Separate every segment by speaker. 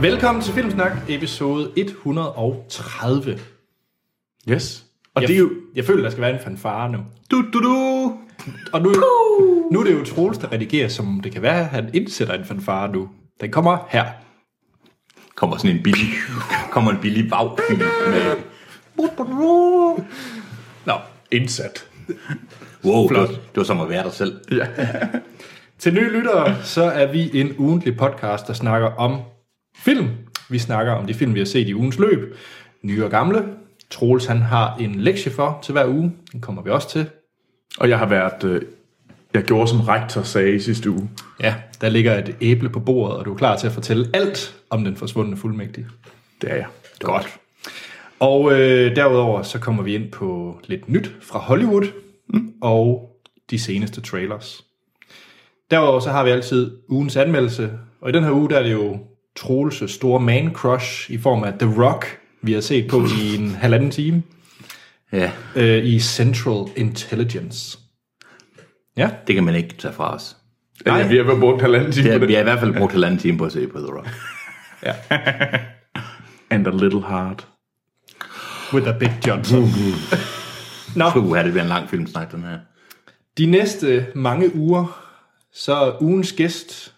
Speaker 1: Velkommen til Filmsnak, episode 130.
Speaker 2: Yes. Og
Speaker 1: Jeg,
Speaker 2: yep. det er jo...
Speaker 1: jeg føler, der skal være en fanfare nu.
Speaker 2: Du, du, du.
Speaker 1: Og nu, nu er det jo Troels, der redigerer, som det kan være, at han indsætter en fanfare nu. Den kommer her.
Speaker 2: Kommer sådan en billig... Kommer en billig vav med...
Speaker 1: Nå,
Speaker 3: Indsat.
Speaker 2: Wow, Flot. Det, var, det var som at være dig selv. Ja.
Speaker 1: Til nye lyttere, så er vi en ugentlig podcast, der snakker om film. Vi snakker om de film, vi har set i ugens løb, nye og gamle. Troels, han har en lektie for til hver uge. Den kommer vi også til.
Speaker 3: Og jeg har været... Øh, jeg gjorde, som rektor sagde i sidste uge.
Speaker 1: Ja, der ligger et æble på bordet, og du er klar til at fortælle alt om den forsvundne fuldmægtige.
Speaker 3: Det er jeg.
Speaker 2: Godt.
Speaker 1: Og øh, derudover så kommer vi ind på lidt nyt fra Hollywood mm. og de seneste trailers. Derudover så har vi altid ugens anmeldelse, og i den her uge der er det jo Troelses store man crush i form af The Rock, vi har set på i en halvanden time
Speaker 2: Ja,
Speaker 1: øh, i Central Intelligence. Ja,
Speaker 2: det kan man ikke tage fra os.
Speaker 1: Nej.
Speaker 3: Ja, vi har været brugt halvanden time
Speaker 2: Det,
Speaker 3: på
Speaker 2: er-
Speaker 3: det.
Speaker 2: vi har i hvert fald brugt halvanden time på at se på The Rock.
Speaker 3: And a little hard.
Speaker 1: with a big Johnson. Nå,
Speaker 2: Puh, det bliver en lang filmsnak, den her.
Speaker 1: De næste mange uger, så ugens gæst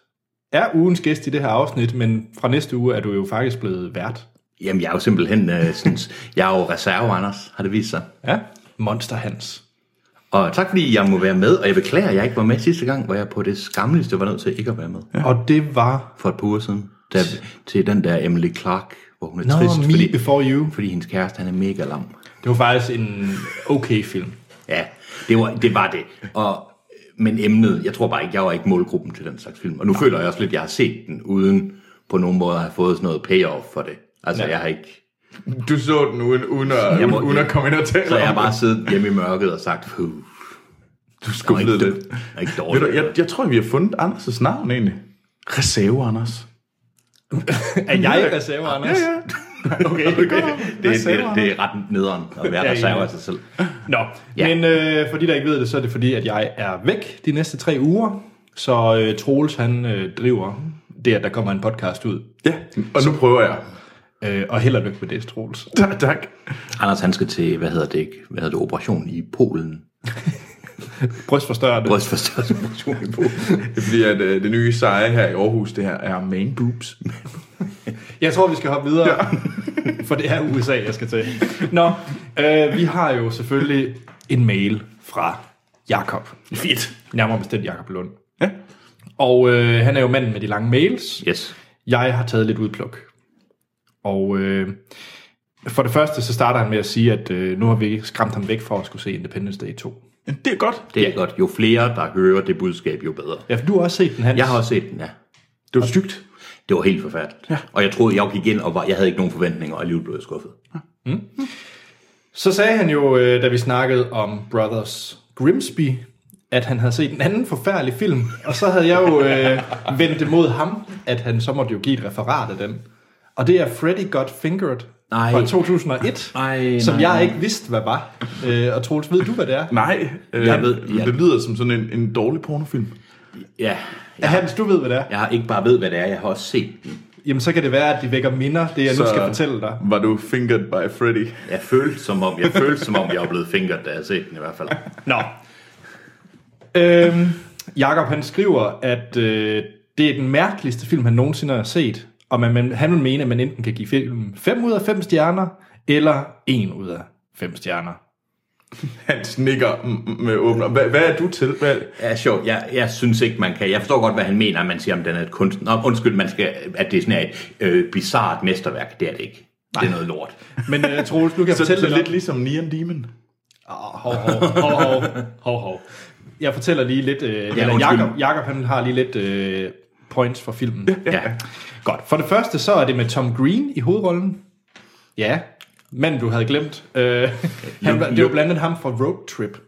Speaker 1: er ugens gæst i det her afsnit, men fra næste uge er du jo faktisk blevet vært.
Speaker 2: Jamen, jeg er jo simpelthen... Øh, sådan, jeg er jo reserve, Anders, har det vist sig.
Speaker 1: Ja. Monster Hans.
Speaker 2: Og tak, fordi jeg må være med, og jeg beklager, at jeg ikke var med sidste gang, hvor jeg på det skammeligste var nødt til ikke at være med.
Speaker 1: Ja. Og det var
Speaker 2: For et par uger siden. Da, til den der Emily Clark, hvor hun er
Speaker 1: No
Speaker 2: trist,
Speaker 1: Me
Speaker 2: fordi,
Speaker 1: Before You.
Speaker 2: fordi hendes kæreste, han er mega lam.
Speaker 1: Det var faktisk en okay film.
Speaker 2: Ja, det var det. Var det. Og, men emnet, jeg tror bare ikke, jeg var ikke målgruppen til den slags film. Og nu Nej. føler jeg også lidt, at jeg har set den, uden på nogen måde at have fået sådan noget payoff for det. Altså,
Speaker 1: Ja.
Speaker 2: jeg har ikke...
Speaker 3: Du så den uden, uden, at,
Speaker 2: må-
Speaker 3: uden at komme ind og tale
Speaker 2: Så jeg har
Speaker 3: om
Speaker 2: bare siddet hjemme i mørket og sagt, "Puh,
Speaker 3: Du
Speaker 2: jeg var ikke,
Speaker 3: skuffede
Speaker 2: død,
Speaker 3: lidt.
Speaker 2: jeg var ikke
Speaker 3: Ved
Speaker 2: dårlig.
Speaker 3: du, jeg, jeg tror, vi har fundet Anders' navn egentlig. Reserve, Anders.
Speaker 1: Er jeg i reserve, Anders?
Speaker 3: Ja, ja.
Speaker 2: okay, okay. Det, det, det,
Speaker 3: Reserve,
Speaker 2: det, er ret nederen at være
Speaker 1: Ja,
Speaker 2: reserve
Speaker 1: ja.
Speaker 2: af sig selv.
Speaker 1: Nå, ja.
Speaker 2: Ja.
Speaker 1: men øh, for de, der ikke ved det, så er det fordi, at jeg er væk de næste tre uger. Så øh, Troels, han øh, driver det, at der kommer en podcast ud.
Speaker 3: ja. Og nu prøver jeg.
Speaker 1: Øh, og held og lykke med det, Troels.
Speaker 3: Tak, tak.
Speaker 2: Anders, han skal til, hvad hedder det ikke? Hvad hedder det? Operation i Polen.
Speaker 1: Brystforstørrende.
Speaker 2: Brystforstørrelsesoperation i Polen.
Speaker 3: Det er fordi, at øh, det nye seje her i Aarhus, det her er main boobs.
Speaker 1: Jeg tror, vi skal hoppe videre, ja. for det er USA, jeg skal til. Nå, øh, vi har jo selvfølgelig en mail fra Jakob.
Speaker 3: Fedt.
Speaker 1: Nærmere bestemt Jakob Lund.
Speaker 3: Ja.
Speaker 1: Og øh, han er jo manden med de lange mails.
Speaker 2: Yes.
Speaker 1: Jeg har taget lidt udpluk. Og øh, for det første, så starter han med at sige, at øh, nu har vi skræmt ham væk for at skulle se Independence Day 2.
Speaker 3: Det er godt.
Speaker 2: Det er ja. godt. Jo flere, der hører det budskab, jo bedre.
Speaker 1: Ja, for du har også set den, Hans.
Speaker 2: Jeg har også set den, ja.
Speaker 3: Det var stygt.
Speaker 2: Det var helt forfærdeligt. Ja. Og jeg troede, jeg gik ind, og var, jeg havde ikke nogen forventninger, og alligevel blev jeg skuffet.
Speaker 1: Så sagde han jo, øh, da vi snakkede om Brothers Grimsby, at han havde set en anden forfærdelig film, og så havde jeg jo øh, vendt det mod ham, at han så måtte jo give et referat af den. Og det er Freddy Got Fingered
Speaker 2: Nej.
Speaker 1: fra 2001,
Speaker 2: Nej,
Speaker 1: som
Speaker 2: nej,
Speaker 1: jeg
Speaker 2: nej.
Speaker 1: ikke vidste, hvad var. Øh, og Troels, ved du, hvad det er?
Speaker 3: Nej, øh,
Speaker 2: Jeg ved- jeg-
Speaker 3: det lyder som sådan en, en dårlig pornofilm.
Speaker 2: Ja,
Speaker 1: Ja. Hans, du ved, hvad det er.
Speaker 2: jeg har ikke bare ved, hvad det er, jeg har også set den.
Speaker 1: Jamen, så kan det være, at de vækker minder, det jeg så... nu
Speaker 3: Så-
Speaker 1: skal fortælle dig.
Speaker 3: Var du fingered by Freddy?
Speaker 2: Jeg følte som om, jeg følte som om, jeg var blevet fingret, da jeg set den i hvert fald.
Speaker 1: Nå. Øhm, Jakob han skriver, at øh, det er den mærkeligste film, han nogensinde har set, og man, man, han vil mene, at man enten kan give filmen 5 ud af 5 stjerner, eller 1 ud af 5 stjerner.
Speaker 3: Han snikker mm, mm, med åbner. Hvad, hvad er du til? Hvad?
Speaker 2: Ja, sjovt. Jeg, jeg synes ikke, man kan. Jeg forstår godt, hvad han mener, man siger, om den er et kunst... Nå, undskyld, man skal, at det er sådan et øh, bizart mesterværk. Det er det ikke. Det er noget lort.
Speaker 1: Men øh, Troels, nu kan jeg
Speaker 3: Så,
Speaker 1: fortælle
Speaker 3: så
Speaker 1: dig
Speaker 3: lidt ligesom Neon Demon.
Speaker 1: Hov, hov, hov, hov, hov, hov. Jeg fortæller lige lidt... Øh, eller
Speaker 2: undskyld.
Speaker 1: Jakob, Jakob han har lige lidt øh, points for filmen.
Speaker 2: Ja.
Speaker 1: Godt. For det første, så er det med Tom Green i hovedrollen. Ja, manden du havde glemt. Øh, han, var- det var blandt andet ham fra Road Trip.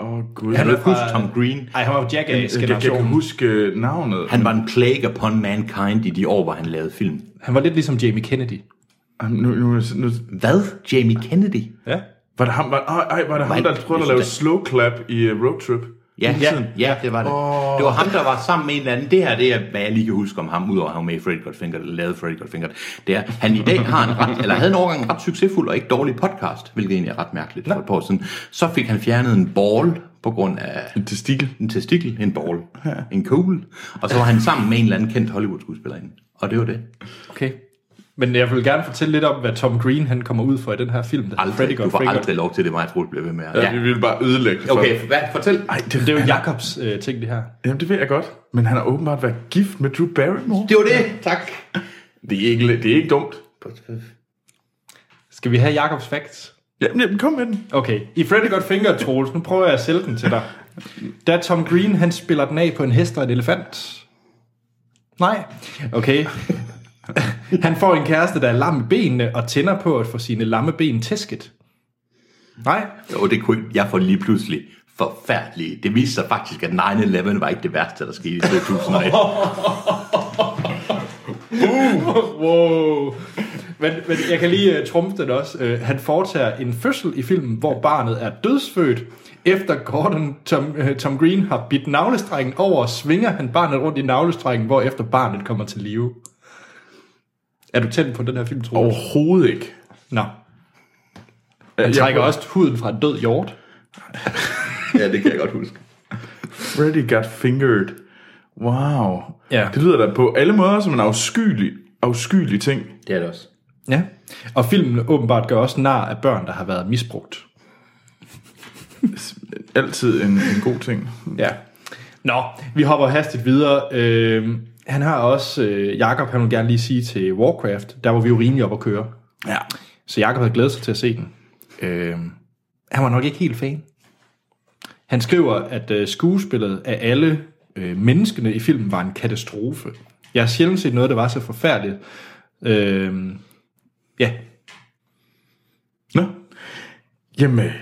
Speaker 3: Åh, oh, gud.
Speaker 2: Kan
Speaker 3: Han,
Speaker 2: du
Speaker 3: jeg,
Speaker 2: ikke huske Tom Green?
Speaker 1: Ej, han var jo
Speaker 3: jeg, jeg kan
Speaker 1: Jackass-generationen.
Speaker 3: huske øh, navnet.
Speaker 2: Han var en plague upon mankind i de år, hvor han lavede film.
Speaker 1: Han var lidt ligesom Jamie Kennedy.
Speaker 3: Ah, Nu, nu, nu, nu,
Speaker 2: Hvad? Jamie Kennedy?
Speaker 1: Ja.
Speaker 3: var det ham, var, ej, ej, var det
Speaker 2: Var
Speaker 3: ham der
Speaker 2: han-
Speaker 3: prøvede at
Speaker 2: jeg
Speaker 3: lave
Speaker 2: synes,
Speaker 3: slow clap i uh, Road Trip?
Speaker 2: Ja, ja, ja, det var det. Oh. Det var ham, der var sammen med en eller anden. Det her, det er, hvad jeg lige kan huske om ham, udover at han var med i Freddy Godfinger, eller lavede Freddy Godfinger. Det er, han i dag har en ret, eller havde en overgang en ret succesfuld og ikke dårlig podcast, hvilket egentlig er ret mærkeligt for et par år siden. Så fik han fjernet en ball på grund af
Speaker 3: En testikel.
Speaker 2: en testikel, en ball, ja. en kugle. Og så var han sammen med en eller anden kendt Hollywood-skuespillerinde. Og det var det.
Speaker 1: Okay. Men jeg vil gerne fortælle lidt om, hvad Tom Green han kommer ud for i den her film. Der hedder Freddy
Speaker 2: Aldrig,
Speaker 1: Got
Speaker 2: du får
Speaker 1: Fingered.
Speaker 2: aldrig lov til det, mig Troels bliver ved med. at-
Speaker 3: Ja. Vi ville bare ødelægge det for
Speaker 2: Okay,
Speaker 3: dem.
Speaker 2: hvad, fortæl.
Speaker 3: Ej, det,
Speaker 1: Det er jo
Speaker 3: han,
Speaker 1: Jakobs øh, ting, det her.
Speaker 3: Jamen, det ved jeg godt. Men han har åbenbart været gift med Drew Barrymore.
Speaker 2: Det var det, tak.
Speaker 3: Det er ikke, det er ikke dumt.
Speaker 1: Skal vi have Jakobs facts?
Speaker 3: Jamen, jamen, kom med den.
Speaker 1: Okay, i Freddy Got Finger, Troels, nu prøver jeg at sælge den til dig. Da Tom Green, han spiller den af på en hest og en elefant. Nej. Okay. Han får en kæreste, der er lam i benene og tænder på at få sine lamme ben tæsket. Nej.
Speaker 2: Jo, det kunne jeg får lige pludselig forfærdelige. Det viste sig faktisk, at 9-11 var ikke det værste, der skete i 2001.
Speaker 1: Wow. Men, men jeg kan lige uh, trumfe den også. Uh, han foretager en fødsel i filmen, hvor barnet er dødsfødt. Efter Gordon Tom, uh, Tom Green har bidt navlestrengen over, svinger han barnet rundt i navlestrengen, hvor efter barnet kommer til live. Er du tændt på den her film, tror jeg?
Speaker 3: Overhovedet ikke.
Speaker 1: Nå. Han
Speaker 3: Jeg
Speaker 1: trækker
Speaker 3: prøver-
Speaker 1: også huden fra en død hjort.
Speaker 2: ja, det kan jeg godt huske.
Speaker 3: Freddy got fingered. Wow.
Speaker 1: Ja.
Speaker 3: Det lyder da på alle måder som en afskyelig, afskyelig ting.
Speaker 2: Det er det også.
Speaker 1: Ja. Og filmen åbenbart gør også nar af børn, der har været misbrugt.
Speaker 3: Altid en, en god ting.
Speaker 1: Ja. Nå, vi hopper hastigt videre. Øh, han har også, øh, Jakob han vil gerne lige sige til Warcraft, der var vi jo rimelig oppe at køre.
Speaker 3: Ja.
Speaker 1: Så Jakob havde glædet sig til at se den. Øh, han var nok ikke helt fan. Han skriver, at øh, skuespillet af alle øh, menneskene i filmen var en katastrofe. Jeg har sjældent set noget, der var så forfærdeligt. Øh, ja,
Speaker 3: Nå. Jamen, øh,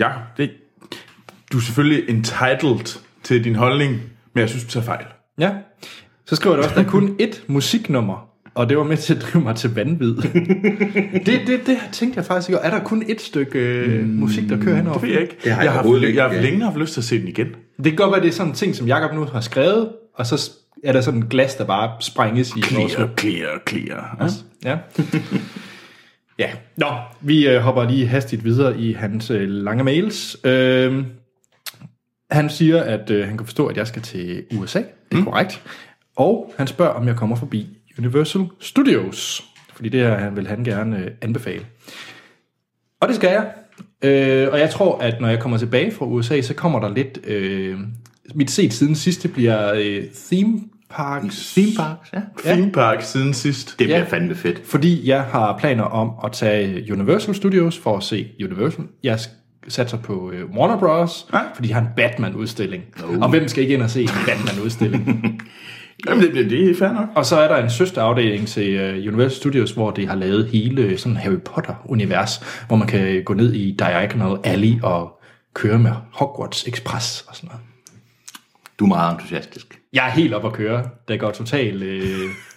Speaker 3: ja, det, du er selvfølgelig entitled til din holdning, men jeg synes, du tager fejl.
Speaker 1: ja. Så skriver det også, at der er kun ét musiknummer, og det var med til at drive mig til vanvid. det, det, det tænkte jeg faktisk ikke. Er der kun ét stykke øh, musik, der kører henover?
Speaker 3: Mm. Det ved jeg ikke.
Speaker 2: har jeg
Speaker 3: jeg, har,
Speaker 2: overhovedet
Speaker 3: jeg,
Speaker 2: ikke,
Speaker 3: jeg har
Speaker 2: ja.
Speaker 3: længe haft lyst til at se den igen.
Speaker 1: Det kan godt være, det er sådan en ting, som Jakob nu har skrevet, og så er der sådan et glas, der bare sprænges i. vores-
Speaker 3: clear, clear. Ja.
Speaker 1: Ja. ja. Nå, vi øh, hopper lige hastigt videre i hans øh, lange mails. Øh, han siger, at øh, han kan forstå, at jeg skal til USA. Det er mm. korrekt. Og han spørger, om jeg kommer forbi Universal Studios. Fordi det her vil han gerne øh, anbefale. Og det skal jeg. Øh, og jeg tror, at når jeg kommer tilbage fra USA, så kommer der lidt... Øh, mit set siden sidst, det bliver øh, theme parks.
Speaker 2: Theme parks, ja.
Speaker 3: Theme Park siden sidst.
Speaker 2: Det bliver
Speaker 1: Ja.
Speaker 2: fandme fedt.
Speaker 1: Fordi jeg har planer om at tage Universal Studios for at se Universal. Jeg satser på øh, Warner Bros., ja. fordi de har en Batman-udstilling. Og hvem skal ikke ind og se en Batman-udstilling?
Speaker 3: Jamen, det, det, det er fair nok.
Speaker 1: og så er der en søsterafdeling til øh, Universal Studios, hvor de har lavet hele sådan Harry Potter-univers, hvor man kan gå ned i Diagonal Alley og køre med Hogwarts Express og sådan noget.
Speaker 2: Du er meget entusiastisk.
Speaker 1: Jeg er helt op at køre. Der går total øh,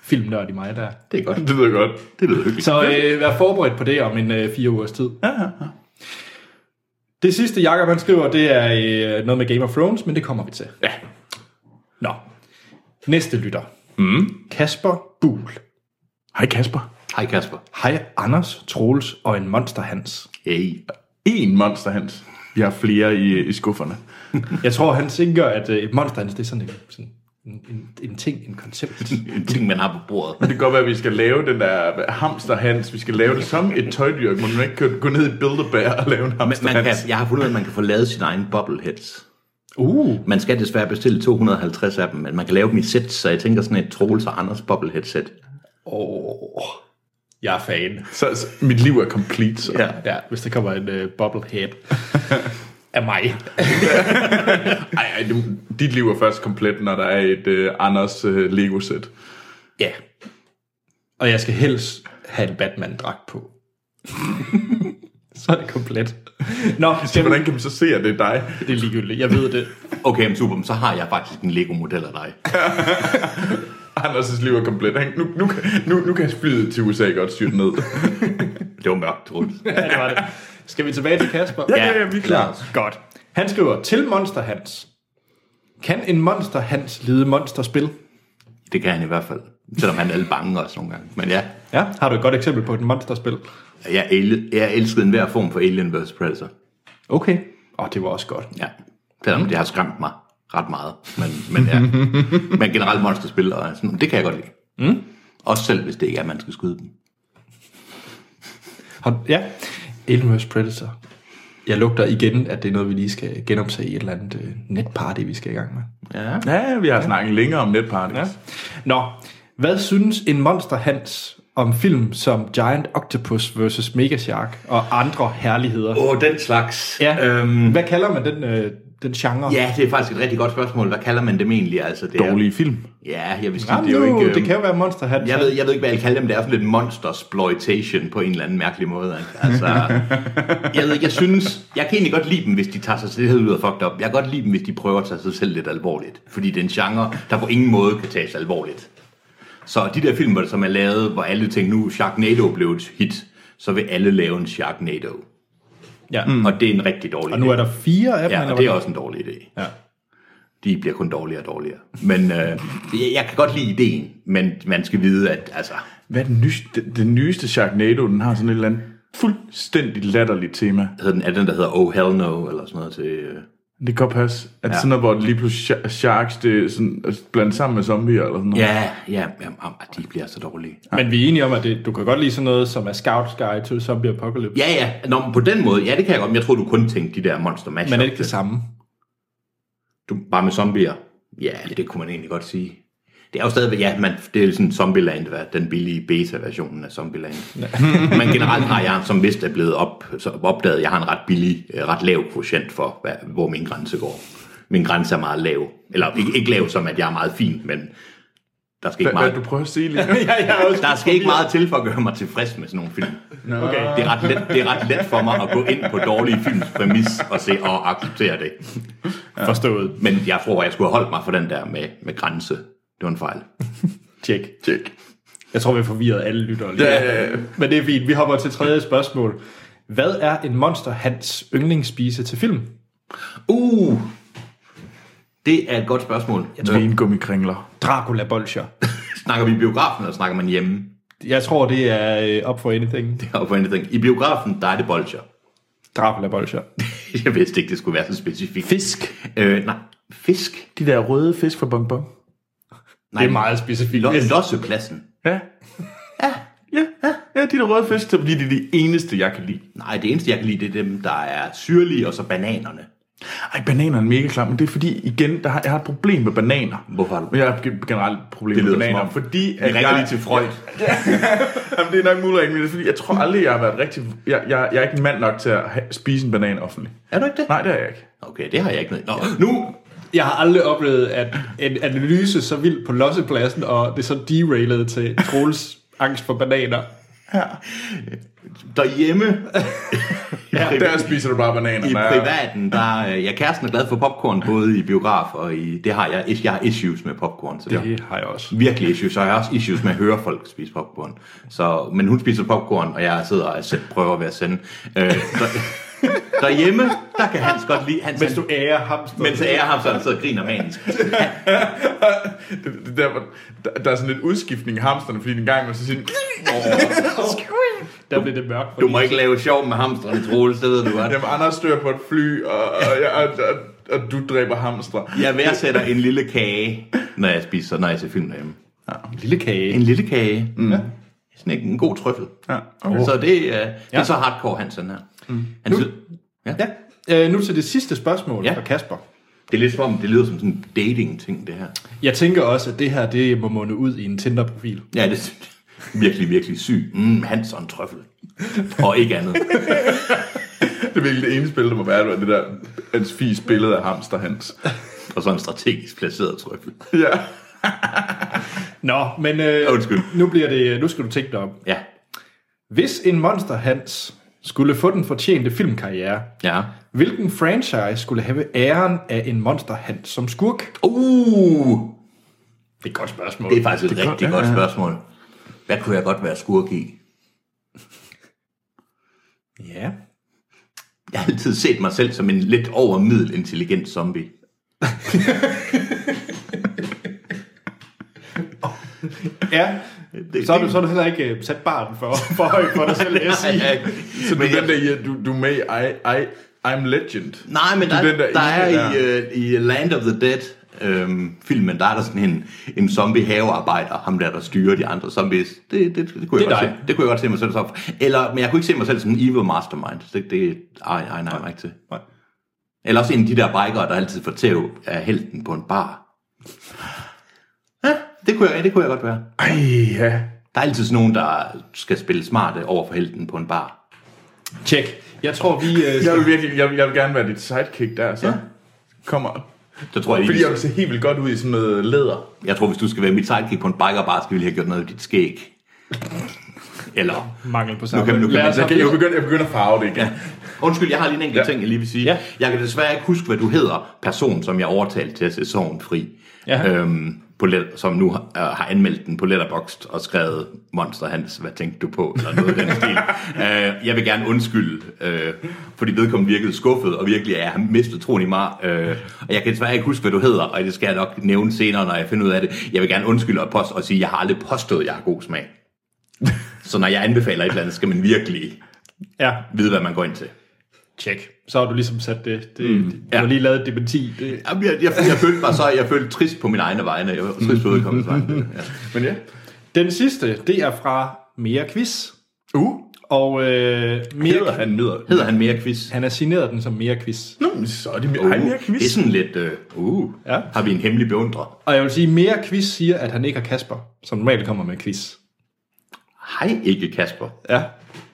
Speaker 1: filmnørd i mig der.
Speaker 2: Det er godt.
Speaker 3: Det lyder godt.
Speaker 2: Det lyder hyggeligt.
Speaker 1: Så øh, vær forberedt på det om en øh, fire ugers tid. Ja, ja, ja. Det sidste, Jacob han skriver, det er øh, noget med Game of Thrones, men det kommer vi til. Ja. Nå. Næste lytter. Mm. Kasper Buhl.
Speaker 3: Hej Kasper.
Speaker 2: Hej Kasper.
Speaker 1: Hej Anders, Troels og en monster Hans.
Speaker 2: Hey.
Speaker 3: En monster, Hans. Vi har flere i, i skufferne.
Speaker 1: Jeg tror, han tænker, at øh, et monster Hans, det er sådan en, sådan en, en, en ting, en koncept.
Speaker 2: En ting, man har på bordet.
Speaker 3: Det kan godt være, at vi skal lave den der hamster, Hans. Vi skal lave det som et tøjdyr. Må man ikke gå- gå ned i Build-A-Bear og lave en
Speaker 2: Man,
Speaker 3: hamster,
Speaker 2: man kan,
Speaker 3: Hans?
Speaker 2: jeg har fundet ud af, at man kan få lavet sin egen bobbleheads.
Speaker 1: Uh.
Speaker 2: Man skal desværre bestille 250 af dem, men man kan lave dem i sæt, så jeg tænker sådan et Troels og Anders bobblehead-sæt.
Speaker 1: Oh. Jeg er fan.
Speaker 3: Så, så, mit liv er complete. Så.
Speaker 2: Ja.
Speaker 1: Ja, hvis der kommer en øh, bobblehead af mig.
Speaker 3: Ej, ej, du, dit liv er først komplet, når der er et uh, Anders uh, Lego-sæt.
Speaker 1: Ja. Og jeg skal helst have en Batman-dragt på. så er det komplet. Nå,
Speaker 3: Så
Speaker 1: jamen,
Speaker 3: hvordan kan man så se, at det er dig?
Speaker 1: det er ligegyldigt. Jeg ved det.
Speaker 2: Okay, men super, men så har jeg faktisk en Lego-model af dig.
Speaker 3: Anders' liv er komplet. Han, nu, nu, nu, nu kan flyet til USA godt styrte ned.
Speaker 2: Det var mørkt, Troels.
Speaker 1: Ja, det var det. Skal vi tilbage til Kasper?
Speaker 3: Ja, ja, vi er klar.
Speaker 1: Godt. Han skriver til Monster Hans. Kan en monster Hans lide monsterspil?
Speaker 2: Det kan han i hvert fald. Selvom han er lidt bange også nogle gange. Men ja,
Speaker 1: Ja, har du et godt eksempel på et monsterspil?
Speaker 2: jeg, el- jeg elskede enhver form for Alien vs. Predator.
Speaker 1: Okay. Åh, oh, det var også godt.
Speaker 2: Ja, selvom det har skræmt mig ret meget. Men, men, ja. men generelt monsterspil, og sådan, det kan jeg godt lide. Mm. Også selv hvis det ikke er, at man skal skyde dem.
Speaker 1: Har, ja. Alien vs. Predator. Jeg lugter igen, at det er noget, vi lige skal genoptage i et eller andet øh, netparty, vi skal i gang med.
Speaker 2: Ja.
Speaker 3: Ja, vi har snakket længere om netparties. Ja.
Speaker 1: Nå, hvad synes en monster Hans om film som Giant Octopus vs. Megashark og andre herligheder?
Speaker 2: Åh, oh, den slags.
Speaker 1: Ja, øhm.
Speaker 2: Øhm,
Speaker 1: hvad kalder man den, øh, den genre?
Speaker 2: ja, det er faktisk et rigtig godt spørgsmål. Hvad kalder man dem egentlig? Altså, det er,
Speaker 3: Dårlige film.
Speaker 2: Ja, jeg vil sige,
Speaker 1: Jamen,
Speaker 2: det er jo ikke...
Speaker 1: det
Speaker 2: øhm,
Speaker 1: kan jo være Monster Hans.
Speaker 2: jeg ved, jeg ved ikke, hvad jeg kalder dem. Det er sådan lidt monstersploitation på en eller anden mærkelig måde. ikke? Altså, jeg, ved, ikke, jeg synes, jeg kan egentlig godt lide dem, hvis de tager sig selv ud og fucked up. Jeg kan godt lide dem, hvis de prøver at tage sig selv lidt alvorligt. Fordi det er en genre, der på ingen måde kan tages alvorligt. Så de der film, hvor- som er lavet, hvor alle tænkte, nu Sharknado blev et hit, så vil alle lave en Sharknado.
Speaker 1: Ja.
Speaker 2: Mm. Og det er en rigtig dårlig
Speaker 1: Og nu er der fire af dem.
Speaker 2: Ja,
Speaker 1: eller
Speaker 2: og det er
Speaker 1: hvad?
Speaker 2: også en dårlig idé.
Speaker 1: Ja.
Speaker 2: De bliver kun dårligere og dårligere. Men øh, jeg, jeg kan godt lide ideen, men man skal vide, at altså,
Speaker 3: Hvad er den, nyeste, den, den nyeste Sharknado? Den har sådan et eller andet fuldstændig latterligt tema.
Speaker 2: hedder den, er den, der hedder Oh Hell No, eller sådan noget til... Øh,
Speaker 3: Det kan godt passe, at ja.
Speaker 2: Ja.
Speaker 3: sådan noget, hvor det lige pludselig sha- sharks, det er sådan, altså, blandet sammen med zombier eller sådan noget.
Speaker 2: ja, ja, ja, om, at de bliver så dårlige.
Speaker 1: Men vi er enige om, at det, du kan godt lide sådan noget, som er Scout's Guide to Zombie Apocalypse.
Speaker 2: Ja, ja, Nå, men på den måde, ja, det kan jeg godt, men jeg tror, du kun tænkte de der monster match
Speaker 1: Men er det ikke det samme?
Speaker 2: du, bare med zombier. Ja, det kunne man egentlig godt sige. Det er jo stadigvæk, ja, man, det er sådan Zombieland, hvad, den billige beta-versionen af Zombieland. Men generelt har jeg, som vist er blevet op, så opdaget, jeg har en ret billig, øh, ret lav procent for, hvad, hvor min grænse går. Min grænse er meget lav. Eller ikke, ikke lav, som at jeg er meget fin, men der skal
Speaker 3: Hvad,
Speaker 2: ikke
Speaker 3: hvad er
Speaker 2: meget...
Speaker 3: det, du prøver at sige lige nu?
Speaker 2: Der skal ikke meget til for at gøre mig tilfreds med sådan nogle film. Okay. Det, er ret let, det er ret let for mig at gå ind på dårlige films præmis og, se, og acceptere det.
Speaker 1: Ja. Forstået.
Speaker 2: Men jeg tror, jeg skulle have holdt mig for den der med, med grænse. Det var en fejl.
Speaker 1: Tjek.
Speaker 3: Tjek.
Speaker 1: Jeg tror, vi har forvirret alle lyttere lige.
Speaker 3: Ja, ja, ja.
Speaker 1: Men det er fint. Vi hopper til tredje spørgsmål. Hvad er en monster hans yndlingsspise til film?
Speaker 2: Uh! Det er et godt spørgsmål. Jeg tror,
Speaker 3: Vingummikringler.
Speaker 1: Dracula Bolscher.
Speaker 2: snakker vi i biografen, eller snakker man hjemme?
Speaker 1: Jeg tror, det er øh, Up for Anything.
Speaker 2: Og på anything. I biografen, der er det bolcher.
Speaker 1: Dracula Bolscher.
Speaker 2: Jeg vidste ikke, det skulle være så specifikt.
Speaker 3: Fisk.
Speaker 2: Øh, nej, fisk?
Speaker 3: De der røde fisk fra Bonbon.
Speaker 2: Nej,
Speaker 1: Det er meget specifikt.
Speaker 2: Lo- Lossepladsen.
Speaker 3: Ja. Ja. Ja, ja, de der røde fisk, så bliver de de eneste, jeg kan lide.
Speaker 2: Nej, det eneste, jeg kan lide, det er dem, der er syrlige, og så bananerne.
Speaker 3: Ej, bananer er mega klam, men det er fordi, igen, der har, jeg har et problem med bananer.
Speaker 2: Hvorfor har du-
Speaker 3: Men jeg har gen- generelt et problem
Speaker 2: Det
Speaker 3: med
Speaker 2: lyder
Speaker 3: bananer,
Speaker 2: som om-
Speaker 3: fordi...
Speaker 2: Vi ringer
Speaker 3: jeg,
Speaker 2: lige til Freud.
Speaker 3: Jamen, det er nok muligt, men det er fordi, jeg tror aldrig, jeg har været rigtig... Jeg, jeg, jeg er ikke en mand nok til at have, spise en banan offentligt.
Speaker 2: Er du ikke det?
Speaker 3: Nej, det er jeg ikke.
Speaker 2: Okay, det har jeg ikke noget. Nå, nu!
Speaker 1: Jeg har aldrig oplevet, at en analyse så vild på lossepladsen, og det så derailede til Troels angst for bananer.
Speaker 2: Derhjemme. ja,
Speaker 3: Der spiser du bare bananer.
Speaker 2: I
Speaker 3: når jeg-
Speaker 2: privaten, der øh, ja, kæresten er glad for popcorn, både i biograf og i... Det har jeg. Jeg har issues med popcorn, så det er
Speaker 1: Det har jeg også.
Speaker 2: virkelig issues. Og jeg har også issues med at høre folk spise popcorn. Så, men hun spiser popcorn, og jeg sidder og selv prøver ved at sende. Øh, der, derhjemme, der kan Hans godt lide... Hans,
Speaker 1: Hvis du ærer hamster.
Speaker 2: men så er jeg ham, så han sidder og griner manisk.
Speaker 3: Det, det der, hvor- der, der, er sådan lidt udskiftning i hamsterne, fordi en gang, man så siger, den,
Speaker 1: Der blev det mørkt.
Speaker 2: Du må ikke lave sjov med hamsteren, Troels, det ved du godt.
Speaker 3: jamen, Anders dør på et fly, og, og, og, og, og du dræber hamstre.
Speaker 2: Jeg værdsætter en lille kage, når jeg spiser, når jeg ser film derhjemme.
Speaker 1: en lille kage.
Speaker 2: En lille kage. Mm. Ja. Sådan en, en god trøffel.
Speaker 3: Ja,
Speaker 2: Okay. Så det, øh, det
Speaker 1: Ja.
Speaker 2: er så hardcore Hansen her. Mm. Han nu. Ja. ja.
Speaker 1: Øh, nu til det sidste spørgsmål
Speaker 2: Ja.
Speaker 1: fra Kasper.
Speaker 2: Det er lidt som om, det lyder som sådan en dating-ting, det her.
Speaker 1: Jeg tænker også, at det her det må munde ud i en Tinder-profil.
Speaker 2: Ja, det er virkelig, virkelig syg. Mm, Hans og en trøffel. Og ikke andet.
Speaker 3: Det er virkelig det ene spil, der må være, det var det der hans fis billede af hamster hans.
Speaker 2: Og så en strategisk placeret trøffel.
Speaker 3: Ja.
Speaker 1: Nå, men øh,
Speaker 2: Undskyld.
Speaker 1: nu, bliver det, nu skal du tænke dig om.
Speaker 2: Ja.
Speaker 1: Hvis en monster Hans skulle få den fortjente filmkarriere,
Speaker 2: Ja.
Speaker 1: hvilken franchise skulle have æren af en monster Hans som skurk?
Speaker 2: Uh,
Speaker 1: Det er et godt spørgsmål.
Speaker 2: det er faktisk et
Speaker 3: Det er
Speaker 2: rigtig
Speaker 3: godt,
Speaker 2: godt
Speaker 3: ja, ja.
Speaker 2: spørgsmål. Hvad kunne jeg godt være skurk i?
Speaker 1: Ja.
Speaker 2: Jeg har altid set mig selv som en lidt overmiddel intelligent zombie.
Speaker 1: Ja, så er du, så er du heller ikke øh, sat barden for, for højt for dig selv, vil jeg sige.
Speaker 3: Så du,
Speaker 2: Men
Speaker 3: er den
Speaker 2: jeg-
Speaker 3: der, ja, du, du er med i I, I, I'm Legend.
Speaker 2: Nej, men der,
Speaker 3: Du er den der
Speaker 2: der, der er
Speaker 3: ene,
Speaker 2: i, øh, i Land of the Dead øhm, filmen, der er der sådan en, en zombie havearbejder, ham der, der styrer de andre zombies. Det, det, det, kunne,
Speaker 1: Det
Speaker 2: jeg
Speaker 1: er
Speaker 2: godt
Speaker 1: dig.
Speaker 2: se, det kunne jeg godt se mig selv som. Eller, men jeg kunne ikke se mig selv som en evil mastermind. Det, det ej, ej, nej, nej, ikke til.
Speaker 1: Nej.
Speaker 2: Eller også en af de der bikere, der altid får tæv af helten på en bar. Ja, det kunne jeg, det kunne jeg godt være.
Speaker 3: Ej, ja.
Speaker 2: Der er altid sådan nogen, der skal spille smarte over for helten på en bar.
Speaker 1: Tjek. Jeg tror, vi... Øh,
Speaker 3: Jeg
Speaker 1: skal-
Speaker 3: vil, virkelig, jeg, vil, jeg vil gerne være dit sidekick der, så. Ja. Kom on.
Speaker 2: Så tror jeg,
Speaker 3: Fordi
Speaker 2: lige,
Speaker 3: jeg vil se helt vildt godt ud i sådan noget læder.
Speaker 2: Jeg tror, hvis du skal være mit sidekick på en bikerbar, skal vi lige have gjort noget af dit skæg. Eller...
Speaker 1: Mangel på
Speaker 2: Nu kan,
Speaker 1: sammen.
Speaker 2: nu kan
Speaker 1: Lad
Speaker 2: man,
Speaker 1: os
Speaker 3: Altså, Jeg,
Speaker 2: så
Speaker 3: kan, jeg, begynder, jeg begynder at farve det igen.
Speaker 2: ja. Undskyld, jeg har lige en enkelt
Speaker 3: Ja.
Speaker 2: ja. ting, jeg lige vil sige.
Speaker 1: Ja.
Speaker 2: Jeg kan desværre ikke huske, hvad du hedder, person, som jeg overtalte til at se Sorgen Fri.
Speaker 1: Ja.
Speaker 2: Øhm, på let, som nu har, øh, har anmeldt den på Letterboxd og skrevet, Monster Hans, hvad tænkte du på? Eller noget af den stil. øh, jeg vil gerne undskylde, øh, fordi vedkommende virkede skuffet, og virkelig er har mistet troen i mig. Øh, og jeg kan desværre ikke huske, hvad du hedder, og det skal jeg nok nævne senere, når jeg finder ud af det. Jeg vil gerne undskylde og, post, og sige, at jeg har aldrig påstået, at jeg har god smag. Så når jeg anbefaler et eller andet, skal man virkelig
Speaker 1: Ja,
Speaker 2: vide, hvad man går ind til.
Speaker 1: tjek. Så har du ligesom sat det. det, mm. det du
Speaker 2: Ja.
Speaker 1: har lige lavet et dementi. Det,
Speaker 2: Jamen, Jeg, jeg, jeg følte mig så, jeg følte trist på min egne vegne. Jeg var trist på udkommens vegne. Ja.
Speaker 3: Men ja.
Speaker 1: Den sidste, det er fra Mere Quiz.
Speaker 3: Uh,
Speaker 1: Og øh,
Speaker 3: hedder
Speaker 1: Mere,
Speaker 3: han midler.
Speaker 2: Hedder han mere quiz?
Speaker 1: han har signeret den som Mere Quiz.
Speaker 3: Nå, men så er det mere. Uh, Ej, mere quiz.
Speaker 2: Det er sådan lidt, uh, uh
Speaker 1: Ja.
Speaker 2: ja. har vi en hemmelig beundrer?
Speaker 1: Og jeg vil sige, Mere Quiz siger, at han ikke har Kasper, som normalt kommer med quiz.
Speaker 2: Hej, ikke Kasper.
Speaker 1: Ja,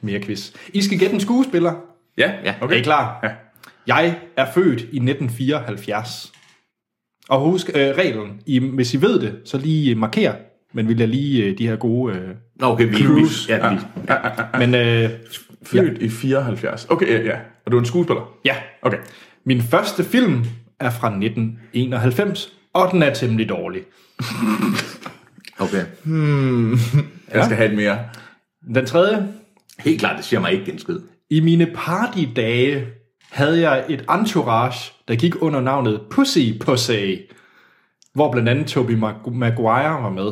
Speaker 1: Mere Quiz. I skal gætte en skuespiller.
Speaker 3: Ja,
Speaker 2: Ja,
Speaker 1: Okay. Er I
Speaker 3: okay.
Speaker 1: klar?
Speaker 3: Ja.
Speaker 1: Jeg er født i 1974. Og husk øh, reglen. I, hvis I ved det, så lige øh, marker. Men vil jeg lige øh, de her gode... Øh,
Speaker 2: Nå, okay, vi, vi,
Speaker 3: Clues.
Speaker 2: ja, vi,
Speaker 1: men øh,
Speaker 3: Født ja. i 74. Okay, ja, ja. Og du er en skuespiller?
Speaker 1: ja,
Speaker 3: Okay.
Speaker 1: Min første film er fra 1991, og den er temmelig dårlig.
Speaker 2: okay.
Speaker 3: Jeg skal have et mere.
Speaker 1: Den tredje.
Speaker 2: Helt klart, det siger mig ikke en skid.
Speaker 1: I mine partydage havde jeg et entourage, der gik under navnet Pussy Pussy, hvor blandt andet Tobey Mag- Maguire var med.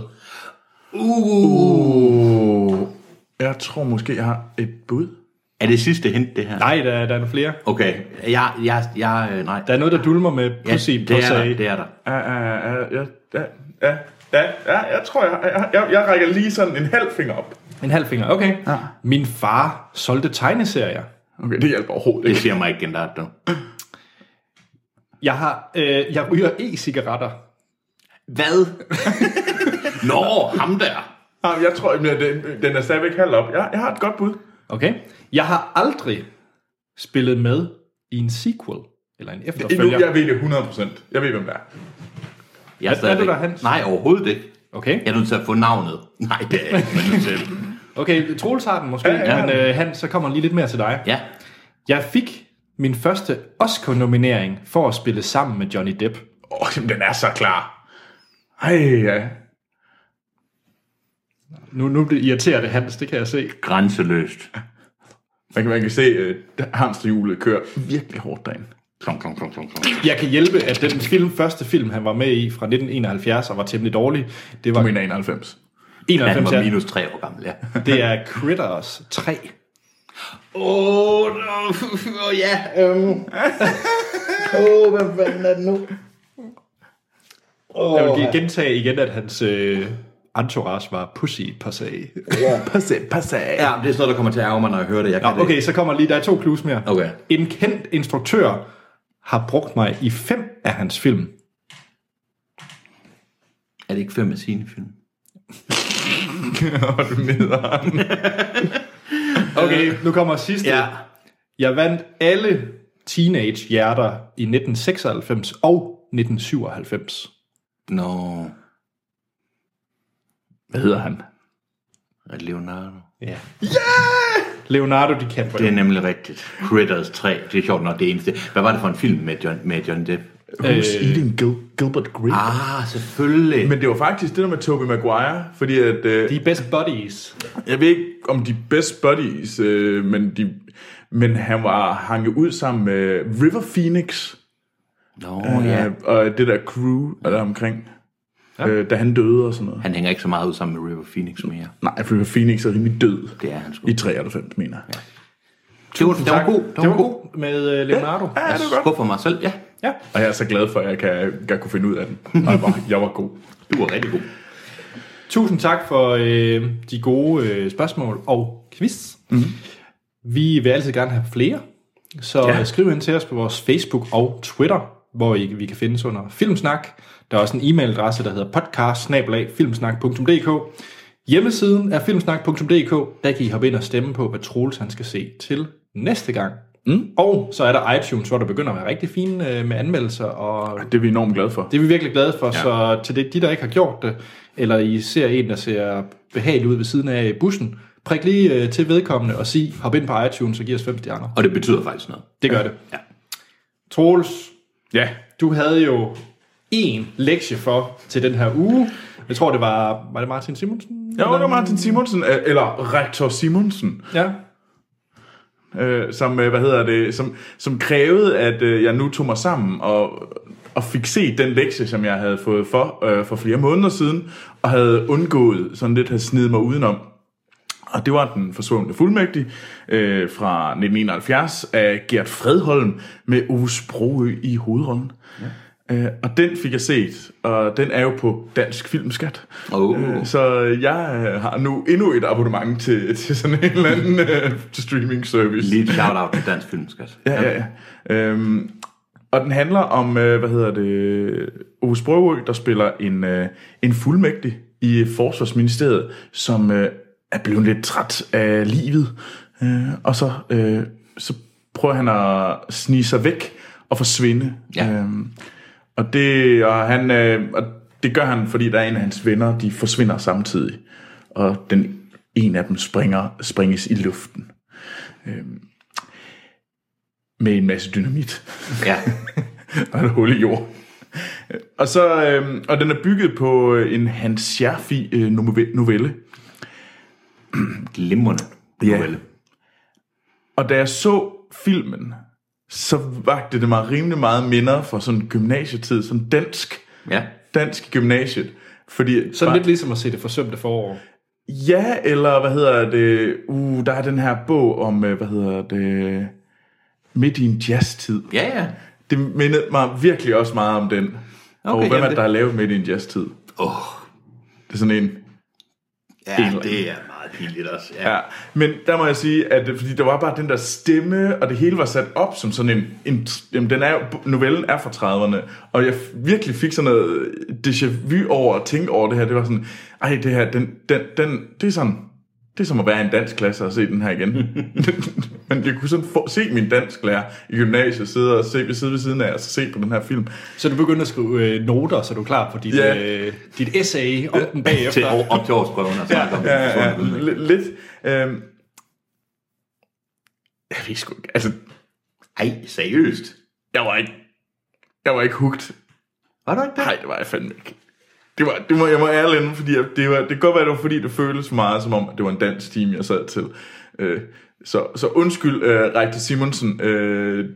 Speaker 3: Uh. Jeg tror måske, jeg har et bud.
Speaker 2: Er det sidste hint, det her?
Speaker 1: Nej, der, er- der er flere.
Speaker 2: Okay, jeg, jeg, jeg, øh, nej.
Speaker 1: Der er noget, der dulmer med
Speaker 2: Ja,
Speaker 1: Pussy
Speaker 2: det er
Speaker 1: Pussy.
Speaker 2: der, det er der.
Speaker 3: Ja, ja, ja, ja, ja, ja, ja, ja, jeg tror, jeg, jeg, jeg, jeg rækker lige sådan en halv finger op.
Speaker 1: En halv finger, okay.
Speaker 3: Ja.
Speaker 1: Min far solgte tegneserier.
Speaker 3: Okay, det hjælper overhovedet
Speaker 2: Det
Speaker 3: ikke.
Speaker 2: siger mig ikke en der nu.
Speaker 1: Jeg, har, øh, jeg ryger e-cigaretter.
Speaker 2: Hvad? Nå, ham der.
Speaker 3: Jamen, Ah, jeg tror, at den, den er stadigvæk halv op. Jeg, jeg har et godt bud.
Speaker 1: Okay. Jeg har aldrig spillet med i en sequel, eller en
Speaker 3: Nu,
Speaker 1: efterfølger.
Speaker 3: jeg ved det 100%. Jeg ved, hvem det er.
Speaker 2: Jeg
Speaker 1: Er- er
Speaker 2: stadigvæk-
Speaker 1: du der, Hans?
Speaker 2: Nej, overhovedet ikke.
Speaker 1: Okay,
Speaker 2: Jeg er nødt til at få navnet. Nej, det er jeg ikke. men jeg er nødt til.
Speaker 1: okay Troels har den måske,
Speaker 3: Ja, ja, ja.
Speaker 1: men øh, han, så kommer lige lidt mere til dig.
Speaker 2: Ja,
Speaker 1: Jeg fik min første Oscar-nominering for at spille sammen med Johnny Depp.
Speaker 3: Åh, oh, den er så klar. Ej, ja.
Speaker 1: Nu, nu det irriterer det Hans, det kan jeg se.
Speaker 2: grænseløst.
Speaker 3: Man kan, man kan se, at hamsterhjulet kører virkelig hårdt derinde.
Speaker 2: Klong, klong, klong, klong, klong.
Speaker 1: Jeg kan hjælpe, at den film, første film, han var med i fra 1971 og var temmelig dårlig, det var
Speaker 3: Du mener 91.
Speaker 2: Han
Speaker 1: 91,
Speaker 2: var
Speaker 1: ja.
Speaker 2: minus tre år gammel, ja.
Speaker 1: det er Critters 3.
Speaker 2: Åh, oh, oh, ja. Øhm. Åh, oh, hvad fanden er det nu?
Speaker 1: Jeg vil lige gentage igen, at hans øh, entourage var Pussy Passage.
Speaker 3: Pas af, pas af.
Speaker 2: Ja, det er sådan noget, der kommer til at ærge mig, når jeg hører det. Jeg kan
Speaker 1: Nå, okay, så kommer lige, der er to clues mere.
Speaker 2: Det. okay.
Speaker 1: En kendt instruktør har brugt mig i fem af hans film.
Speaker 2: Er det ikke fem af sine film?
Speaker 3: Og du nederen.
Speaker 1: Okay, nu kommer sidste.
Speaker 2: Øh, Ja.
Speaker 1: Jeg vandt alle teenage-hjerter i 1996 og 1997.
Speaker 2: Nå.
Speaker 3: Hvad hedder han?
Speaker 2: Er det Leonardo?
Speaker 1: Ja! Yeah! Leonardo DiCaprio.
Speaker 2: Det er nemlig rigtigt. Critters 3. Det er sjovt nok det eneste. Hvad var det for en film med John, med John Depp?
Speaker 3: Who's øh, eating Gil- Gilbert Grape? Ah.
Speaker 2: Ah, selvfølgelig.
Speaker 3: Men det var faktisk det der med Tobey Maguire, fordi at, øh,
Speaker 1: De er best buddies.
Speaker 3: jeg ved ikke om de er best buddies, øh, men, de, men han var hanget ud sammen med River Phoenix,
Speaker 2: Nå, ja.
Speaker 3: Ja. Og det der crew, der er omkring, ja. øh, da han døde og sådan noget.
Speaker 2: Han hænger ikke så meget ud sammen med River Phoenix mere.
Speaker 3: Nej, River Phoenix er rimelig død.
Speaker 2: Det er han sgu.
Speaker 3: I 93, mener jeg. Ja.
Speaker 2: Det var, det var god. Det var god.
Speaker 1: med øh, Leonardo. Ja,
Speaker 2: Jeg skuffer mig selv. Ja,
Speaker 1: ja.
Speaker 3: Og jeg er så glad for, at jeg, kan, jeg kunne finde ud af den. Og jeg var, jeg var god.
Speaker 2: du var rigtig god.
Speaker 1: Tusind tak for øh, de gode øh, spørgsmål og quiz.
Speaker 2: Mhm.
Speaker 1: Mm-hmm. Vi vil altid gerne have flere, så ja. skriv ind til os på vores Facebook og Twitter, hvor I, vi kan findes under Filmsnak. Der er også en e-mailadresse, der hedder podcast Hjemmesiden er filmsnak.dk. Der kan I hoppe ind og stemme på, hvad Troels han skal se til næste gang. Mm. Og så er der iTunes, hvor der begynder at være rigtig fine øh, med anmeldelser og
Speaker 3: Det er vi enormt glade for.
Speaker 1: det er vi virkelig glade for, ja. så til det, de, der ikke har gjort det, eller I ser en, der ser behagelig ud ved siden af bussen, prik lige øh, til vedkommende og sig, hop ind på iTunes og giv os fem stjerner.
Speaker 2: Og det betyder faktisk noget.
Speaker 1: Det gør det.
Speaker 2: Ja.
Speaker 1: Troels,
Speaker 3: Ja,
Speaker 1: du havde jo en lektie for til den her uge. Jeg tror, det var, var det Martin Simonsen?
Speaker 3: Jo, det var Martin Simonsen, øh, eller rektor Simonsen,
Speaker 1: Ja.
Speaker 3: øh, som, øh, hvad hedder det, som, som krævede, at øh, jeg nu tog mig sammen og, og fik set den lektie, som jeg havde fået for, øh, for flere måneder siden, og havde undgået, sådan lidt havde snedet mig udenom. Og det var den forsvundne fuldmægtig øh, fra 1971 af Gert Fredholm med Ove Sprogø i hovedrollen. Ja. Øh, og den fik jeg set, og den er jo på Dansk Filmskat.
Speaker 2: Åh.
Speaker 3: Øh, så jeg øh, har nu endnu et abonnement til, til sådan en eller anden øh, streaming service.
Speaker 2: Lige et shout-out til Dansk Filmskat.
Speaker 3: Ja, ja, ja. Øhm, og den handler om, øh, hvad hedder det, Ove Sprogø, der spiller en, øh, en fuldmægtig i Forsvarsministeriet, som øh, er blevet lidt træt af livet. Øh, og så, øh, så prøver han at snige sig væk og forsvinde.
Speaker 2: Ja.
Speaker 3: Øhm, og, det, og, han, øh, og det gør han, fordi der er en af hans venner, de forsvinder samtidig. Og den en af dem springer, springes i luften med en masse dynamit
Speaker 2: Ja.
Speaker 3: og et hul i jord. Og, så, øh, og den er bygget på øh, en Hans Scherfi øh, nove- novelle.
Speaker 2: Glimrende.
Speaker 3: Ja.
Speaker 2: novelle.
Speaker 3: Og da jeg så filmen, så vagte det mig rimelig meget minder for sådan gymnasietid, sådan dansk,
Speaker 2: Ja.
Speaker 3: dansk i gymnasiet. Fordi
Speaker 1: Sådan lidt ligesom at se det forsømte forår.
Speaker 3: Ja, eller hvad hedder det? Uh, der er den her bog om, øh, hvad hedder det? Midt i en jazztid.
Speaker 2: Ja, ja.
Speaker 3: Det mindede mig virkelig også meget om den. Okay, og
Speaker 2: Okay,
Speaker 3: hvem er
Speaker 2: jamen
Speaker 3: det,
Speaker 2: det-
Speaker 3: der har lavet Midt i en jazztid?
Speaker 2: Åh.
Speaker 3: Det er sådan en...
Speaker 2: Ja, det er meget pinligt også. Ja.
Speaker 3: Ja, men der må jeg sige, at fordi der var bare den der stemme, og det hele var sat op som sådan en... en jamen, den er, jo- novellen er fra 30'erne, og jeg virkelig fik sådan noget déjà vu over at tænke over det her. Det var sådan, ej, det her, den, den, den, det er sådan... Det er som at være i en dansk klasse og se den her igen. men jeg kunne sådan få, se min dansklærer i gymnasiet sidde og se ved side ved siden af og så se på den her film.
Speaker 1: Så du begyndte at skrive øh, noter, så du er klar på dit,
Speaker 3: Ja.
Speaker 1: øh, dit essay om den bagefter.
Speaker 2: Til, op til årsprøven og snakke om
Speaker 3: ja, ja,
Speaker 2: den.
Speaker 3: l- lidt. Øhm, jeg ved sgu ikke, altså,
Speaker 2: Ej, seriøst?
Speaker 3: jeg var ikke, jeg var ikke hugt.
Speaker 2: Var du ikke det?
Speaker 3: Nej, det var jeg fandme ikke. Det var, det må, jeg må ærlig inde, fordi jeg, det, var, det kan godt være, det var fordi, det føltes meget som om, at det var en dansk team, jeg sad til. Øh, så, så undskyld, øh, Rektor Simonsen. Øh,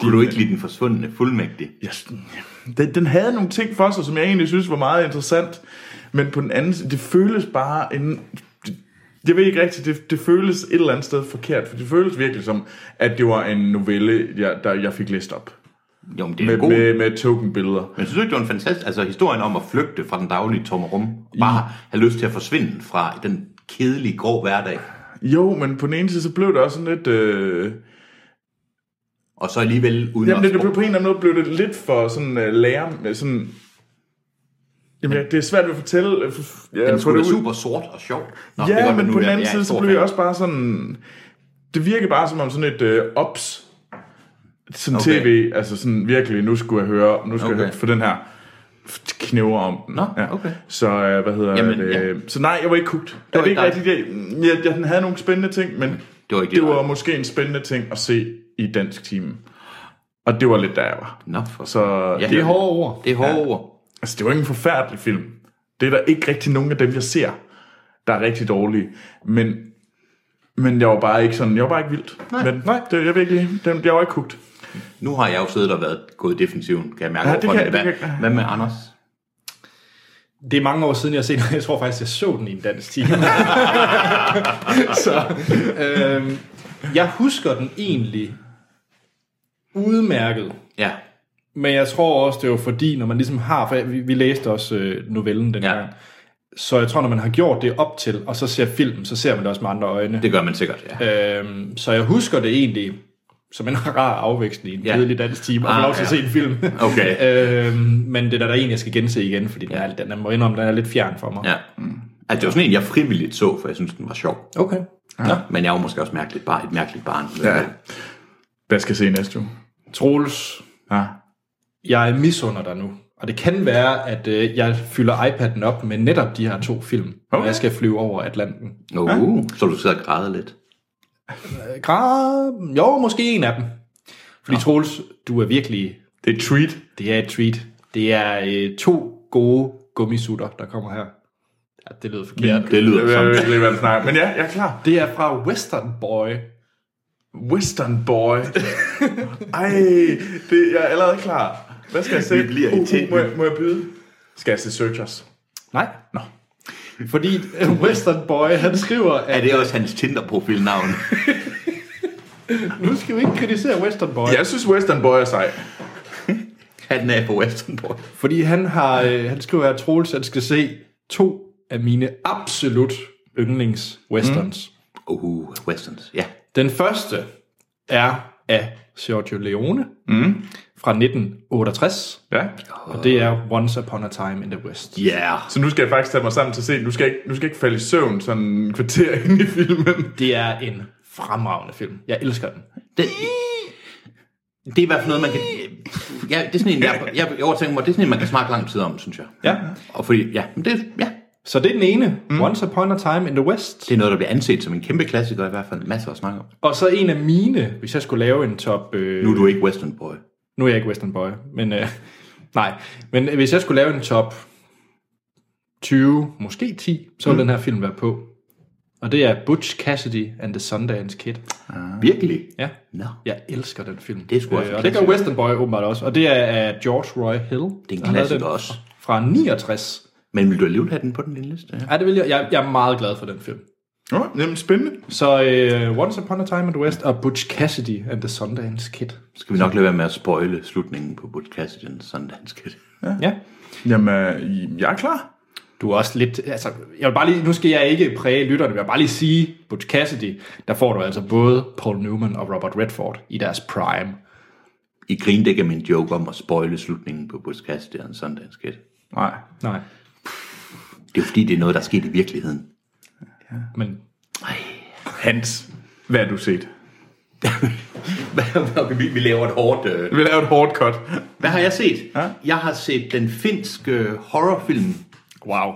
Speaker 2: Kunne du ikke lide den forsvundne fuldmægtig?
Speaker 3: jeg, den, den havde nogle ting for sig, som jeg egentlig synes var meget interessant. Men på den anden side, det føles bare en... Jeg ved ikke rigtigt, det, det føles et eller andet sted forkert, for det føles virkelig som, at det var en novelle, jeg, der, jeg fik læst op.
Speaker 2: Jo, men det er
Speaker 3: Med,
Speaker 2: en god...
Speaker 3: med, med tokenbilleder.
Speaker 2: Men synes du ikke, det var en fantastisk... Altså, historien om at flygte fra den daglige tomme rum, og bare have lyst til at forsvinde fra den kedelige, grå hverdag,
Speaker 3: Jo, men på den ene side, så blev det også sådan lidt... Øh,
Speaker 2: og så alligevel uden
Speaker 3: jamen,
Speaker 2: at...
Speaker 3: det, det blev, på en eller anden måde blev det lidt for sådan øh, lærer... øh, Sådan, jamen, ja, det er svært at fortælle... Øh, for, ja,
Speaker 2: Den
Speaker 3: få
Speaker 2: skulle
Speaker 3: det
Speaker 2: være
Speaker 3: ud.
Speaker 2: super sort og sjov. Nå, det er
Speaker 3: Ja,
Speaker 2: godt,
Speaker 3: men
Speaker 2: nu
Speaker 3: på den
Speaker 2: er-
Speaker 3: anden
Speaker 2: er
Speaker 3: side,
Speaker 2: en
Speaker 3: så
Speaker 2: stor
Speaker 3: blev jeg
Speaker 2: fan.
Speaker 3: også bare sådan... Det virker bare som om sådan et øh, ops sådan
Speaker 2: Okay.
Speaker 3: tv, altså sådan virkelig, nu skulle jeg høre, nu skulle okay.
Speaker 2: Okay.
Speaker 3: jeg høre for den her knæver om den.
Speaker 2: Nå, okay.
Speaker 3: Så øh, hvad hedder
Speaker 2: Jamen,
Speaker 3: det?
Speaker 2: ja.
Speaker 3: Så nej, jeg var ikke kugt. Det var
Speaker 2: var
Speaker 3: ikke
Speaker 2: ikke
Speaker 3: rigtigt. Jeg, jeg, jeg, den havde nogle spændende ting, men
Speaker 2: Det var ikke
Speaker 3: det
Speaker 2: dit
Speaker 3: var
Speaker 2: eget.
Speaker 3: måske en spændende ting at se i dansk timen. Og det var lidt der, jeg var.
Speaker 2: Nå, for...
Speaker 3: Så ja.
Speaker 1: Det
Speaker 3: det,
Speaker 1: er hårde ord.
Speaker 2: Det er hårde ja. ord.
Speaker 3: altså, det var ikke en forfærdelig film. Det er der ikke rigtig nogen af dem, jeg ser, der er rigtig dårlige. Men, men jeg var bare ikke sådan, jeg var bare ikke vildt. Nej, men, nej det, jeg, virkelig, det, jeg var ikke kugt.
Speaker 2: Nu har jeg jo siddet og været gået i defensiven, kan jeg mærke.
Speaker 3: Ja,
Speaker 2: Ja,
Speaker 3: det
Speaker 2: det
Speaker 3: kan-
Speaker 2: hvad,
Speaker 3: det kan-
Speaker 2: hvad med Anders?
Speaker 1: Det er mange år siden, jeg har set den. Jeg tror faktisk, jeg så den i en dansk time. så, øhm, jeg husker den egentlig udmærket.
Speaker 2: Ja,
Speaker 1: Men jeg tror også, det var fordi, når man ligesom har... For vi, vi læste også øh, novellen den
Speaker 2: Ja.
Speaker 1: ja. gang. Så jeg tror, når man har gjort det op til, og så ser filmen, så ser man det også med andre øjne.
Speaker 2: det gør man sikkert, ja.
Speaker 1: Øhm, så jeg husker det egentlig som en rar afveksling i en
Speaker 2: Ja.
Speaker 1: ja. kedelig dansk time, og få
Speaker 2: Ah,
Speaker 1: lov til at
Speaker 2: ja.
Speaker 1: se en film.
Speaker 2: Okay.
Speaker 3: Øh,
Speaker 1: øhm, men det er da der en, jeg skal gense igen, fordi den, er, den er, må jeg indrømme, den er lidt fjern for mig.
Speaker 2: ja.
Speaker 3: mm.
Speaker 2: Altså, det var sådan en, jeg frivilligt så, for jeg synes, den var sjov.
Speaker 1: Okay.
Speaker 2: Ja. Men jeg er jo måske også mærkeligt bar, et mærkeligt barn. Øh,
Speaker 3: Ja. Hvad skal jeg se næste uge?
Speaker 1: Troels,
Speaker 3: Ah.
Speaker 1: jeg misunder dig nu. Og det kan være, at øh, jeg fylder iPad'en op med netop de her to film, okay.
Speaker 3: Okay.
Speaker 1: når jeg skal flyve over Atlanten.
Speaker 2: Uh, så du sidder og græder lidt.
Speaker 1: Øh, Grad... Jo, måske en af dem. Fordi Troels, du er virkelig...
Speaker 3: Det er et treat.
Speaker 1: Det er et treat. Det er øh, to gode gummisutter, der kommer her. Ja, det lyder forkert.
Speaker 2: Det lyder
Speaker 3: Jeg
Speaker 2: som...
Speaker 3: ved ikke, hvad du snakker om. Men ja, jeg er klar.
Speaker 1: Det er fra Western Boy.
Speaker 3: Western Boy. Ej, det, jeg er allerede klar. Hvad skal jeg se? Uh,
Speaker 2: Vi bliver i teten.
Speaker 3: må, jeg, må jeg byde? Skal jeg se Searchers?
Speaker 1: Nej.
Speaker 3: Nå.
Speaker 1: Fordi øh, Western Boy, han skriver,
Speaker 2: Er
Speaker 1: at
Speaker 2: det også hans Tinder-profilnavn?
Speaker 1: nu skal vi ikke kritisere Western Boy.
Speaker 3: Jeg synes, Western Boy er sej.
Speaker 2: Han er på Westernborg.
Speaker 1: Fordi han, har, øh, han skriver, at Troels han skal se to af mine absolut yndlings westerns. Mm.
Speaker 2: Uh, Westerns, ja.
Speaker 1: Den første er af Sergio Leone mm. fra 1968.
Speaker 3: Ja.
Speaker 1: Og det er Once Upon a Time in the West.
Speaker 2: Ja.
Speaker 3: Så nu skal jeg faktisk tage mig sammen til at se den. Du skal ikke, du skal ikke falde i søvn sådan en kvarter ind i filmen.
Speaker 1: Det er en fremragende film. Jeg elsker den.
Speaker 2: Det, det er i hvert fald noget, man kan... Ja, det er sådan en, jeg, jeg, jeg overtænker mig, det er sådan en, man kan snakke lang tid om, synes jeg.
Speaker 1: Ja.
Speaker 2: Og fordi, ja, men det, ja,
Speaker 1: Så det er den ene. Mm. Once Upon a Time in the West.
Speaker 2: det er noget, der bliver anset som en kæmpe klassiker, i hvert fald masser at snakke om.
Speaker 1: Og så en af mine, hvis jeg skulle lave en top... Øh,
Speaker 2: Nu er du ikke Western Boy.
Speaker 1: nu er jeg ikke Western Boy, men... Øh, nej, men hvis jeg skulle lave en top 20, måske 10, så ville mm. den her film være på. Og det er Butch Cassidy and the Sundance Kid.
Speaker 2: Virkelig?
Speaker 1: Ja.
Speaker 2: Nå,
Speaker 1: Jeg elsker den film. Øh,
Speaker 2: Det er sgu også en
Speaker 1: og det gør
Speaker 2: klassiker.
Speaker 1: Western Boy åbenbart også. Og det er af George Roy Hill. Det
Speaker 2: er en klassiker også.
Speaker 1: Fra 69.
Speaker 2: men vil du alligevel have den på den lille liste? Ja.
Speaker 1: Ja, det vil jeg. jeg. Jeg er meget glad for den film.
Speaker 3: Nå, jamen spændende.
Speaker 1: Så øh, Once Upon a Time in the West og Butch Cassidy and the Sundance Kid.
Speaker 2: Skal vi nok lade være med at spoile slutningen på Butch Cassidy's Sundance Kid?
Speaker 1: Ja.
Speaker 3: Jamen, øh, jeg er klar.
Speaker 1: Du er også lidt, altså, jeg vil bare lige, nu skal jeg ikke præge lytterne, men jeg vil bare lige sige, Butch Cassidy, der får du altså både Paul Newman og Robert Redford i deres prime.
Speaker 2: I grinte ikke af min joke om at spoile slutningen på Butch Cassidy's Sundance Kid.
Speaker 3: Nej.
Speaker 1: Nej,
Speaker 2: Det er jo fordi, det er noget, der er sket i virkeligheden.
Speaker 1: men
Speaker 3: Hans, hvad har du set?
Speaker 2: okay, vi, vi laver et hårdt... Øh...
Speaker 3: Vi laver et hårdt cut.
Speaker 2: Hvad har jeg set? Ja? Jeg har set den finske horrorfilm.
Speaker 1: wow.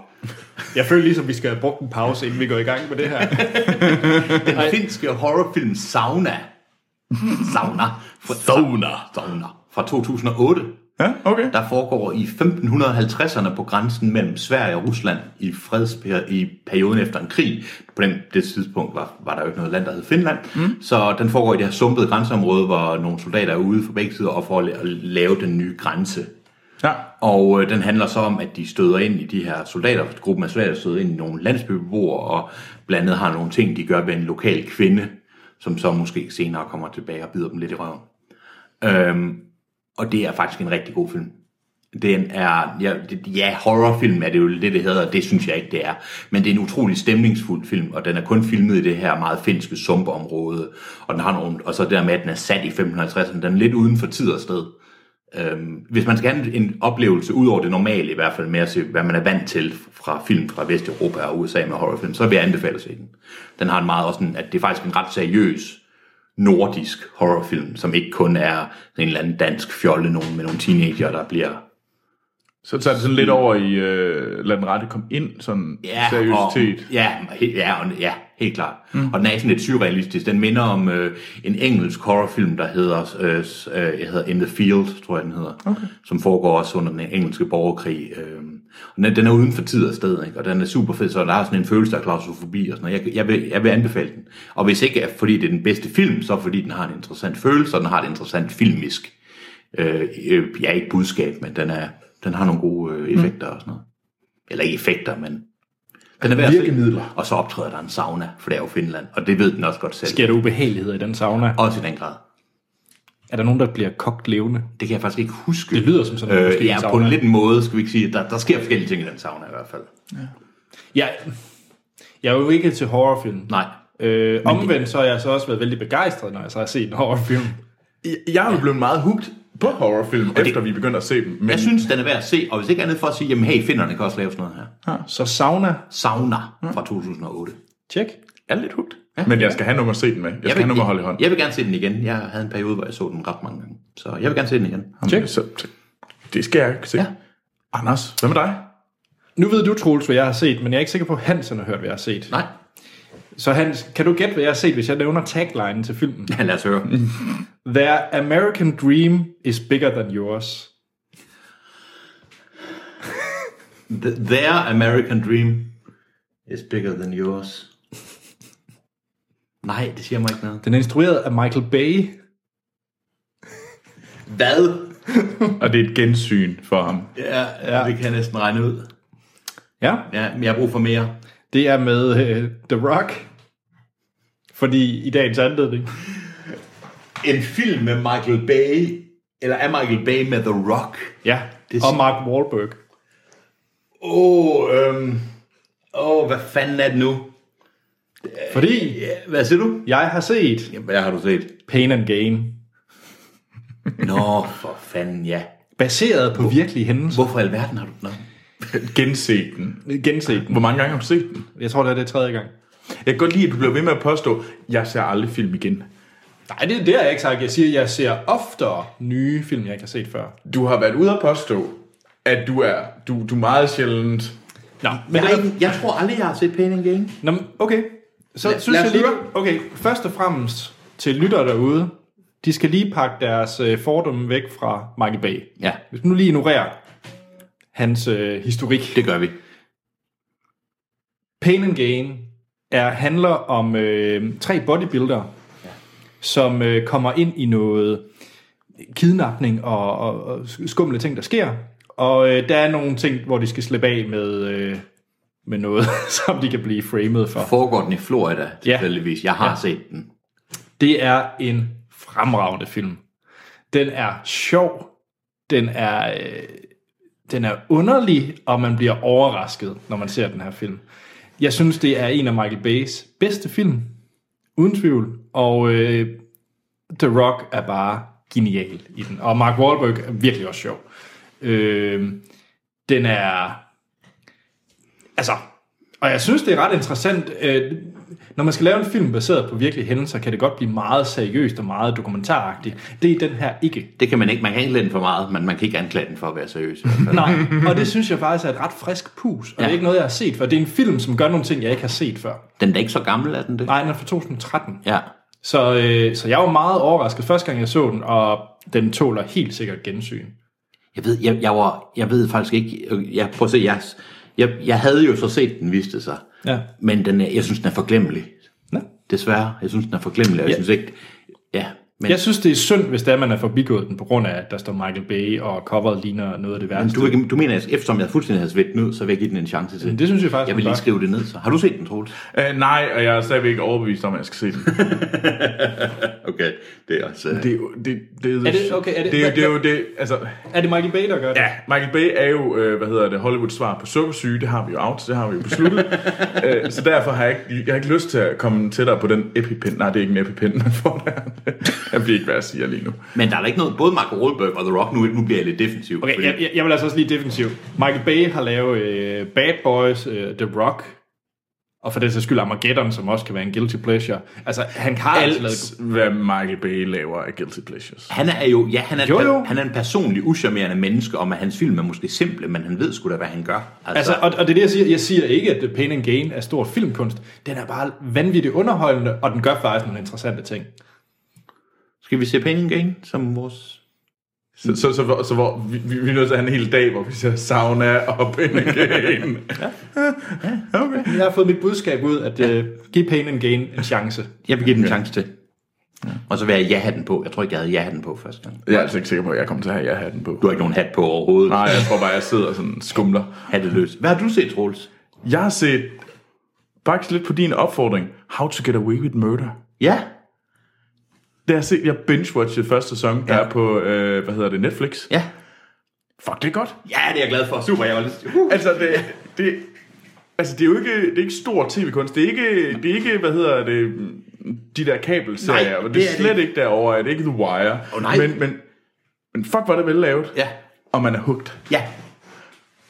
Speaker 1: Jeg føler ligesom, vi skal have brugt en pause, inden vi går i gang med det her.
Speaker 2: Den Ej. finske horrorfilm Sauna. Sauna. Fra, Sauna. Sauna. Fra 2008.
Speaker 3: Ja, okay.
Speaker 2: Der foregår i 1550'erne på grænsen mellem Sverige og Rusland i fredsperi- i perioden efter en krig. På den, det tidspunkt var, var der jo ikke noget land, der hed Finland. Mm. Så den foregår i det her sumpede grænseområde, hvor nogle soldater er ude for begge sider og for at la- lave den nye grænse.
Speaker 3: Ja.
Speaker 2: Og øh, den handler så om, at de støder ind i de her soldater, gruppen af soldater støder ind i nogle landsbybeboere, og blandt andet har nogle ting, de gør ved en lokal kvinde, som så måske senere kommer tilbage og bider dem lidt i røven. Øhm, og det er faktisk en rigtig god film. Den er, ja, det- ja horrorfilm er det jo lidt, det hedder, og det synes jeg ikke, det er. Men det er en utrolig stemningsfuld film, og den er kun filmet i det her meget finske sumpområde. Og, den har nogle, og så det der med, at den er sat i 1550'erne, den er lidt uden for tid og sted. Øhm, hvis man skal have en- en oplevelse ud over det normale, i hvert fald med at se, hvad man er vant til fra film fra Vesteuropa og USA med horrorfilm, så vil jeg anbefale at se den. Den har en meget også en, at det er faktisk en ret seriøs nordisk horrorfilm, som ikke kun er en eller anden dansk fjolle nogen med nogle teenager, der bliver...
Speaker 3: Så tager det sådan lidt over i, øh, lad den rette komme ind, sådan seriøsitet.
Speaker 2: Og, ja, he, ja, og, ja, helt klart. Mm. Og den er sådan lidt surrealistisk. Den minder om øh, en engelsk horrorfilm, der hedder, øh, s- øh, jeg hedder In the Field, tror jeg den hedder, okay. som foregår også under den engelske borgerkrig. Øh. Og den, den er uden for tid og sted, ikke? og den er super fed, så der er sådan en følelse af klaustrofobi og sådan noget. Jeg, jeg, vil, jeg vil anbefale den. Og hvis ikke er fordi det er den bedste film, så fordi den har en interessant følelse, og den har et interessant filmisk øh, øh, ja, ikke budskab, men den, er, den har nogle gode øh, effekter mm. og sådan noget. Eller ikke effekter, men den er værd at se.
Speaker 1: Virkemidler.
Speaker 2: Og så optræder der en sauna, for det er jo Finland, og det ved den også godt selv.
Speaker 1: Sker der ubehageligheder i den sauna?
Speaker 2: Også i den grad.
Speaker 1: Er der nogen, der bliver kogt levende?
Speaker 2: Det kan jeg faktisk ikke huske.
Speaker 1: Det lyder som sådan noget, måske,
Speaker 2: øh,
Speaker 1: en
Speaker 2: ja, på
Speaker 1: sauna.
Speaker 2: en lidt måde, skal vi ikke sige. Der, der sker forskellige ting i den sauna i hvert fald.
Speaker 1: Jeg, jeg er jo ikke til horrorfilm.
Speaker 2: Nej,
Speaker 1: Øh, omvendt så har jeg så også været vældig begejstret, når jeg så har set en horrorfilm.
Speaker 3: Jeg- Jeg er jo blevet meget hugt på horrorfilm,
Speaker 2: det-
Speaker 3: efter vi begyndte at se dem. Men
Speaker 2: Jeg synes, den er værd at se, og hvis ikke andet for at sige, jamen hey, finderne kan også lave sådan noget her.
Speaker 1: Så sauna,
Speaker 2: Sauna fra 2008.
Speaker 1: tjek.
Speaker 2: Jeg er lidt hugt. Ja.
Speaker 3: Men jeg skal have nummer at se den med. Jeg skal have nummer at holde i hånden.
Speaker 2: jeg vil gerne se den igen. Jeg havde en periode, hvor jeg så den ret mange gange. Så jeg vil gerne se den igen.
Speaker 1: Tjek.
Speaker 3: Så, så- det skal jeg se.
Speaker 2: Ja.
Speaker 3: Anders, hvad med dig?
Speaker 1: Nu ved du, Troels, hvad jeg har set, men jeg er ikke sikker på, at Hansen har hørt, hvad jeg har set.
Speaker 2: Nej,
Speaker 1: Så Hans, kan du gætte, hvad jeg har set, hvis jeg nævner taglinen til filmen?
Speaker 2: lad os høre.
Speaker 1: Their American dream is bigger than yours.
Speaker 2: The, their American dream is bigger than yours. Nej, det siger mig ikke noget.
Speaker 1: Den er instrueret af Michael Bay.
Speaker 2: Hvad?
Speaker 3: Og det er et gensyn for ham.
Speaker 2: Ja, ja. det kan jeg næsten regne ud.
Speaker 1: Ja,
Speaker 2: Ja, men jeg har brug for mere.
Speaker 1: det er med øh, The Rock. Fordi i dagens anledning.
Speaker 2: En film med Michael Bay, eller er Michael Bay med The Rock?
Speaker 1: Ja,
Speaker 2: Det
Speaker 1: det
Speaker 2: er
Speaker 1: og Mark Wahlberg.
Speaker 2: Åh, oh, øhm, oh, hvad fanden er det nu?
Speaker 1: Fordi
Speaker 2: Ja, Hvad siger du?
Speaker 1: jeg har set
Speaker 2: Jamen, hvad har du set?
Speaker 1: Pain and Gain,
Speaker 2: Nå, for fanden, ja.
Speaker 1: baseret på virkelige hændelser.
Speaker 2: Hvorfor i alverden har du den? Nå.
Speaker 3: Gense den.
Speaker 1: Genset den.
Speaker 3: Hvor mange gange har du set den?
Speaker 1: Jeg tror, det er det tredje gang.
Speaker 3: Jeg kan godt lide, at du bliver ved med at påstå, jeg ser aldrig film igen.
Speaker 1: Nej, det, det har jeg ikke sagt. Jeg siger, at jeg ser oftere nye film, jeg ikke har set før.
Speaker 3: Du har været ude at påstå, at du er, du, du er meget sjældent...
Speaker 1: Nå, men
Speaker 2: Jeg,
Speaker 1: det
Speaker 2: er
Speaker 1: er
Speaker 2: ikke, jeg tror aldrig, jeg har set Pain and Gain.
Speaker 1: Nå, men okay. Så
Speaker 2: Lad-
Speaker 1: synes
Speaker 2: lad
Speaker 1: jeg
Speaker 2: os
Speaker 1: lige...
Speaker 2: høre.
Speaker 1: Okay, først og fremmest til lytter derude, de skal lige pakke deres øh, fordomme væk fra Michael Bay.
Speaker 2: Ja,
Speaker 1: Hvis man nu lige ignorerer hans øh, historik.
Speaker 2: det gør vi.
Speaker 1: Pain and Gain er, handler om øh, tre bodybuildere, ja. som øh, kommer ind i noget kidnapning og, og, og skumle ting, der sker. Og øh, der er nogle ting, hvor de skal slippe af med, øh, med noget, som de kan blive framed for.
Speaker 2: Foregår den i Florida, tilfældigvis. Jeg har ja. set den.
Speaker 1: Det er en fremragende film. Den er sjov, den er, øh, den er underlig, og man bliver overrasket, når man ser den her film. Jeg synes, det er en af Michael Bay's bedste film, uden tvivl. Og øh, The Rock er bare genial i den. Og Mark Wahlberg er virkelig også sjov. Øh, den er... Altså, og jeg synes, det er ret interessant. Øh, når man skal lave en film baseret på virkelige hændelser, kan det godt blive meget seriøst og meget dokumentaragtigt. Det er den her ikke.
Speaker 2: Det kan man ikke. Man kan ikke lade den for meget, men man kan ikke anklage den for at være seriøs. i hvert fald.
Speaker 1: Nej, og det synes jeg faktisk er et ret frisk pus, og ja. det
Speaker 2: Ja.
Speaker 1: er ikke noget, jeg har set før. Det er en film, som gør nogle ting, jeg ikke har set før.
Speaker 2: Den er da ikke så gammel, er den det?
Speaker 1: Nej, den er fra 2013.
Speaker 2: Ja.
Speaker 1: Så, øh, så jeg var meget overrasket første gang, jeg så den, og den tåler helt sikkert gensyn.
Speaker 2: Jeg ved, jeg, jeg, var, jeg ved faktisk ikke... Jeg, prøv at se, jeg, jeg, jeg havde jo så set den, viste det sig.
Speaker 1: Ja.
Speaker 2: Men den er, jeg synes, den er forglemmelig.
Speaker 1: Nå.
Speaker 2: Desværre. Jeg synes, den er forglemmelig, og jeg
Speaker 1: Ja.
Speaker 2: synes ikke... Ja, men,
Speaker 1: Jeg synes, det er synd, hvis det er, man er forbigået den, på grund af, at der står Michael Bay, og coveret ligner noget af det værste.
Speaker 2: men du, vil ikke- du mener, at eftersom jeg fuldstændig havde svedt den ud, så vil jeg give den en chance til.
Speaker 1: Men det synes jeg faktisk,
Speaker 2: jeg vil
Speaker 1: man
Speaker 2: lige
Speaker 1: bør.
Speaker 2: skrive det ned, så. Har du set den, Troels?
Speaker 3: Uh, nej, og jeg er stadigvæk overbevist om, at jeg skal se den.
Speaker 2: Okay, det er også... øh, Det,
Speaker 3: Det er jo det, det,
Speaker 1: Er det- okay, er det-
Speaker 3: det, er jo-
Speaker 1: hvad-
Speaker 3: det, er jo det, altså,
Speaker 1: Er det Michael Bay, der gør det?
Speaker 3: ja, Michael Bay er jo, øh, hvad hedder det, Hollywoods svar på sukkersyge, det har vi jo out, det har vi jo besluttet. øh, så derfor har jeg, ikke, jeg har ikke lyst til at komme tættere på den epipen. Nej, det er ikke en epipen, man får der. jeg ved ikke, hvad jeg siger lige nu.
Speaker 2: men der er da ikke noget... Både Mark Wahlberg og The Rock, nu, nu bliver jeg lidt defensiv.
Speaker 1: Okay, jeg, jeg, jeg vil altså også lige defensiv. Michael Bay har lavet øh, Bad Boys, øh, The Rock, og for den sags skyld Armageddon, som også kan være en guilty pleasure. Altså, han har altså lavet...
Speaker 3: Alt, hvad Michael Bay laver af Guilty Pleasures.
Speaker 2: Han er jo, ja, han er,
Speaker 1: Jo,
Speaker 2: jo, jo.
Speaker 1: jo.
Speaker 2: han er en personlig, uschammerende menneske, og man- hans film er måske simple, men han ved sgu da, hvad han gør.
Speaker 1: Altså, og, og det er det, jeg siger. Jeg siger ikke, at Pain and Gain er stor filmkunst. Den er bare vanvittigt underholdende, og den gør faktisk nogle interessante ting.
Speaker 2: Skal vi se Pain Gain som vores...
Speaker 3: Så, så, så, hvor- så hvor, vi, vi, vi er nødt til at have en hel dag, hvor vi ser sauna og pindegame. ja. Okay.
Speaker 1: Jeg har fået mit budskab ud, at øh, give Pain and Gain en chance.
Speaker 2: Jeg vil give den en chance til. Og så vil jeg have ja-hatten på. Jeg tror ikke, jeg havde ja-hatten på første gang.
Speaker 3: Jeg er altså ikke sikker på, at jeg kommer til at have ja-hatten på.
Speaker 2: Du har ikke nogen hat på overhovedet.
Speaker 3: Nej, jeg tror bare, jeg sidder og sådan skumler.
Speaker 2: Hatteløs. Hvad har du set, Troels?
Speaker 3: Jeg har set, faktisk lidt på din opfordring, How to Get Away with Murder.
Speaker 2: Ja.
Speaker 3: Det har jeg set, jeg binge-watchede første sæson, der
Speaker 2: Ja.
Speaker 3: er på, øh, hvad hedder det, Netflix.
Speaker 2: Ja.
Speaker 3: Fuck, det er godt.
Speaker 2: Ja, det er jeg glad for. Super, jeg var lidt... Uh.
Speaker 3: Altså, det, det, altså, det er jo ikke, det er ikke stor tv-kunst. Det er ikke, det er ikke hvad hedder det, de der kabelserier.
Speaker 2: Nej,
Speaker 3: og det,
Speaker 2: det
Speaker 3: det
Speaker 2: er
Speaker 3: er
Speaker 2: det
Speaker 3: slet ikke derovre. Det er ikke The Wire.
Speaker 2: Åh, nej.
Speaker 3: Men, men, men fuck, var det vel lavet.
Speaker 2: Ja.
Speaker 3: Og man er hugt.
Speaker 2: Ja.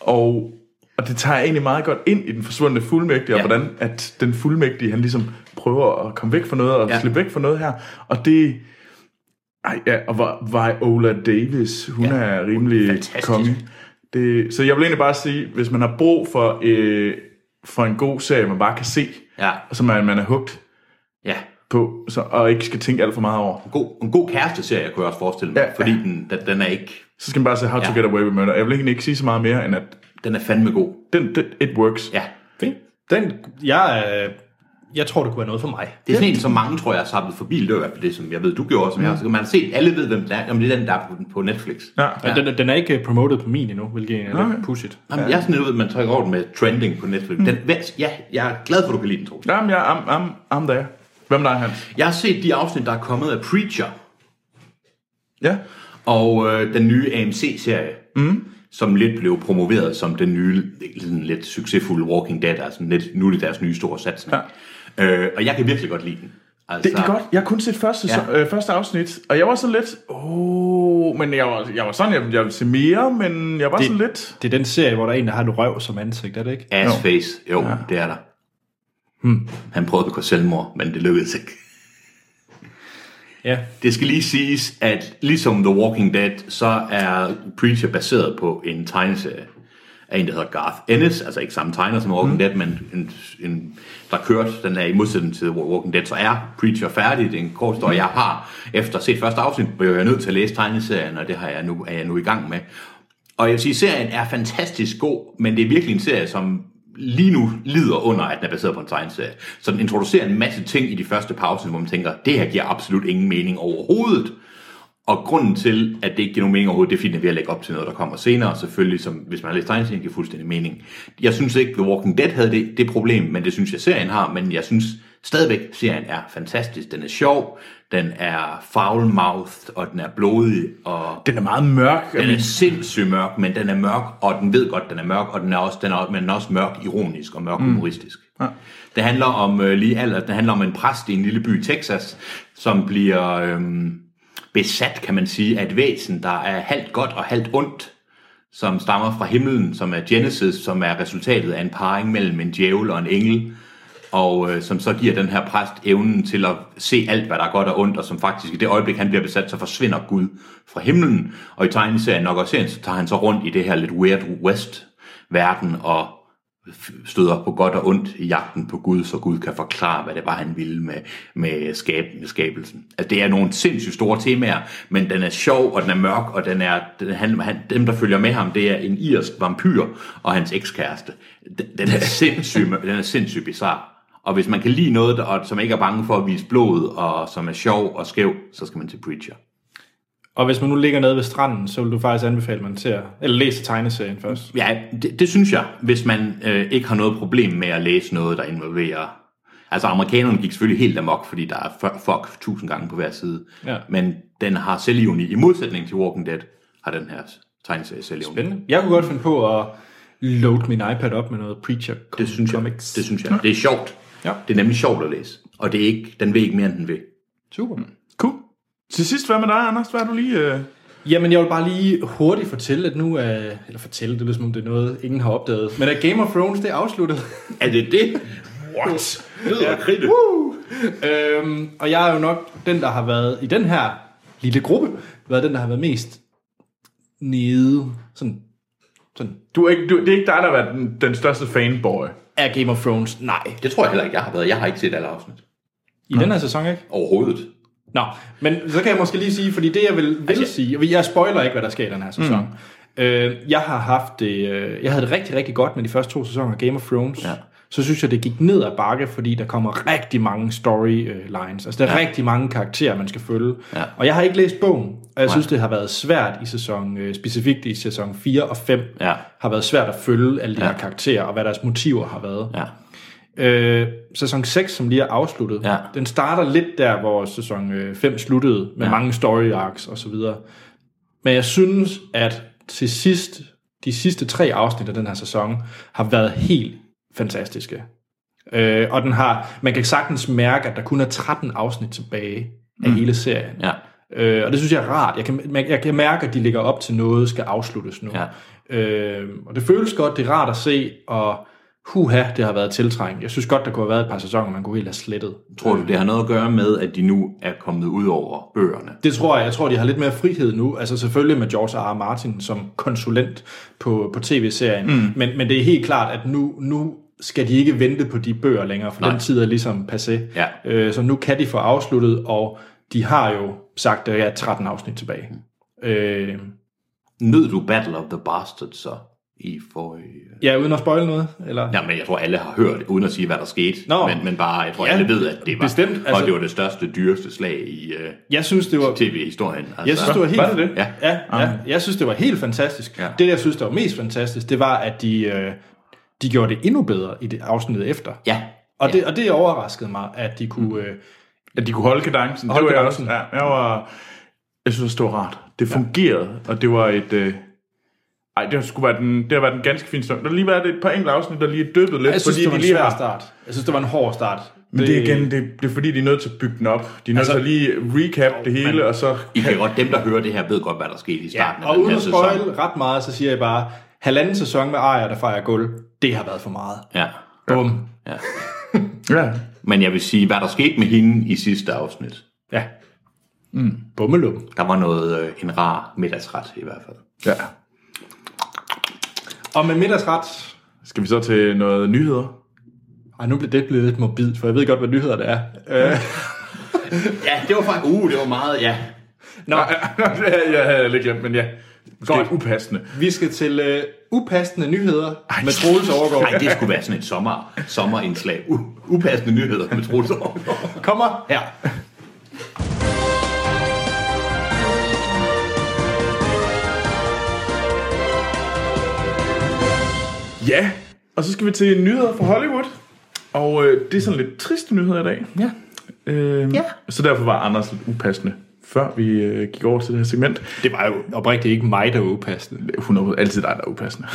Speaker 3: Og, og det tager egentlig meget godt ind i den forsvundne fuldmægtige, og
Speaker 2: Ja.
Speaker 3: hvordan at den fuldmægtige, han ligesom prøver at komme væk fra noget, og
Speaker 2: Ja.
Speaker 3: ja. slippe væk fra noget her. Og det... Ej, ja, og var, var Ola Davis, hun
Speaker 2: Ja,
Speaker 3: ja, er rimelig
Speaker 2: fantastisk.
Speaker 3: konge. Det, så jeg vil egentlig bare sige, hvis man har brug for, øh, for en god serie, man bare kan se,
Speaker 2: Ja.
Speaker 3: og som man, man er hugt
Speaker 2: Ja.
Speaker 3: på, så, og ikke skal tænke alt for meget over,
Speaker 2: God, en god kæresteserie, kunne jeg også forestille mig. Ja.
Speaker 3: Ja.
Speaker 2: Fordi den, den, den er ikke...
Speaker 3: så skal man bare se How to
Speaker 2: Ja.
Speaker 3: Get Away with Murder. Jeg vil egentlig ikke sige så meget mere, end at
Speaker 2: Den er fandme god.
Speaker 3: den, den, it works.
Speaker 2: Ja.
Speaker 1: Fint. Den, jeg, øh, jeg tror, det kunne være noget for mig.
Speaker 2: Det er sådan en, som mange tror, jeg har samlet forbi. Det var i hvert fald det, som jeg ved, du gjorde, som jeg har. Så man har set, alle ved, hvem det er. Jamen, det er den, der er på, på Netflix.
Speaker 3: Ja.
Speaker 1: Ja. Den, den er ikke promoted på min endnu, hvilket er lidt
Speaker 3: Nej.
Speaker 1: pudsigt.
Speaker 2: Jamen, jeg er sådan noget, man trækker over den med trending på Netflix. Den, hvad- ja, jeg er glad for, at du kan lide den, Troels.
Speaker 3: Jamen, jeg am, am, am der. Hvem der er Hans?
Speaker 2: Jeg har set de afsnit, der er kommet af Preacher
Speaker 3: Ja.
Speaker 2: og øh, den nye AMC-serie, mm. som lidt blev promoveret som den nye, sådan lidt succesfulde Walking Dead, altså lidt, nu er det deres nye store satsning. Ja. Øh, og jeg kan virkelig godt lide den. Altså,
Speaker 3: Det, det er godt. Jeg har kun set første,
Speaker 2: Ja.
Speaker 3: ja. øh, første afsnit, og jeg var sådan lidt... Oh, men jeg var, jeg var sådan, jeg, jeg ville se mere, men jeg var det, sådan lidt...
Speaker 1: Det er den serie, hvor der er en, der har en røv som ansigt, er det ikke?
Speaker 2: Assface, jo, ja. det er der. Hmm. Han prøvede at gå selvmord, men det lykkedes ikke.
Speaker 1: Ja.
Speaker 2: Det skal lige siges, at ligesom The Walking Dead, så er Preacher baseret på en tegneserie af en, der hedder Garth Ennis, altså ikke samme tegner som Walking mm. Dead, men en, en, der kørte, den er i modsætning til Walking Dead, så er Preacher færdig, det er en kort story, jeg har efter at have set første afsnit, hvor jeg er nødt til at læse tegneserien, og det har jeg nu, er jeg nu i gang med. Og jeg vil sige, serien er fantastisk god, men det er virkelig en serie, som lige nu lider under, at den er baseret på en tegneserie. Så den introducerer en masse ting i de første pauser, hvor man tænker, det her giver absolut ingen mening overhovedet. Og grunden til, at det ikke giver nogen mening overhovedet, det er fordi, den er ved at lægge op til noget, der kommer senere. Selvfølgelig, som, hvis man har læst tegneserien, giver fuldstændig mening. Jeg synes ikke, The Walking Dead havde det, det problem, men det synes jeg, serien har. Men jeg synes stadigvæk, serien er fantastisk. Den er sjov, den er foul-mouthed, og den er blodig, og
Speaker 3: Den er meget mørk.
Speaker 2: den er sindssygt mørk, men den er mørk, og den ved godt, den er mørk, og den er også, den er, men den er også mørk ironisk og mørk humoristisk. Mm. Ja. Det handler om øh, lige alder, det handler om en præst i en lille by i Texas, som bliver øhm, besat, kan man sige, af et væsen, der er halvt godt og halvt ondt, som stammer fra himlen, som er Genesis, som er resultatet af en parring mellem en djævel og en engel, og øh, som så giver den her præst evnen til at se alt, hvad der er godt og ondt, og som faktisk i det øjeblik, han bliver besat, så forsvinder Gud fra himlen. Og i tegneserien nok også serien, så tager han så rundt i det her lidt weird west-verden og f- støder på godt og ondt i jagten på Gud, så Gud kan forklare, hvad det var, han ville med, med, skab, med skabelsen. Altså, det er nogle sindssygt store temaer, men den er sjov, og den er mørk, og den er, den, han, han, dem, der følger med ham, det er en irsk vampyr og hans ekskæreste. Den, den er sindssygt, mør- den er sindssygt bizarre. Og hvis man kan lide noget, der, og som ikke er bange for at vise blod, og som er sjov og skæv, så skal man til Preacher.
Speaker 1: Og hvis man nu ligger nede ved stranden, så vil du faktisk anbefale, at man ser, eller læser tegneserien først.
Speaker 2: Ja, det, det synes jeg, hvis man øh, ikke har noget problem med at læse noget, der involverer... Altså, amerikanerne gik selvfølgelig helt amok, fordi der er fu- fuck tusind gange på hver side.
Speaker 1: Ja.
Speaker 2: Men den har selvironi. I modsætning til Walking Dead har den her tegneserie selvironi.
Speaker 1: Spændende. Jeg kunne godt finde på at load min iPad op med noget Preacher
Speaker 2: Det synes jeg.
Speaker 1: Comics.
Speaker 2: Det synes jeg. Det er sjovt.
Speaker 1: Ja.
Speaker 2: Det er nemlig sjovt at læse. Og det er ikke, den ved ikke mere, end den vil.
Speaker 1: Super.
Speaker 3: Cool. Til sidst, hvad med dig, Anders? Hvad er du lige... Øh...
Speaker 1: Jamen, jeg vil bare lige hurtigt fortælle, at nu er... Eller fortælle, det lyder som om det er noget, ingen har opdaget. Men at Game of Thrones, det er afsluttet.
Speaker 2: Er det det? What? Lyder ja. kridt. Uh!
Speaker 1: øhm, og jeg er jo nok den, der har været i den her lille gruppe, været den, der har været mest nede sådan, sådan
Speaker 3: Du er ikke, du, det er ikke dig, der har været den, den største fanboy.
Speaker 1: af Game of Thrones. Nej.
Speaker 2: Det tror jeg heller ikke, jeg har været. Jeg har ikke set alle afsnit.
Speaker 1: I den her sæson, ikke?
Speaker 2: Overhovedet.
Speaker 1: Nå, men så kan jeg måske lige sige, fordi det jeg vil, vil
Speaker 2: Altså,
Speaker 1: altså,
Speaker 2: jeg-
Speaker 1: sige, og jeg spoiler ikke, hvad der sker i den her sæson. Mm. Øh, jeg har haft det, øh, jeg havde det rigtig, rigtig godt med de første to sæsoner af Game of Thrones.
Speaker 2: Ja.
Speaker 1: så synes jeg, det gik ned ad bakke, fordi der kommer rigtig mange story øh, lines. Altså, der er ja. rigtig mange karakterer, man skal følge.
Speaker 2: Ja.
Speaker 1: Og jeg har ikke læst bogen, og jeg synes, det har været svært i sæson, øh, specifikt i sæson 4 og 5,
Speaker 2: Ja.
Speaker 1: har været svært at følge alle de
Speaker 2: Ja.
Speaker 1: her karakterer, og hvad deres motiver har været.
Speaker 2: Ja.
Speaker 1: Øh, sæson 6, som lige er afsluttet,
Speaker 2: Ja.
Speaker 1: den starter lidt der, hvor sæson øh, 5 sluttede, med
Speaker 2: Ja.
Speaker 1: ja. mange story arcs og så videre. Men jeg synes, at til sidst, de sidste tre afsnit af den her sæson, har været helt fantastiske. Øh, og den har, man kan sagtens mærke, at der kun er 13 afsnit tilbage af mm. hele serien.
Speaker 2: Ja.
Speaker 1: Øh, og det synes jeg er rart. Jeg kan, man- jeg kan mærke, at de ligger op til noget, skal afsluttes nu. Ja. Øh, og det føles godt, det er rart at se, og huha, det har været tiltrængt. Jeg synes godt, der kunne have været et par sæsoner, man kunne helt have slettet.
Speaker 2: Tror du, det har noget at gøre med, at de nu er kommet ud over bøgerne?
Speaker 1: Det tror jeg. Jeg tror, de har lidt mere frihed nu. Altså selvfølgelig med George R. R. Martin som konsulent på, på tv-serien. Mm. Men, men det er helt klart, at nu, nu skal de ikke vente på de bøger længere, for Nej. den tid er ligesom passé.
Speaker 2: Ja.
Speaker 1: Øh, så nu kan de få afsluttet, og de har jo sagt, at der er 13 afsnit tilbage. Mm. Øh,
Speaker 2: Nød du Battle of the Bastards så i forrige...
Speaker 1: ja, uden at spoil noget? Eller?
Speaker 2: Ja, men jeg tror, alle har hørt, uden at sige, hvad der skete.
Speaker 1: Nå.
Speaker 2: Men, men bare, jeg tror, ja,
Speaker 1: Ja,
Speaker 2: alle ved, at det var,
Speaker 1: bestemt,
Speaker 2: og
Speaker 1: altså-
Speaker 2: det var det største, dyreste slag i uh,
Speaker 1: Jeg synes, det var...
Speaker 2: tv-historien. Altså,
Speaker 1: Jeg synes, det var helt,
Speaker 3: Var det det?
Speaker 1: Ja. Ja, ja, jeg synes, det var helt fantastisk.
Speaker 2: Ja.
Speaker 1: Ja. Det, jeg synes, der var mest fantastisk, det var, at de, øh, de gjorde det endnu bedre i det afsnit efter.
Speaker 2: Ja,
Speaker 1: Og, det, og det overraskede mig, at de kunne... Øh,
Speaker 3: At de kunne holde kadencen.
Speaker 1: Holde
Speaker 3: det var jeg også.
Speaker 1: kadencen.
Speaker 3: Ja, jeg var... Jeg synes, det var rart. Det fungerede, og det var et... Øh, ej, det skulle være den, det har været en ganske fin stund. Der har lige været et par enkelte afsnit, der lige er dyppet lidt,
Speaker 1: jeg synes,
Speaker 3: fordi
Speaker 1: det var
Speaker 3: de
Speaker 1: en
Speaker 3: lige
Speaker 1: svær
Speaker 3: har...
Speaker 1: start. Jeg synes, det var en hård start.
Speaker 3: Men det, er igen, det, det er fordi, de er nødt til at bygge den op. De er nødt
Speaker 1: Altså-
Speaker 3: til at lige recap det hele, og så...
Speaker 2: I kan godt, dem der hører det her, ved godt, hvad der skete i starten
Speaker 1: Ja,
Speaker 2: af
Speaker 1: Øh, og
Speaker 2: den
Speaker 1: uden
Speaker 2: her
Speaker 1: at
Speaker 2: sæson.
Speaker 1: spoil ret meget, så siger jeg bare, halvanden sæson med Aja, der fejrer gulv, det har været for meget.
Speaker 2: Ja.
Speaker 1: Bum.
Speaker 3: Ja.
Speaker 2: Men jeg vil sige, hvad der skete med hende i sidste afsnit,
Speaker 1: Ja. Mm. Bummelum.
Speaker 2: der var noget, øh, en rar middagsret i hvert fald.
Speaker 3: ja.
Speaker 1: Og med middagsret,
Speaker 3: Skal vi så til noget nyheder?
Speaker 1: Ej, nu blev det blevet lidt morbid, for jeg ved godt, hvad nyheder det er. Øh,
Speaker 2: Ja, det var faktisk, uh, det var meget, ja.
Speaker 1: nå,
Speaker 3: jeg havde lidt glemt, men ja. Måske
Speaker 1: Godt.
Speaker 3: Godt. upassende.
Speaker 1: vi skal til øh, upassende nyheder med Troels Overgaard.
Speaker 2: Nej, det skulle være sådan et sommer, sommerindslag. U- upassende nyheder med Troels Overgaard.
Speaker 1: kommer her.
Speaker 3: Ja, og så skal vi til nyheder fra Hollywood. Og øh, det er sådan lidt triste nyheder i dag.
Speaker 2: Ja.
Speaker 3: Øh,
Speaker 2: Ja.
Speaker 3: Så derfor var Anders lidt upassende, før vi øh, gik over til det her segment.
Speaker 1: Det var jo oprigtigt ikke mig, der var upassende.
Speaker 3: 100 altid dig, der er upassende.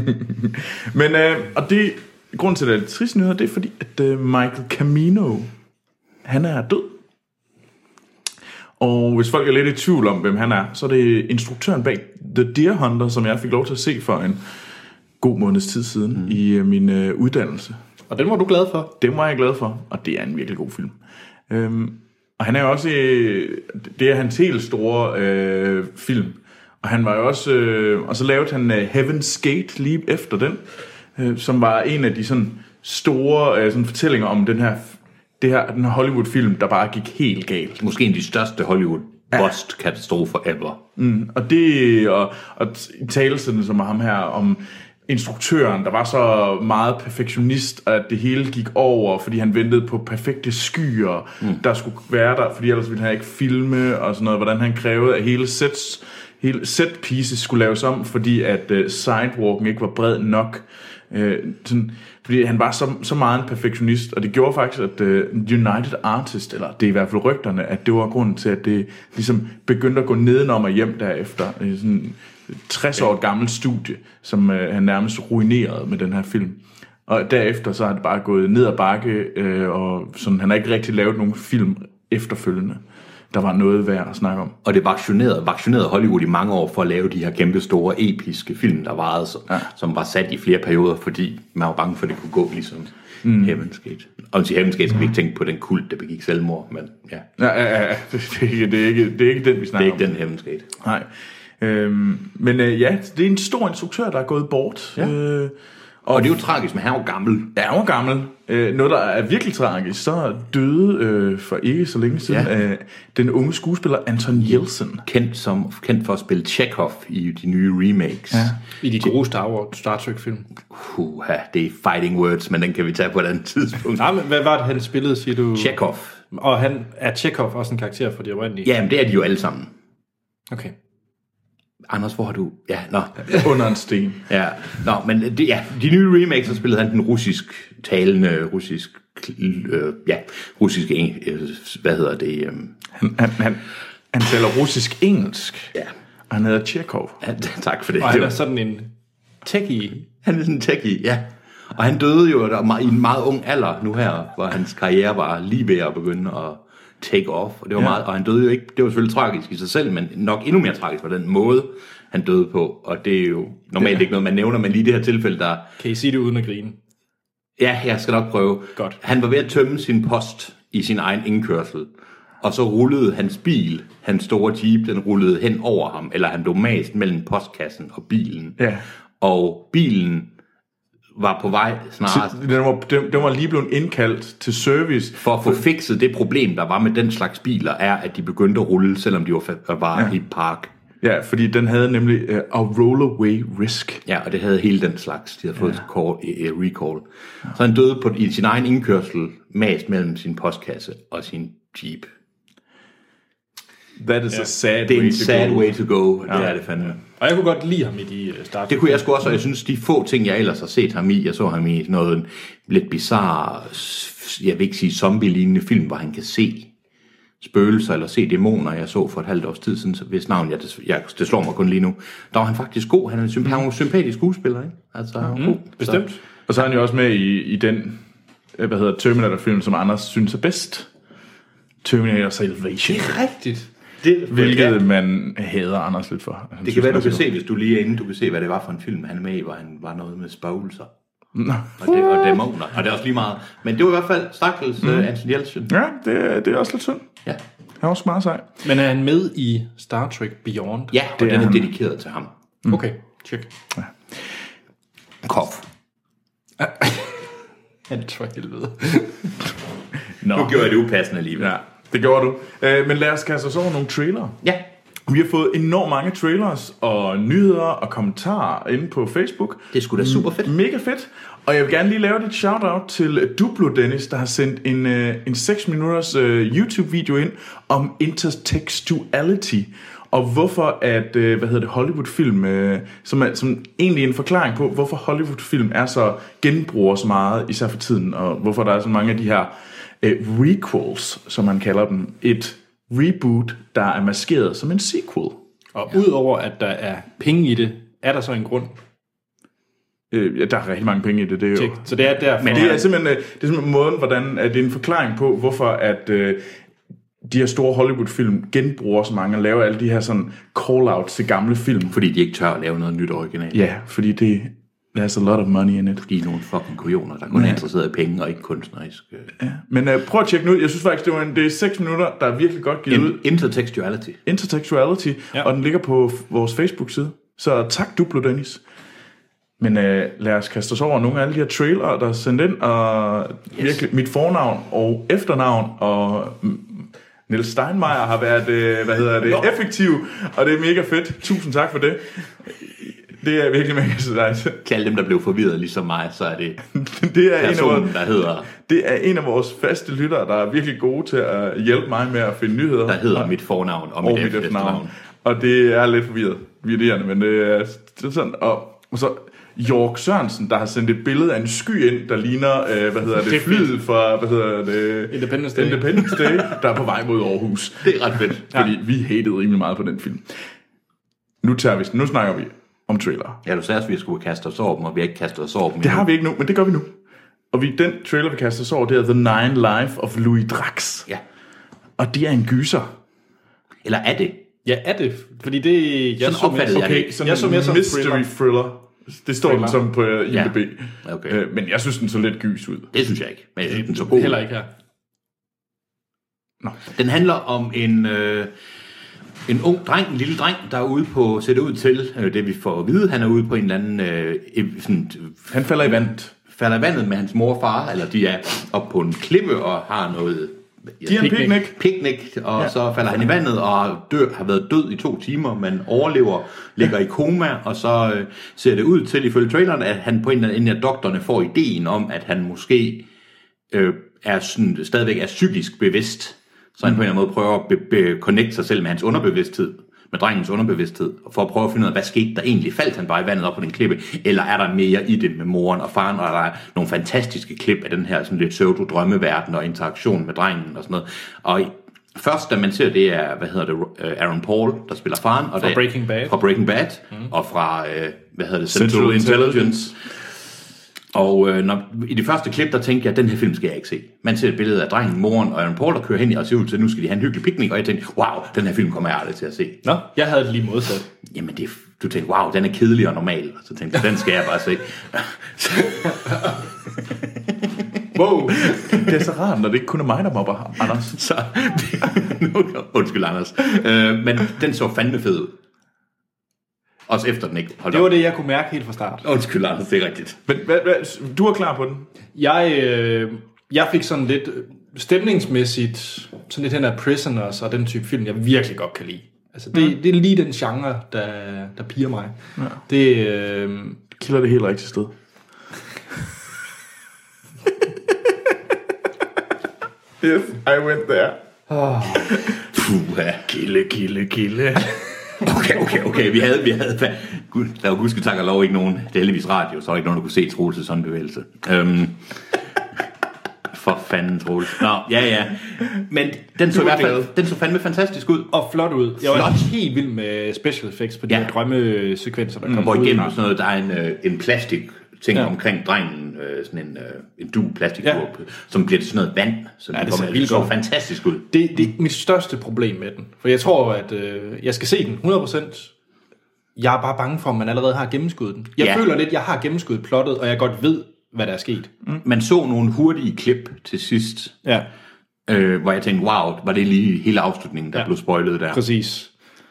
Speaker 3: Men, øh, og det, grunden til, at det er lidt trist nyheder, det er fordi, at øh, Michael Camino, han er død. Og hvis folk er lidt i tvivl om, hvem han er, så er det instruktøren bag The Deer Hunter, som jeg fik lov til at se for en god måneds tid siden mm. i øh, min øh, uddannelse.
Speaker 1: Og den var du glad for.
Speaker 3: Den var jeg glad for, og det er en virkelig god film. Øhm, og han er jo også... Øh, det er hans helt store øh, film. Og han var jo også... Øh, og så lavede han øh, Heaven's Gate lige efter den, øh, som var en af de sådan store øh, sådan fortællinger om den her, det her, den her Hollywood-film, der bare gik helt galt.
Speaker 2: Måske en af de største Hollywood bust katastrofer ever.
Speaker 3: Mm, og det, og, og talelsene som er ham her om instruktøren, der var så meget perfektionist, at det hele gik over, fordi han ventede på perfekte skyer, mm. der skulle være der, fordi ellers ville han ikke filme, og sådan noget, hvordan han krævede, at hele sets, hele set pieces skulle laves om, fordi at uh, sidewalken ikke var bred nok. Øh, sådan, fordi han var så, så meget en perfektionist, og det gjorde faktisk, at øh, United Artist, eller det er i hvert fald rygterne, at det var grunden til, at det ligesom begyndte at gå nedenom og hjem derefter. Øh, sådan et 60 år gammelt studie, som øh, han nærmest ruinerede med den her film. Og derefter så har det bare gået ned ad bakke, øh, og sådan, han har ikke rigtig lavet nogen film efterfølgende, der var noget værd at snakke om.
Speaker 2: Og det vaccinerede, vaccinerede Hollywood i mange år for at lave de her kæmpe store, episke film, der varede, som, ja. som var sat i flere perioder, fordi man var bange for, at det kunne gå ligesom mm. Heaven's Gate. Og til Heaven's Gate skal vi ikke tænke på den kult, der begik selvmord, men ja,
Speaker 3: Ja, ja, ja, det, det, er ikke- det, er ikke, det er ikke den, vi
Speaker 2: det er
Speaker 3: snakker om.
Speaker 2: ikke den Heaven's Gate.
Speaker 3: Nej. Øhm, men øh, ja, det er en stor instruktør, der er gået bort. Ja. Øh,
Speaker 2: Og det er jo tragisk, men han er jo gammel.
Speaker 3: er jo gammel. Øh, noget, der er virkelig tragisk, så døde øh, for ikke så længe siden ja.
Speaker 2: Ja.
Speaker 3: øh, den unge skuespiller Anton Jelsen.
Speaker 2: Kendt, som, kendt for at spille Chekhov i de nye remakes. Ja.
Speaker 1: I de gode Star, Wars, Star Trek-film.
Speaker 2: Puha, det er fighting words, men den kan vi tage på et andet tidspunkt.
Speaker 1: Nej, men hvad var det, han spillede, siger du?
Speaker 2: Chekhov.
Speaker 1: Og han er Chekhov også en karakter for de oprindelige?
Speaker 2: Jamen, det er de jo alle sammen.
Speaker 1: Okay.
Speaker 2: Anders, hvor har du... Ja, nå.
Speaker 3: Under en sten.
Speaker 2: Ja, nå, men det, ja, de nye remakes, så spillede han den russisk talende, russisk, øh, ja, russisk, eng- øh, hvad hedder det, øh,
Speaker 3: Han, han, han, han taler russisk-engelsk.
Speaker 2: Ja.
Speaker 3: Og han hedder Tjekov.
Speaker 2: ja, tak for det.
Speaker 1: Og
Speaker 2: Det
Speaker 1: han
Speaker 2: var-
Speaker 1: er sådan en techie.
Speaker 2: Han er sådan en techie, ja. Og han døde jo der, meget- i en meget ung alder nu her, hvor hans karriere var lige ved at begynde at take off. Og, det var ja. meget, og han døde jo ikke, det var selvfølgelig tragisk i sig selv, men nok endnu mere tragisk på den måde, han døde på. Og det er jo normalt ikke noget, man nævner, men lige i det her tilfælde, der...
Speaker 1: Kan I sige det uden at grine?
Speaker 2: Ja, jeg skal nok prøve.
Speaker 1: Godt.
Speaker 2: Han var ved at tømme sin post i sin egen indkørsel. Og så rullede hans bil, hans store jeep, den rullede hen over ham, eller han blev mast mellem postkassen og bilen.
Speaker 3: Ja.
Speaker 2: Og bilen var på vej snarere
Speaker 3: Ah, Den var, den, den var lige blevet indkaldt til service.
Speaker 2: for at få fikset det problem, der var med den slags biler, er, at de begyndte at rulle, selvom de var, fa- var ja. i park.
Speaker 3: Ja, fordi den havde nemlig uh, a rollaway risk.
Speaker 2: Ja, og det havde hele den slags. De havde fået ja. call, eh, eh, recall. Så han døde på, i sin egen indkørsel, mast mellem sin postkasse og sin jeep.
Speaker 3: That is ja. a sad
Speaker 2: Det er
Speaker 3: way
Speaker 2: en
Speaker 3: to
Speaker 2: sad
Speaker 3: go.
Speaker 2: way to go. Ja. Det er det fandme.
Speaker 1: Og jeg kunne godt lide ham i de øh, Star
Speaker 2: Det kunne jeg sgu også, og jeg synes, de få ting, jeg ellers har set ham i, jeg så ham i noget lidt bizarre, s- jeg vil ikke sige zombie-lignende film, hvor han kan se spøgelser eller se dæmoner, jeg så for et halvt års tid siden, så hvis navn, jeg, des- jeg, det slår mig kun lige nu, der var han faktisk god. Han er en, symp- han er en sympatisk skuespiller, ikke? Altså, mm, god.
Speaker 1: Bestemt.
Speaker 2: Så,
Speaker 3: Og så er han jo også med i, i den, øh, hvad hedder Terminator-film, som Anders synes er bedst. Terminator Salvation.
Speaker 1: Rigtigt.
Speaker 2: det,
Speaker 3: Hvilket
Speaker 2: ja,
Speaker 3: man hader Anders lidt for. Han
Speaker 2: det
Speaker 3: synes,
Speaker 2: kan være,
Speaker 3: den
Speaker 2: du
Speaker 3: er
Speaker 2: kan
Speaker 3: så god.
Speaker 2: se, hvis du lige er inde, du kan se, hvad det var for en film, han er med i, hvor han var noget med spøgelser. Og, det, og dæmoner, og det er også lige meget. Men det var i hvert fald Stakkels mm. uh, Anton Jeltsin.
Speaker 3: Ja, det, det er også lidt synd.
Speaker 2: Ja.
Speaker 3: Han er også meget sej.
Speaker 1: Men er han med i Star Trek Beyond?
Speaker 2: Ja,
Speaker 3: Det
Speaker 2: og det
Speaker 3: er
Speaker 2: den er
Speaker 3: ham.
Speaker 2: dedikeret til ham.
Speaker 1: Okay, tjek.
Speaker 2: Kof.
Speaker 1: Han tror helvede.
Speaker 3: Nå.
Speaker 2: Nu gjorde jeg det upassende alligevel.
Speaker 3: Ja, det gjorde du. Øh, men lad os kaste os over nogle trailere.
Speaker 2: Ja.
Speaker 3: Vi har fået enormt mange trailers og nyheder og kommentarer inde på Facebook.
Speaker 2: Det er sgu da super fedt.
Speaker 3: Mega fedt. Og jeg vil gerne lige lave et shout-out til Duplo Dennis, der har sendt en, øh, en 6 minutters øh, YouTube-video ind om intertextuality. Og hvorfor at, øh, hvad hedder det, Hollywood-film, øh, som, er, som egentlig er en forklaring på, hvorfor Hollywood-film er så genbruger så meget, især for tiden, og hvorfor der er så mange af de her øh, requels, som man kalder dem. Et reboot, der er maskeret som en sequel.
Speaker 1: Og udover at der er penge i det, er der så en grund.
Speaker 3: Øh, ja, der er rigtig mange penge i det, det er jo...
Speaker 1: Tjek. Så det er altså- derfor.
Speaker 3: Men det er simpelthen, øh, det er simpelthen måden, hvordan, at det er en forklaring på, hvorfor at øh, de her store Hollywood-film genbruger så mange og laver alle de her sådan call-outs til gamle film.
Speaker 2: Fordi de ikke tør at lave noget nyt originalt. Ja.
Speaker 3: Ja, fordi det there's a lot of money in it.
Speaker 2: De er nogle fucking kujoner, der kun er interesseret i penge og ikke kunstnerisk. øh.
Speaker 3: Men øh, prøv at tjekke den ud. Jeg synes faktisk, det, var en, det er 6 minutter, der er virkelig godt givet ud.
Speaker 2: In- intertextuality.
Speaker 3: Intertextuality, ja.
Speaker 1: Ja.
Speaker 3: og den ligger på f- vores Facebook-side. Så tak, Duplo Dennis. Men øh, lad os kaste os over nogle af alle de her trailere, der er sendt ind, og yes. virkelig mit fornavn og efternavn, og mm, Niels Steinmeier har været, øh, hvad hedder det, effektiv, og det er mega fedt. Tusind tak for det. Det er virkelig mega sejt.
Speaker 2: Til alle dem, der blev forvirret ligesom mig, så er det
Speaker 3: Det er, en af vores,
Speaker 2: personen, der hedder,
Speaker 3: det er en af vores faste lyttere, der er virkelig gode til at hjælpe mig med at finde nyheder.
Speaker 2: der hedder mit fornavn og mit,
Speaker 3: og mit efternavn.
Speaker 2: efternavn.
Speaker 3: Og det er lidt forvirret, virrende, men det er, det er sådan. Og, og så Jorg Sørensen, der har sendt et billede af en sky ind, der ligner, øh, hvad hedder det,
Speaker 1: Det
Speaker 3: det
Speaker 1: er
Speaker 3: flyet fra, hvad hedder det,
Speaker 1: Independence Day.
Speaker 3: Independence Day, der er på vej mod Aarhus.
Speaker 2: Det er ret fedt.
Speaker 3: Fordi vi hatede rimelig meget på den film. Nu tager vi, nu snakker vi om trailer.
Speaker 2: Ja, du sagde, at vi skulle kaste os over dem, og vi har ikke kastet os over dem
Speaker 3: Det
Speaker 2: endnu.
Speaker 3: har vi ikke nu, men det gør vi nu. Og vi, den trailer, vi kaster os over, det er The Nine Life of Louis Drax.
Speaker 2: Ja.
Speaker 3: Og det er en gyser.
Speaker 2: Eller er det?
Speaker 1: Ja, er det. Fordi det... Altså, Jeg
Speaker 2: Sådan
Speaker 1: så mere
Speaker 2: opfattede
Speaker 1: som,
Speaker 2: jeg det.
Speaker 1: okay, jeg så mere som
Speaker 3: mystery thriller.
Speaker 1: thriller.
Speaker 3: Det står den som på øh,
Speaker 2: Ja.
Speaker 3: IMDb.
Speaker 2: Okay.
Speaker 3: Øh, Men jeg synes, den så lidt gys ud.
Speaker 2: Det synes jeg ikke. Men jeg synes, den er så god.
Speaker 1: Heller ikke her.
Speaker 2: Den handler om en... Øh, En ung dreng, en lille dreng, der er ude på, ser det ud til, øh, det vi får at vide, han er ude på en eller anden, øh, ev- sådan,
Speaker 3: Han falder i vandet.
Speaker 2: falder i vandet med hans mor og far, eller de er oppe på en klippe og har noget... Ja,
Speaker 3: De har en picnic.
Speaker 2: Picnic, og ja. så falder han i vandet og dør, har været død i to timer, men overlever, ligger i koma, og så øh, ser det ud til, ifølge traileren, at han på en eller anden inden at doktorerne får ideen om, at han måske øh, er sådan, stadigvæk er psykisk bevidst, så han på en eller anden måde prøver at be- be- connecte sig selv med hans underbevidsthed, med drengens underbevidsthed, og for at prøve at finde ud af, hvad skete der egentlig? Faldt han bare i vandet op på den klippe, eller er der mere i det med moren og faren, og er der er nogle fantastiske klip af den her sådan lidt pseudo-drømmeverden og interaktion med drengen og sådan noget. Og i- først, da man ser, det er, hvad hedder det, øh, Aaron Paul, der spiller faren. Og fra
Speaker 1: Breaking Bad.
Speaker 2: Fra Breaking Bad, mm. og fra, øh, hvad hedder det, Central,
Speaker 3: Central
Speaker 2: Central
Speaker 3: Intelligence.
Speaker 2: Intelligence. Og øh, når, i det første klip, der tænkte jeg, at den her film skal jeg ikke se. Man ser et billede af drengen, moren og Aaron Paul, der kører hen og ser ud til, at nu skal de have en hyggelig picnic. Og jeg tænkte, wow, den her film kommer jeg aldrig til at se.
Speaker 1: Nå, jeg havde det lige modsat.
Speaker 2: Jamen, det, er f- du tænkte, wow, den er kedelig og normal. Og så tænkte jeg, den skal jeg bare se.
Speaker 3: Wow. det er så rart, når det ikke kun er mig, der mobber, Anders.
Speaker 2: så, undskyld, Anders. Øh, men den så fandme fed ud. Også efter den ikke holdt
Speaker 1: Det var
Speaker 2: op.
Speaker 1: det, jeg kunne mærke helt fra start.
Speaker 2: Undskyld, Anders, det er rigtigt.
Speaker 3: Men hvad, hvad, du er klar på den.
Speaker 1: Jeg, øh, jeg fik sådan lidt øh, stemningsmæssigt, sådan lidt hen af Prisoners og den type film, jeg virkelig godt kan lide. Altså, det, mm. det er lige den genre, der, der piger mig. Ja. Det, øh,
Speaker 3: Kilder det helt rigtigt sted. yes, I went there.
Speaker 2: Puh, kilde, kilde, kilde. Okay, okay, okay. Vi havde, vi havde, fa- Gud, der var huske tak og lov ikke nogen. Det er heldigvis radio, så er der ikke nogen, der kunne se Troels' sådan bevægelse. Øhm, for fanden, Troels. Nå, ja, ja. Men den så, i hvert fald, den så fandme fantastisk ud.
Speaker 1: og flot ud. Jeg var
Speaker 2: Flot.
Speaker 1: helt vild med special effects på de
Speaker 2: Ja.
Speaker 1: ja. Mm. her drømmesekvenser, der kom
Speaker 2: Hvor
Speaker 1: ud.
Speaker 2: igennem sådan noget, der er en, øh, en plastik ting ja. omkring drengen, øh, sådan en, øh, en du plastik ja.
Speaker 1: Ja.
Speaker 2: som bliver til sådan noget vand, så ja,
Speaker 1: det
Speaker 2: det,
Speaker 1: ser
Speaker 2: kommer, det
Speaker 1: vildt
Speaker 2: så
Speaker 1: godt ud.
Speaker 2: fantastisk ud.
Speaker 1: Det, det er mit største problem med den. For jeg tror, at øh, jeg skal se den 100%. Jeg er bare bange for, at man allerede har gennemskuddet den. Jeg
Speaker 2: Ja.
Speaker 1: ja. føler lidt, at jeg har gennemskuddet plottet, og jeg godt ved, hvad der er sket.
Speaker 2: Man så nogle hurtige klip til sidst,
Speaker 1: Ja,
Speaker 2: Øh, hvor jeg tænkte, wow, var det lige hele afslutningen, der ja.
Speaker 1: Ja.
Speaker 2: blev spoilet der.
Speaker 1: præcis. Og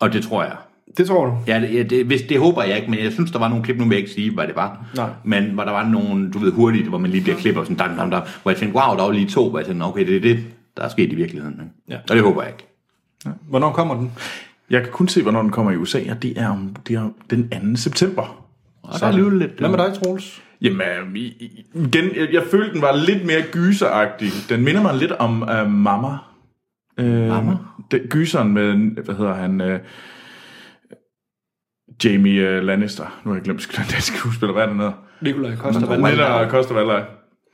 Speaker 2: Og det tror jeg.
Speaker 1: det tror du?
Speaker 2: Ja, det, ja, det, hvis, det håber jeg ikke, men jeg synes, der var nogle klip, nu vil jeg ikke sige, hvad det var.
Speaker 1: Nej.
Speaker 2: Men hvor der var nogle, du ved, hurtigt, hvor man lige
Speaker 3: Mm.
Speaker 2: bliver klippet og sådan, dam, dam, dam, hvor jeg tænkte, wow, der var lige to, hvor jeg tænkte, okay, det er det, der er sket i virkeligheden. Ikke?
Speaker 1: Ja.
Speaker 2: Og det håber jeg ikke.
Speaker 1: Hvornår kommer den?
Speaker 3: Jeg kan kun se, hvornår den kommer i USA, og det er, om, det er den 2. september.
Speaker 2: Og så er det lidt...
Speaker 1: Hvad med dig, Troels?
Speaker 3: Jamen, øh, i- i- igen, jeg, jeg følte, den var lidt mere gyseragtig. Den minder mig lidt om uh, Mamma. Uh,
Speaker 2: Mamma?
Speaker 3: Den, gyseren med, hvad hedder han, uh, Jamie uh, Lannister. Nu har jeg glemt den danske skuespiller. Hvad er den hedder?
Speaker 1: Nikolaj Koster.
Speaker 2: Nå,
Speaker 1: Valder.
Speaker 2: Valder.
Speaker 3: Peter Koster Valder.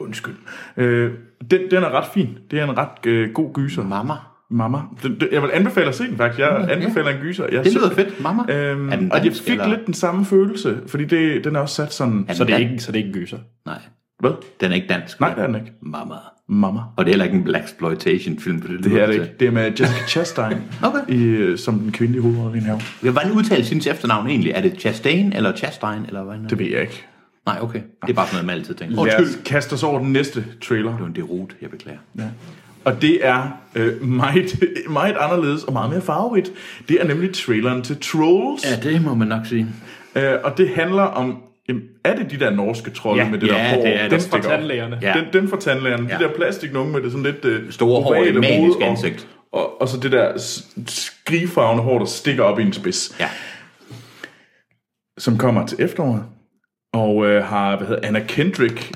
Speaker 3: Undskyld. Øh, den, den er ret fin. Det er en ret øh, god gyser.
Speaker 2: Mamma?
Speaker 3: Mamma. Den, den, jeg vil anbefale at se den faktisk. Jeg anbefaler en gyser. Jeg
Speaker 2: Det
Speaker 3: så-
Speaker 2: lyder fedt, Mamma.
Speaker 3: Øhm,
Speaker 2: Er den
Speaker 3: og jeg
Speaker 2: dansk,
Speaker 3: fik
Speaker 2: eller-
Speaker 3: lidt den samme følelse, fordi det, den er også sat sådan...
Speaker 1: Så det er
Speaker 2: Dan-
Speaker 1: ikke, så det er ikke en gyser.
Speaker 2: Nej,
Speaker 3: Hvad?
Speaker 2: den er ikke dansk.
Speaker 3: Nej, det er den ikke.
Speaker 2: Mamma.
Speaker 3: Mamma.
Speaker 2: Og det er heller ikke en Black Exploitation film for det.
Speaker 3: Det
Speaker 2: lyder
Speaker 3: er det
Speaker 2: til.
Speaker 3: ikke. Det er med Jessica Chastain
Speaker 2: Okay.
Speaker 3: i, øh, som den kvindelige hovedrolle i en have.
Speaker 2: Hvordan udtales hendes efternavn egentlig? Er det Chastain eller Chastain? Eller hvad?
Speaker 3: Det ved jeg ikke.
Speaker 2: Nej, okay. Det er bare sådan noget, man altid tænker.
Speaker 3: Lad
Speaker 2: Undskyld.
Speaker 3: os kaste os over den næste trailer.
Speaker 2: Det var en derut, jeg beklager.
Speaker 3: Ja. Og det er øh, meget, meget anderledes og meget mere farverigt. Det er nemlig traileren til Trolls.
Speaker 2: det må man nok sige.
Speaker 3: Øh, og det handler om, jamen, er det de der norske trolde
Speaker 2: Ja,
Speaker 3: med det
Speaker 2: ja,
Speaker 3: der hår?
Speaker 2: det er det.
Speaker 3: den
Speaker 1: Fra
Speaker 3: stikker op.
Speaker 1: tandlægerne.
Speaker 2: Ja.
Speaker 3: Den, den fra tandlægerne.
Speaker 2: Ja.
Speaker 3: De der plastiknogen med det sådan lidt øh,
Speaker 2: Store hår,
Speaker 3: ovale
Speaker 2: et manisk
Speaker 3: hoved og-
Speaker 2: ansigt.
Speaker 3: Og, og så det der s- skrigfarvende hår, der stikker op i en spids.
Speaker 2: Ja.
Speaker 3: Som kommer til efteråret. Og øh, har, hvad hedder Anna Kendrick,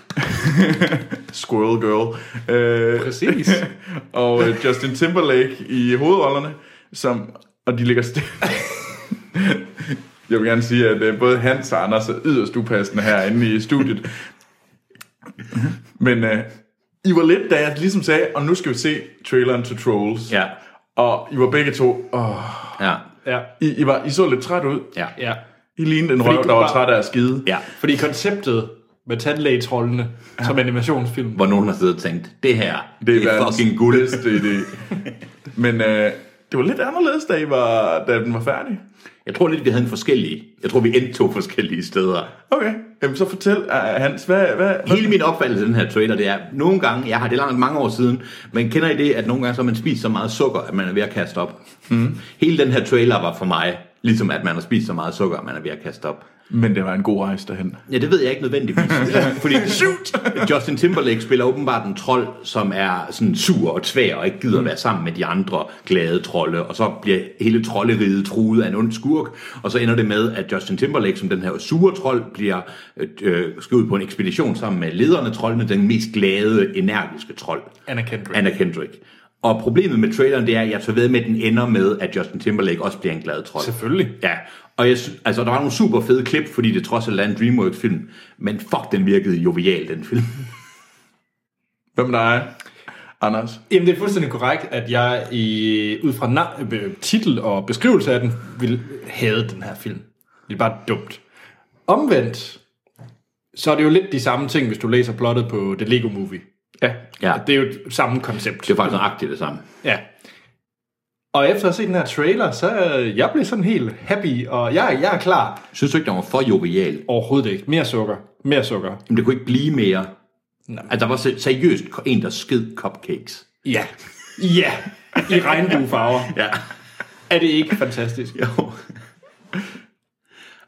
Speaker 3: Squirrel Girl. Øh,
Speaker 1: Præcis.
Speaker 3: og øh, Justin Timberlake i hovedrollerne, som, og de ligger stille. Jeg vil gerne sige, at øh, både Hans og Anders er yderst upassende herinde i studiet. Men øh, I var lidt, da jeg ligesom sagde, og nu skal vi se traileren til Trolls.
Speaker 2: Ja.
Speaker 3: Og I var begge to, åh,
Speaker 2: Ja.
Speaker 1: Ja,
Speaker 3: I, I, var, I så lidt træt ud.
Speaker 2: Ja.
Speaker 1: ja.
Speaker 3: I lignede en
Speaker 1: Fordi
Speaker 3: røv,
Speaker 1: du
Speaker 3: der var
Speaker 1: var-
Speaker 3: træt af at skide.
Speaker 2: ja.
Speaker 1: Fordi konceptet med tandlægetrollene ja. som animationsfilm,
Speaker 2: Hvor nogen har siddet og tænkt, det her, det,
Speaker 3: Det
Speaker 2: er
Speaker 3: er verdens
Speaker 2: fucking guld.
Speaker 3: bedste idé. Men øh, Det var lidt anderledes, da, I var, da den var færdig.
Speaker 2: Jeg tror lidt, vi havde en forskellige. Jeg tror, vi endte to forskellige steder.
Speaker 3: Okay, Jamen, så fortæl, uh, Hans, hvad... hvad
Speaker 2: Hele min opfattelse af den her trailer, det er, nogle gange, jeg har det er langt mange år siden, men kender I det, at nogle gange så har man spist så meget sukker, at man er ved at kaste op? Mm. Hele den her trailer var for mig, ligesom at man har spist så meget sukker, at man er ved at kaste op.
Speaker 3: Men det var en god rejse derhen.
Speaker 2: Ja, det ved jeg ikke nødvendigvis. Altså, Fordi
Speaker 3: Shoot!
Speaker 2: Justin Timberlake spiller åbenbart en trold, som er sådan sur og tvær og ikke gider være sammen med de andre glade trolde. Og så bliver hele trolderiget truet af en ond skurk. Og så ender det med, at Justin Timberlake, som den her sure trold, bliver øh, skal ud på en ekspedition sammen med lederen af troldene, den mest glade, energiske trold.
Speaker 1: Anna Kendrick.
Speaker 2: Anna Kendrick. Og problemet med traileren, det er, at jeg tør ved med, at den ender med, at Justin Timberlake også bliver en glad trold.
Speaker 1: Selvfølgelig.
Speaker 2: Ja, og jeg, sy- altså, der var nogle super fede klip, fordi det trods alt er en DreamWorks-film. Men fuck, den virkede jovial, den film.
Speaker 3: Hvem der er? Anders.
Speaker 1: Jamen, det er fuldstændig korrekt, at jeg i, ud fra na- øh, titel og beskrivelse af den, ville have den her film. Det er bare dumt. Omvendt, så er det jo lidt de samme ting, hvis du læser plottet på The Lego Movie. Ja.
Speaker 2: Ja.
Speaker 1: Det er jo et samme koncept.
Speaker 2: Det var faktisk nøjagtigt det samme.
Speaker 1: Ja. Og efter at have set den her trailer, så øh, jeg blev sådan helt happy, og jeg, jeg er klar.
Speaker 2: Synes du ikke, den var for jovial?
Speaker 1: Overhovedet ikke. Mere sukker. Mere sukker.
Speaker 2: Men det kunne ikke blive mere. Altså, der var se- seriøst en, der sked cupcakes.
Speaker 1: Ja. Ja. I regnbuefarver.
Speaker 2: Ja.
Speaker 1: Er det ikke fantastisk?
Speaker 2: Jo.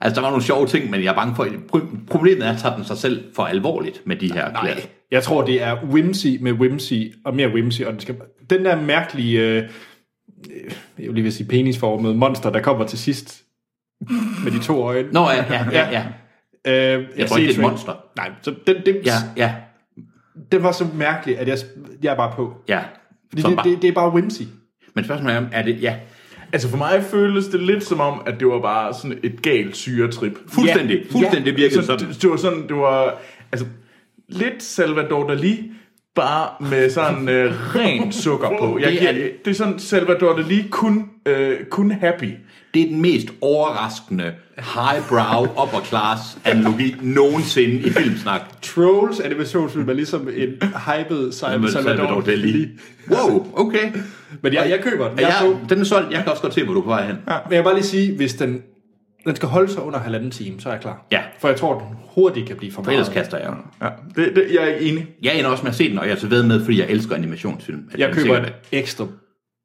Speaker 2: Altså, der var nogle sjove ting, men jeg er bange for... pro- Problemet er, at tager den sig selv for alvorligt med de her
Speaker 1: Nej. Jeg tror, det er whimsy med whimsy, og mere whimsy, og den, skal, den der mærkelige, øh, øh, jeg vil lige vil sige penisformede monster, der kommer til sidst med de to øjne.
Speaker 2: Nå, ja, ja, ja. ja.
Speaker 1: Øh, jeg,
Speaker 2: Jeg tror
Speaker 1: ser
Speaker 2: ikke, det er
Speaker 1: trail-
Speaker 2: et monster.
Speaker 1: Nej, så den, den,
Speaker 2: Ja,
Speaker 1: ja.
Speaker 2: ja,
Speaker 1: den var så mærkelig, at jeg, jeg er bare på.
Speaker 2: ja.
Speaker 1: Fordi
Speaker 2: Så
Speaker 1: det,
Speaker 2: bare-
Speaker 1: det, det er bare whimsy.
Speaker 2: Men spørgsmålet er, om er det... Ja,
Speaker 3: Altså for mig føles det lidt som om, at det var bare sådan et galt syretrip.
Speaker 2: fuldstændig.
Speaker 1: Ja.
Speaker 2: Fuldstændig
Speaker 3: Ja.
Speaker 2: virkede
Speaker 3: så
Speaker 2: sådan.
Speaker 3: Det, det var sådan, det var altså, lidt Salvador Dali, bare med sådan øh, ren sukker på. Jeg,
Speaker 2: Det er-
Speaker 3: det, er, det er sådan Salvador Dali, kun, øh, kun happy.
Speaker 2: Det er den mest overraskende highbrow upper class analogi nogensinde i filmsnak.
Speaker 1: Trolls animationsfilm er ligesom en hyped Simon Salvador Dali.
Speaker 2: Wow, okay.
Speaker 1: Men jeg, jeg køber den. Jeg,
Speaker 2: Jeg,
Speaker 1: er på.
Speaker 2: den er solgt. Jeg kan også godt se, hvor du er på vej hen.
Speaker 1: Men jeg vil bare lige sige, hvis den, den skal holde sig under halvanden time, så er jeg klar.
Speaker 2: Ja.
Speaker 1: For jeg tror, den hurtigt kan blive for
Speaker 2: For ellers
Speaker 1: meget.
Speaker 2: kaster jeg jo.
Speaker 3: Ja, det, det, jeg er enig.
Speaker 2: Jeg ender også med at se den, og jeg er så ved med, fordi jeg elsker animationsfilm. at
Speaker 1: Jeg
Speaker 2: den
Speaker 1: køber
Speaker 2: sikkert
Speaker 1: en
Speaker 2: er.
Speaker 1: ekstra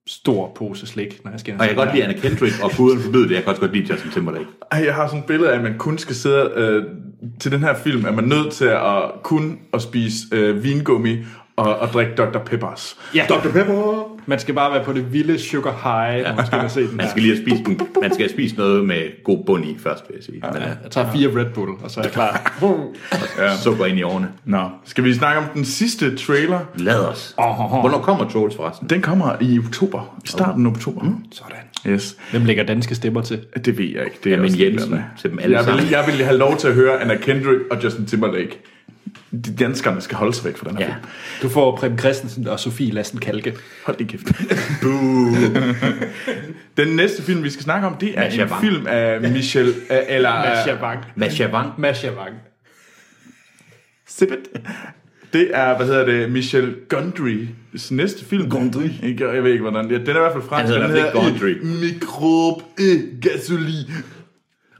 Speaker 1: stor pose slik, når jeg skal ind
Speaker 2: Og jeg kan godt lide Anna Kendrick, og guden forbyde det, jeg kan også godt lide Justin Timberlake.
Speaker 3: Ej, Jeg har sådan et billede af, at man kun skal sidde øh, til den her film, at man er nødt til at kun at spise øh, vingummi og, og drikke Dr. Peppers.
Speaker 1: Ja. Dr. Pepper! Man skal bare være på det vilde sugar high, når man skal ind og se den
Speaker 2: Man
Speaker 1: her.
Speaker 2: skal lige have spist, den. man skal have spist noget med god bund i først, vil jeg sige. Men,
Speaker 1: Jeg tager fire Red Bull, og så er jeg klar.
Speaker 2: ja. Sukker ind i årene.
Speaker 3: Nå, skal vi snakke om den sidste trailer?
Speaker 2: Lad os. Hvornår kommer Trolls forresten?
Speaker 3: Den kommer i oktober, i starten af oktober.
Speaker 2: Mm.
Speaker 1: Sådan.
Speaker 3: Yes,
Speaker 1: Hvem lægger danske stemmer til?
Speaker 3: det ved jeg ikke. Det er
Speaker 2: Jamen
Speaker 3: også ligeglad
Speaker 2: Jensen
Speaker 3: med.
Speaker 2: til dem alle
Speaker 3: jeg
Speaker 2: sammen.
Speaker 3: vil, jeg vil have lov til at høre Anna Kendrick og Justin Timberlake. De danskerne skal holde sig væk fra den her
Speaker 2: Ja.
Speaker 3: film.
Speaker 1: Du får Prem Christensen og Sofie Lassen Kalke.
Speaker 3: Hold din kæft. Boo. den næste film, vi skal snakke om, det er
Speaker 2: Masha
Speaker 3: en
Speaker 2: Vang.
Speaker 3: film af Michel... Eller,
Speaker 1: Masha Wang.
Speaker 2: Masha Wang.
Speaker 1: Masha Wang.
Speaker 3: Zip it. Det er, hvad hedder det, Michel Gondrys næste film. Gondry? Jeg, jeg ved ikke, hvordan det er. Den er i hvert fald fransk.
Speaker 2: Han hedder
Speaker 3: Den
Speaker 2: i hvert fald ikke
Speaker 3: hedder Mikrob et gasoli.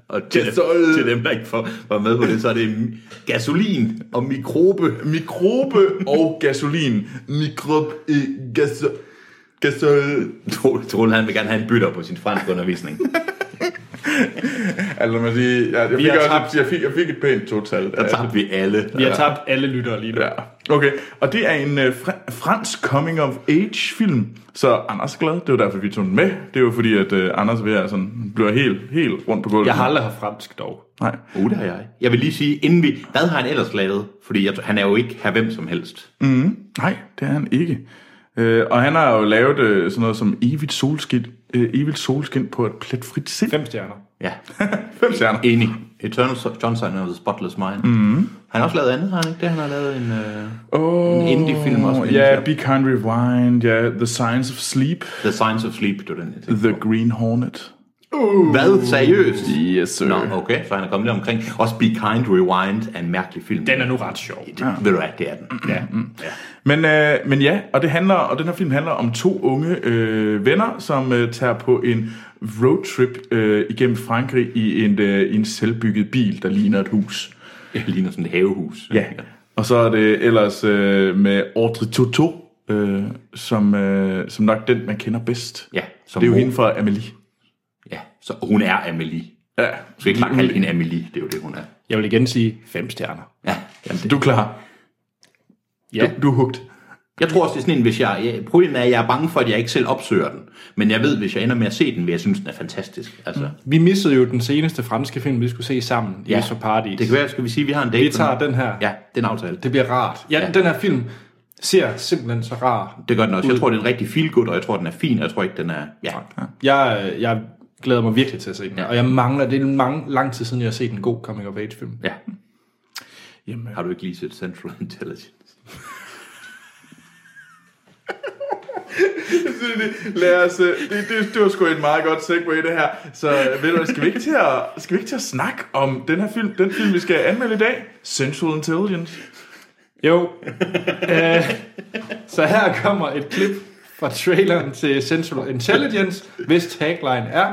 Speaker 2: Og til,
Speaker 3: Gasol.
Speaker 2: dem, til dem, der ikke får, var med på det, så er det mi- gasolin og mikrobe.
Speaker 3: Mikrobe og gasolin. Mikrob et gaso... Gasol...
Speaker 2: Tro- Troel, han vil gerne have en bytter på sin fransk undervisning.
Speaker 3: Altså, man siger, jeg, jeg, fik
Speaker 1: har
Speaker 3: også,
Speaker 1: tabt.
Speaker 3: jeg, fik, jeg fik et pænt total.
Speaker 2: Der tabte vi alle.
Speaker 1: Vi har tabt alle lyttere lige nu.
Speaker 3: Ja, okay. Og det er en øh, fra- fransk coming of age film. Så Anders er glad. Det var derfor, vi tog den med. Det var fordi, at øh, Anders ved at sådan, bliver helt, helt rundt på gulvet.
Speaker 1: Jeg har aldrig haft fransk dog.
Speaker 3: Nej.
Speaker 2: Uh, det har jeg. Jeg vil lige sige, inden vi... Hvad har han ellers lavet? Fordi jeg, tror- han er jo ikke her hvem som helst.
Speaker 3: Nej, det er han ikke. Øh, og han har jo lavet øh, sådan noget som evigt solskin, øh, evigt solskin på et pletfrit sind.
Speaker 1: Fem stjerner.
Speaker 2: Ja,
Speaker 3: Fem stjerner.
Speaker 2: enig. Eternal So- Johnson of the Spotless Mind. Mm-hmm. Han har også lavet andet, har han ikke? Det han har lavet en... Uh,
Speaker 3: Oh,
Speaker 2: En indie-film også, men
Speaker 3: Ja,
Speaker 2: indie-film.
Speaker 3: Be Kind Rewind, ja, The Science of Sleep,
Speaker 2: The Science of Sleep, det var den, jeg tænkte.
Speaker 3: The Green Hornet.
Speaker 2: Uh. Hvad? Seriøst?
Speaker 4: Yes, sir.
Speaker 2: Nå, okay, så han er kommet lidt omkring. Også Be Kind Rewind er en mærkelig film.
Speaker 1: Den er nu ret sjov.
Speaker 2: Det, ja. Ved du hvad, det er den. Ja.
Speaker 3: Men, øh, men ja, og, det handler, og den her film handler om to unge øh, venner, som øh, tager på en roadtrip øh, igennem Frankrig i en, øh, i en selvbygget bil, der ligner et hus.
Speaker 2: Det ligner sådan et havehus.
Speaker 3: Ja, og så er det ellers øh, med Audrey Tautou, øh, som, øh, som nok den, man kender bedst.
Speaker 2: Ja,
Speaker 3: som
Speaker 2: som
Speaker 3: det er jo
Speaker 2: mor.
Speaker 3: hende fra Amelie.
Speaker 2: ja. Så hun er Amelie.
Speaker 3: Ja,
Speaker 2: Du skal ikke bare kalde hende Amelie, det er jo det, hun er.
Speaker 1: Jeg vil igen sige fem stjerner.
Speaker 2: Ja, jamen det.
Speaker 3: du er klar.
Speaker 1: Ja.
Speaker 3: Du er hugt.
Speaker 2: Jeg tror også, det er sådan en, hvis jeg... jeg- Problemet er, at jeg er bange for, at jeg ikke selv opsøger den. Men jeg ved, hvis jeg ender med at se den, vil jeg synes, den er fantastisk. Altså,
Speaker 1: Vi missede jo den seneste franske film, vi skulle se sammen, ja. Iso Paradis.
Speaker 2: Det kan være, skal vi sige, at vi har en date.
Speaker 1: Vi tager den her.
Speaker 2: Ja, det er en aftale.
Speaker 1: Det bliver rart. Ja, ja, den her film ser simpelthen så rar.
Speaker 2: Det gør den også. Jeg tror, det er en rigtig feel good, og jeg tror, den er fin, og jeg tror ikke, den er... Ja.
Speaker 1: Jeg, øh, jeg glæder mig virkelig til at se den. Ja.
Speaker 2: Ja.
Speaker 1: Og jeg mangler, det er mange, lang tid siden, jeg har set en god coming of age film.
Speaker 2: ja.
Speaker 3: Jamen,
Speaker 2: Har du ikke lige set Central Intelligence?
Speaker 3: Lad os, øh, det, det, det var sgu en meget godt segue det her. Så øh, ved du, hvad, skal vi, ikke til at, skal vi ikke til at snakke om den her film, den film, vi skal anmelde i dag? Central Intelligence.
Speaker 1: Jo. Æh, så her kommer et klip fra traileren til Central Intelligence, hvis tagline er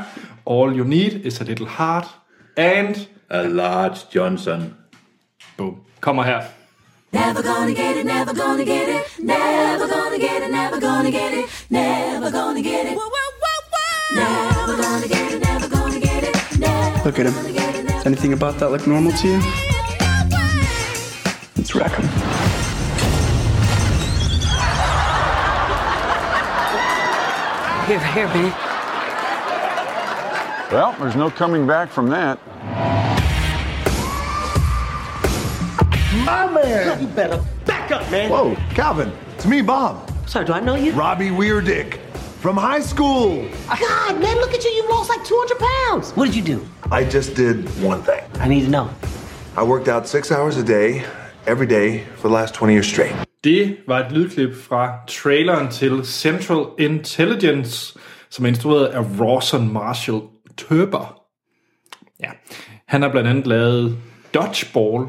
Speaker 1: All you need is a little heart and...
Speaker 2: A large Johnson.
Speaker 1: Boom. Kommer her.
Speaker 5: Never gonna get it, never gonna get it, never gonna get it, never gonna get it, never gonna get it. Never gonna get it, never gonna get it, never
Speaker 6: Look at
Speaker 5: gonna
Speaker 6: him.
Speaker 5: get it, never
Speaker 6: Does anything about that look normal to you?
Speaker 5: gonna get it.
Speaker 6: Let's wreck him.
Speaker 7: Here, here, babe.
Speaker 8: Well, there's no coming back from that.
Speaker 9: My man!
Speaker 10: You better back up, man.
Speaker 9: Whoa, Calvin, it's me, Bob.
Speaker 10: Sorry, do I know you?
Speaker 9: Robbie Weirdick from high school.
Speaker 10: God, man, look at you. You've lost like 200 pounds. What did you do?
Speaker 9: I just did one thing.
Speaker 10: I need to know.
Speaker 9: I worked out six hours a day, every day, for the last 20 years straight.
Speaker 1: Det var et lydklip fra traileren til Central Intelligence, som er instrueret af Rawson Marshall Turber. Ja. Han har blandt andet lavet Dodgeball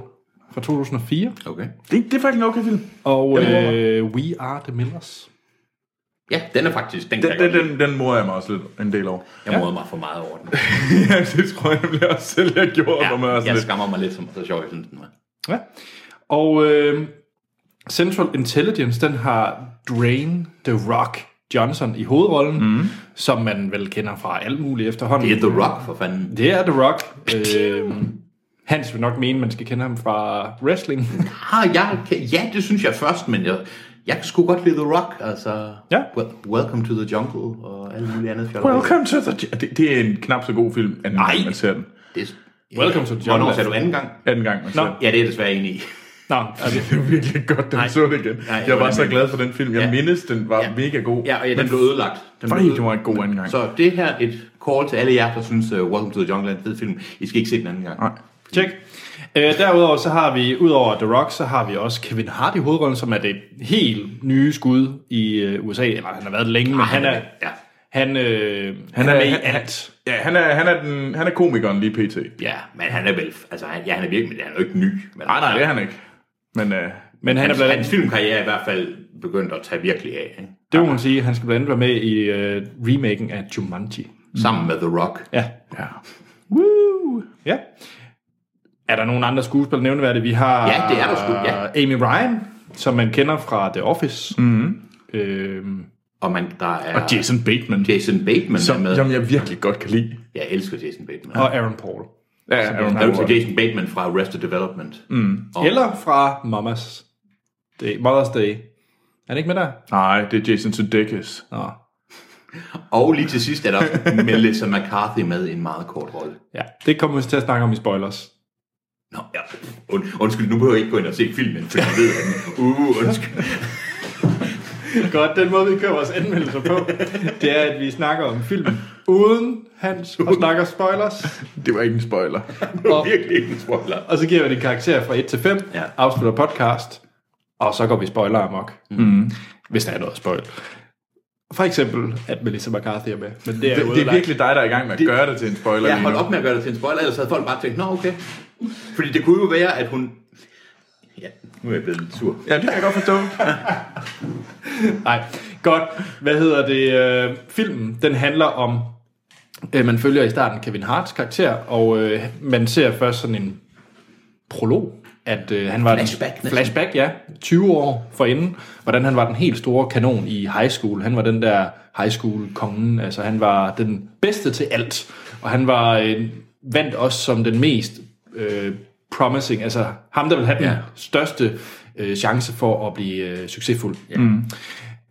Speaker 1: fra 2004,
Speaker 2: Okay.
Speaker 3: Det, det er faktisk en okay film.
Speaker 1: og øh, We Are The Millers.
Speaker 2: Ja, den er faktisk... Den, kan
Speaker 3: Den,
Speaker 2: jeg godt
Speaker 3: den,
Speaker 2: lide.
Speaker 3: den, den morer jeg mig også lidt en del over.
Speaker 2: Jeg moder mig for meget over den.
Speaker 3: ja, det tror jeg nemlig også selv, jeg gjorde. hvor man var
Speaker 2: Ja,
Speaker 3: sådan
Speaker 2: jeg
Speaker 3: lidt-
Speaker 2: skammer mig lidt, som så sjov jeg synes, den var.
Speaker 1: Ja. Og øh, Central Intelligence, den har Dwayne The Rock Johnson i hovedrollen, mm. som man vel kender fra alt muligt efterhånden.
Speaker 2: Mhm. Det er The Rock, for fanden.
Speaker 1: Det er The Rock. Øh, Hans vil nok mene, man skal kende ham fra wrestling.
Speaker 2: Ah, jeg kan, ja, det synes jeg først, men jeg, jeg kan sgu godt lide The Rock, altså...
Speaker 1: Ja.
Speaker 2: Well, welcome to the Jungle og alt muligt andet. fjolleri.
Speaker 3: Welcome to the... Det, det er en knap så god film, anden
Speaker 2: Nej.
Speaker 3: gang man ser den.
Speaker 2: Det er-
Speaker 1: Welcome to the
Speaker 2: Hvornår
Speaker 1: jungle.
Speaker 2: sagde du anden gang?
Speaker 3: Anden gang man ser den.
Speaker 2: Ja, det er jeg desværre enig i.
Speaker 1: Nå, altså,
Speaker 3: Det er virkelig godt, den
Speaker 2: Nej.
Speaker 3: så det igen.
Speaker 2: Nej,
Speaker 3: jeg var
Speaker 2: hvordan
Speaker 3: så
Speaker 2: men-
Speaker 3: glad for den film. Jeg
Speaker 2: Ja.
Speaker 3: mindes, den var
Speaker 2: Ja.
Speaker 3: mega god.
Speaker 2: Ja, og ja, den
Speaker 3: Men
Speaker 2: blev ødelagt. Den
Speaker 3: Fuck,
Speaker 2: blev
Speaker 3: det var en god anden gang.
Speaker 2: Så det her er et call til alle jer, der synes, uh, Welcome to the Jungle er en fed film. I skal ikke se den anden gang.
Speaker 3: Nej.
Speaker 1: tjek. Øh, derudover så har vi, udover The Rock, så har vi også Kevin Hart i hovedrollen, som er det helt nye skud i øh, USA. Eller han har været det længe, men Ah, han er,
Speaker 2: Ja.
Speaker 1: han, øh, han, er med i alt.
Speaker 3: Ja, han er, han er, den, han er komikeren lige pt.
Speaker 2: Ja, men han er vel... Altså, han, ja, han er virkelig, men han er jo ikke ny. Men
Speaker 3: Nej, nej, det er han ikke. Men øh,
Speaker 1: Men han er
Speaker 2: Hans,
Speaker 1: blandt
Speaker 2: hans
Speaker 1: andet,
Speaker 2: filmkarriere er i hvert fald begyndt at tage virkelig af. Ikke?
Speaker 1: det må man sige, han skal blandt andet være med i øh, remaken af Jumanji.
Speaker 2: Sammen med The Rock.
Speaker 1: Ja. ja. Woo! Ja. Er der nogen andre skuespillere nævneværdige? Vi har
Speaker 2: Ja, det er der sgu, ja. Mm.
Speaker 1: Amy Ryan, som man kender fra The Office. Mm-hmm. Øhm,
Speaker 2: Og man, der er...
Speaker 3: og Jason Bateman,
Speaker 2: Jason Bateman som, er
Speaker 3: som,
Speaker 2: med.
Speaker 3: som jeg virkelig godt kan lide.
Speaker 2: Jeg elsker Jason Bateman.
Speaker 1: og Aaron Paul.
Speaker 3: Ja, ja,
Speaker 2: Der er
Speaker 3: ja,
Speaker 2: jo så Jason Bateman fra Arrested Development. Mm. Og,
Speaker 1: Eller fra Mamas Day, Mother's Day. Er det ikke med der?
Speaker 3: Nej, det er Jason Sudeikis.
Speaker 1: Nå.
Speaker 2: og lige til sidst er der også Melissa McCarthy med i en meget kort rolle.
Speaker 1: Ja, det kommer vi til at snakke om i spoilers.
Speaker 2: Nå, ja. Und, undskyld, nu behøver jeg ikke gå ind og se filmen, for jeg ved at den. Uh, undskyld.
Speaker 1: Godt, den måde vi kører vores anmeldelser på, det er, at vi snakker om filmen uden Hans og snakker spoilers.
Speaker 3: Det var ikke en spoiler.
Speaker 1: Og,
Speaker 2: Virkelig ikke en spoiler.
Speaker 1: og så giver vi det karakter fra 1 til 5, ja.
Speaker 2: Ja.
Speaker 1: afslutter podcast, og så går vi spoiler amok. Mm. Hvis der er noget spoil. For eksempel, at Melissa McCarthy er med. Men det er,
Speaker 3: Det,
Speaker 1: jo
Speaker 3: det er
Speaker 1: ødelagt.
Speaker 3: virkelig dig, der er i gang med at
Speaker 2: Det-
Speaker 3: gøre det til en spoiler.
Speaker 2: Ja,
Speaker 3: lige nu.
Speaker 2: hold op med at gøre det til en spoiler, ellers havde folk bare tænkt, nå okay. Fordi det kunne jo være, at hun... Ja, nu er jeg blevet lidt sur.
Speaker 3: Ja, det kan jeg godt forstå.
Speaker 1: Nej, godt. Hvad hedder det? Øh, filmen, den handler om, øh, man følger i starten Kevin Harts karakter, og øh, man ser først sådan en prolog, at øh, han var
Speaker 2: Flashback
Speaker 1: den,
Speaker 2: næsten.
Speaker 1: flashback, ja, 20 år forinden, hvordan han var den helt store kanon i high school. Han var den der high school kongen, altså han var den bedste til alt, og han var øh, vandt også som den mest øh, promising, altså ham der ville have den ja. største øh, chance for at blive øh, succesfuld. Ja. Mm.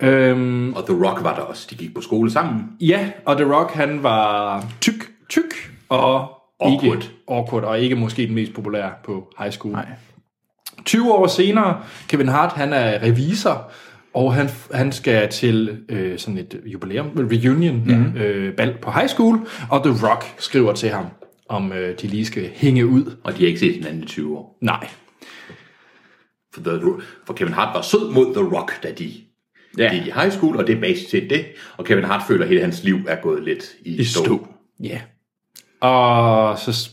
Speaker 1: Øhm,
Speaker 2: Og The Rock var der også. De gik på skole sammen.
Speaker 1: Ja, og The Rock, han var tyk, tyk og
Speaker 2: Awkward.
Speaker 1: Ikke, awkward, og ikke måske den mest populære på high school. Nej. 20 år senere, Kevin Hart, han er revisor, og han, han skal til øh, sådan et jubilæum, reunion, mm-hmm. øh, bal på high school, og The Rock skriver til ham, om øh, de lige skal hænge ud.
Speaker 2: Og de har ikke set hinanden i 20 år.
Speaker 1: Nej.
Speaker 2: For, the, for Kevin Hart var sød mod The Rock, da de
Speaker 3: Ja.
Speaker 2: ja. gik i high school, og det er basisk set det. Og Kevin Hart føler, at hele hans liv er gået lidt i,
Speaker 3: I stå.
Speaker 1: Ja. Og så s-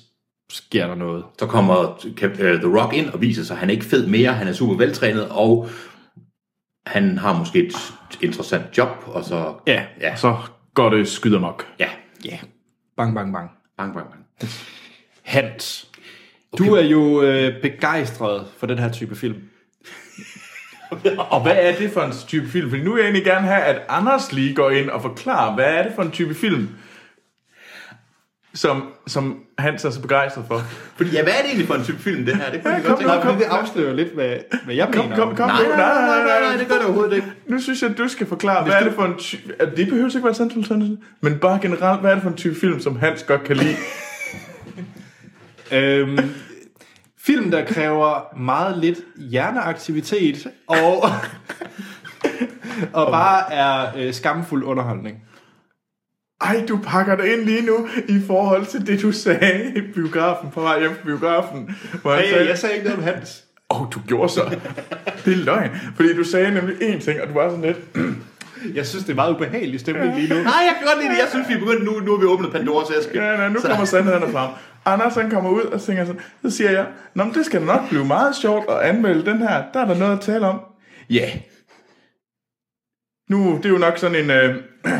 Speaker 1: sker der noget.
Speaker 2: Så kommer Kev- øh, The Rock ind og viser sig, at han er ikke fed mere, han er super veltrænet, og han har måske et interessant job, og så...
Speaker 1: Ja.
Speaker 2: Ja.
Speaker 3: Så går det skyder nok.
Speaker 2: ja.
Speaker 1: Ja. Bang, bang, bang.
Speaker 2: Bang, bang, bang.
Speaker 1: Hans, du er jo øh, begejstret for den her type film.
Speaker 3: Og hvad er det for en type film? Fordi nu vil jeg egentlig gerne have, at Anders lige går ind og forklarer, hvad er det for en type film, som, som Hans er så begejstret for.
Speaker 2: Fordi, ja, hvad er det egentlig for en type film, det her? Det kunne jeg
Speaker 3: Ja, kom
Speaker 2: godt tænke
Speaker 3: nu,
Speaker 2: mig.
Speaker 3: kom.
Speaker 1: Det afslører lidt, hvad, hvad jeg
Speaker 3: Kom,
Speaker 1: mener.
Speaker 3: kom, kom.
Speaker 2: Nej,
Speaker 3: nu.
Speaker 2: nej, nej, nej, nej, det gør det overhovedet ikke.
Speaker 3: Nu synes jeg, at du skal forklare, hvad er det for en type... at Det behøver ikke være Central Søndersen, men bare generelt, hvad er det for en type film, som Hans godt kan lide?
Speaker 1: Øhm, film, der kræver meget lidt hjerneaktivitet og, og bare er øh, skamfuld underholdning.
Speaker 3: Ej, du pakker det ind lige nu i forhold til det, du sagde i biografen, på vej hjem fra biografen. Hvor han sagde,
Speaker 1: sagde ikke noget om Hans.
Speaker 3: Åh, oh, du gjorde så. Det er løgn. Fordi du sagde nemlig én ting, og du var sådan lidt...
Speaker 1: Jeg synes, det er meget ubehagelig stemning lige nu.
Speaker 2: Nej, jeg kan godt lide det. Jeg synes, vi er begyndt nu. Nu har vi åbnet Pandoras æske.
Speaker 3: Ja, nej, nu så. kommer sandhederne frem. Anders han kommer ud og tænker sådan, så siger jeg, Nå, men det skal da nok blive meget sjovt at anmelde den her. Der er der noget at tale om.
Speaker 2: Ja.
Speaker 3: Nu, det er jo nok sådan en øh,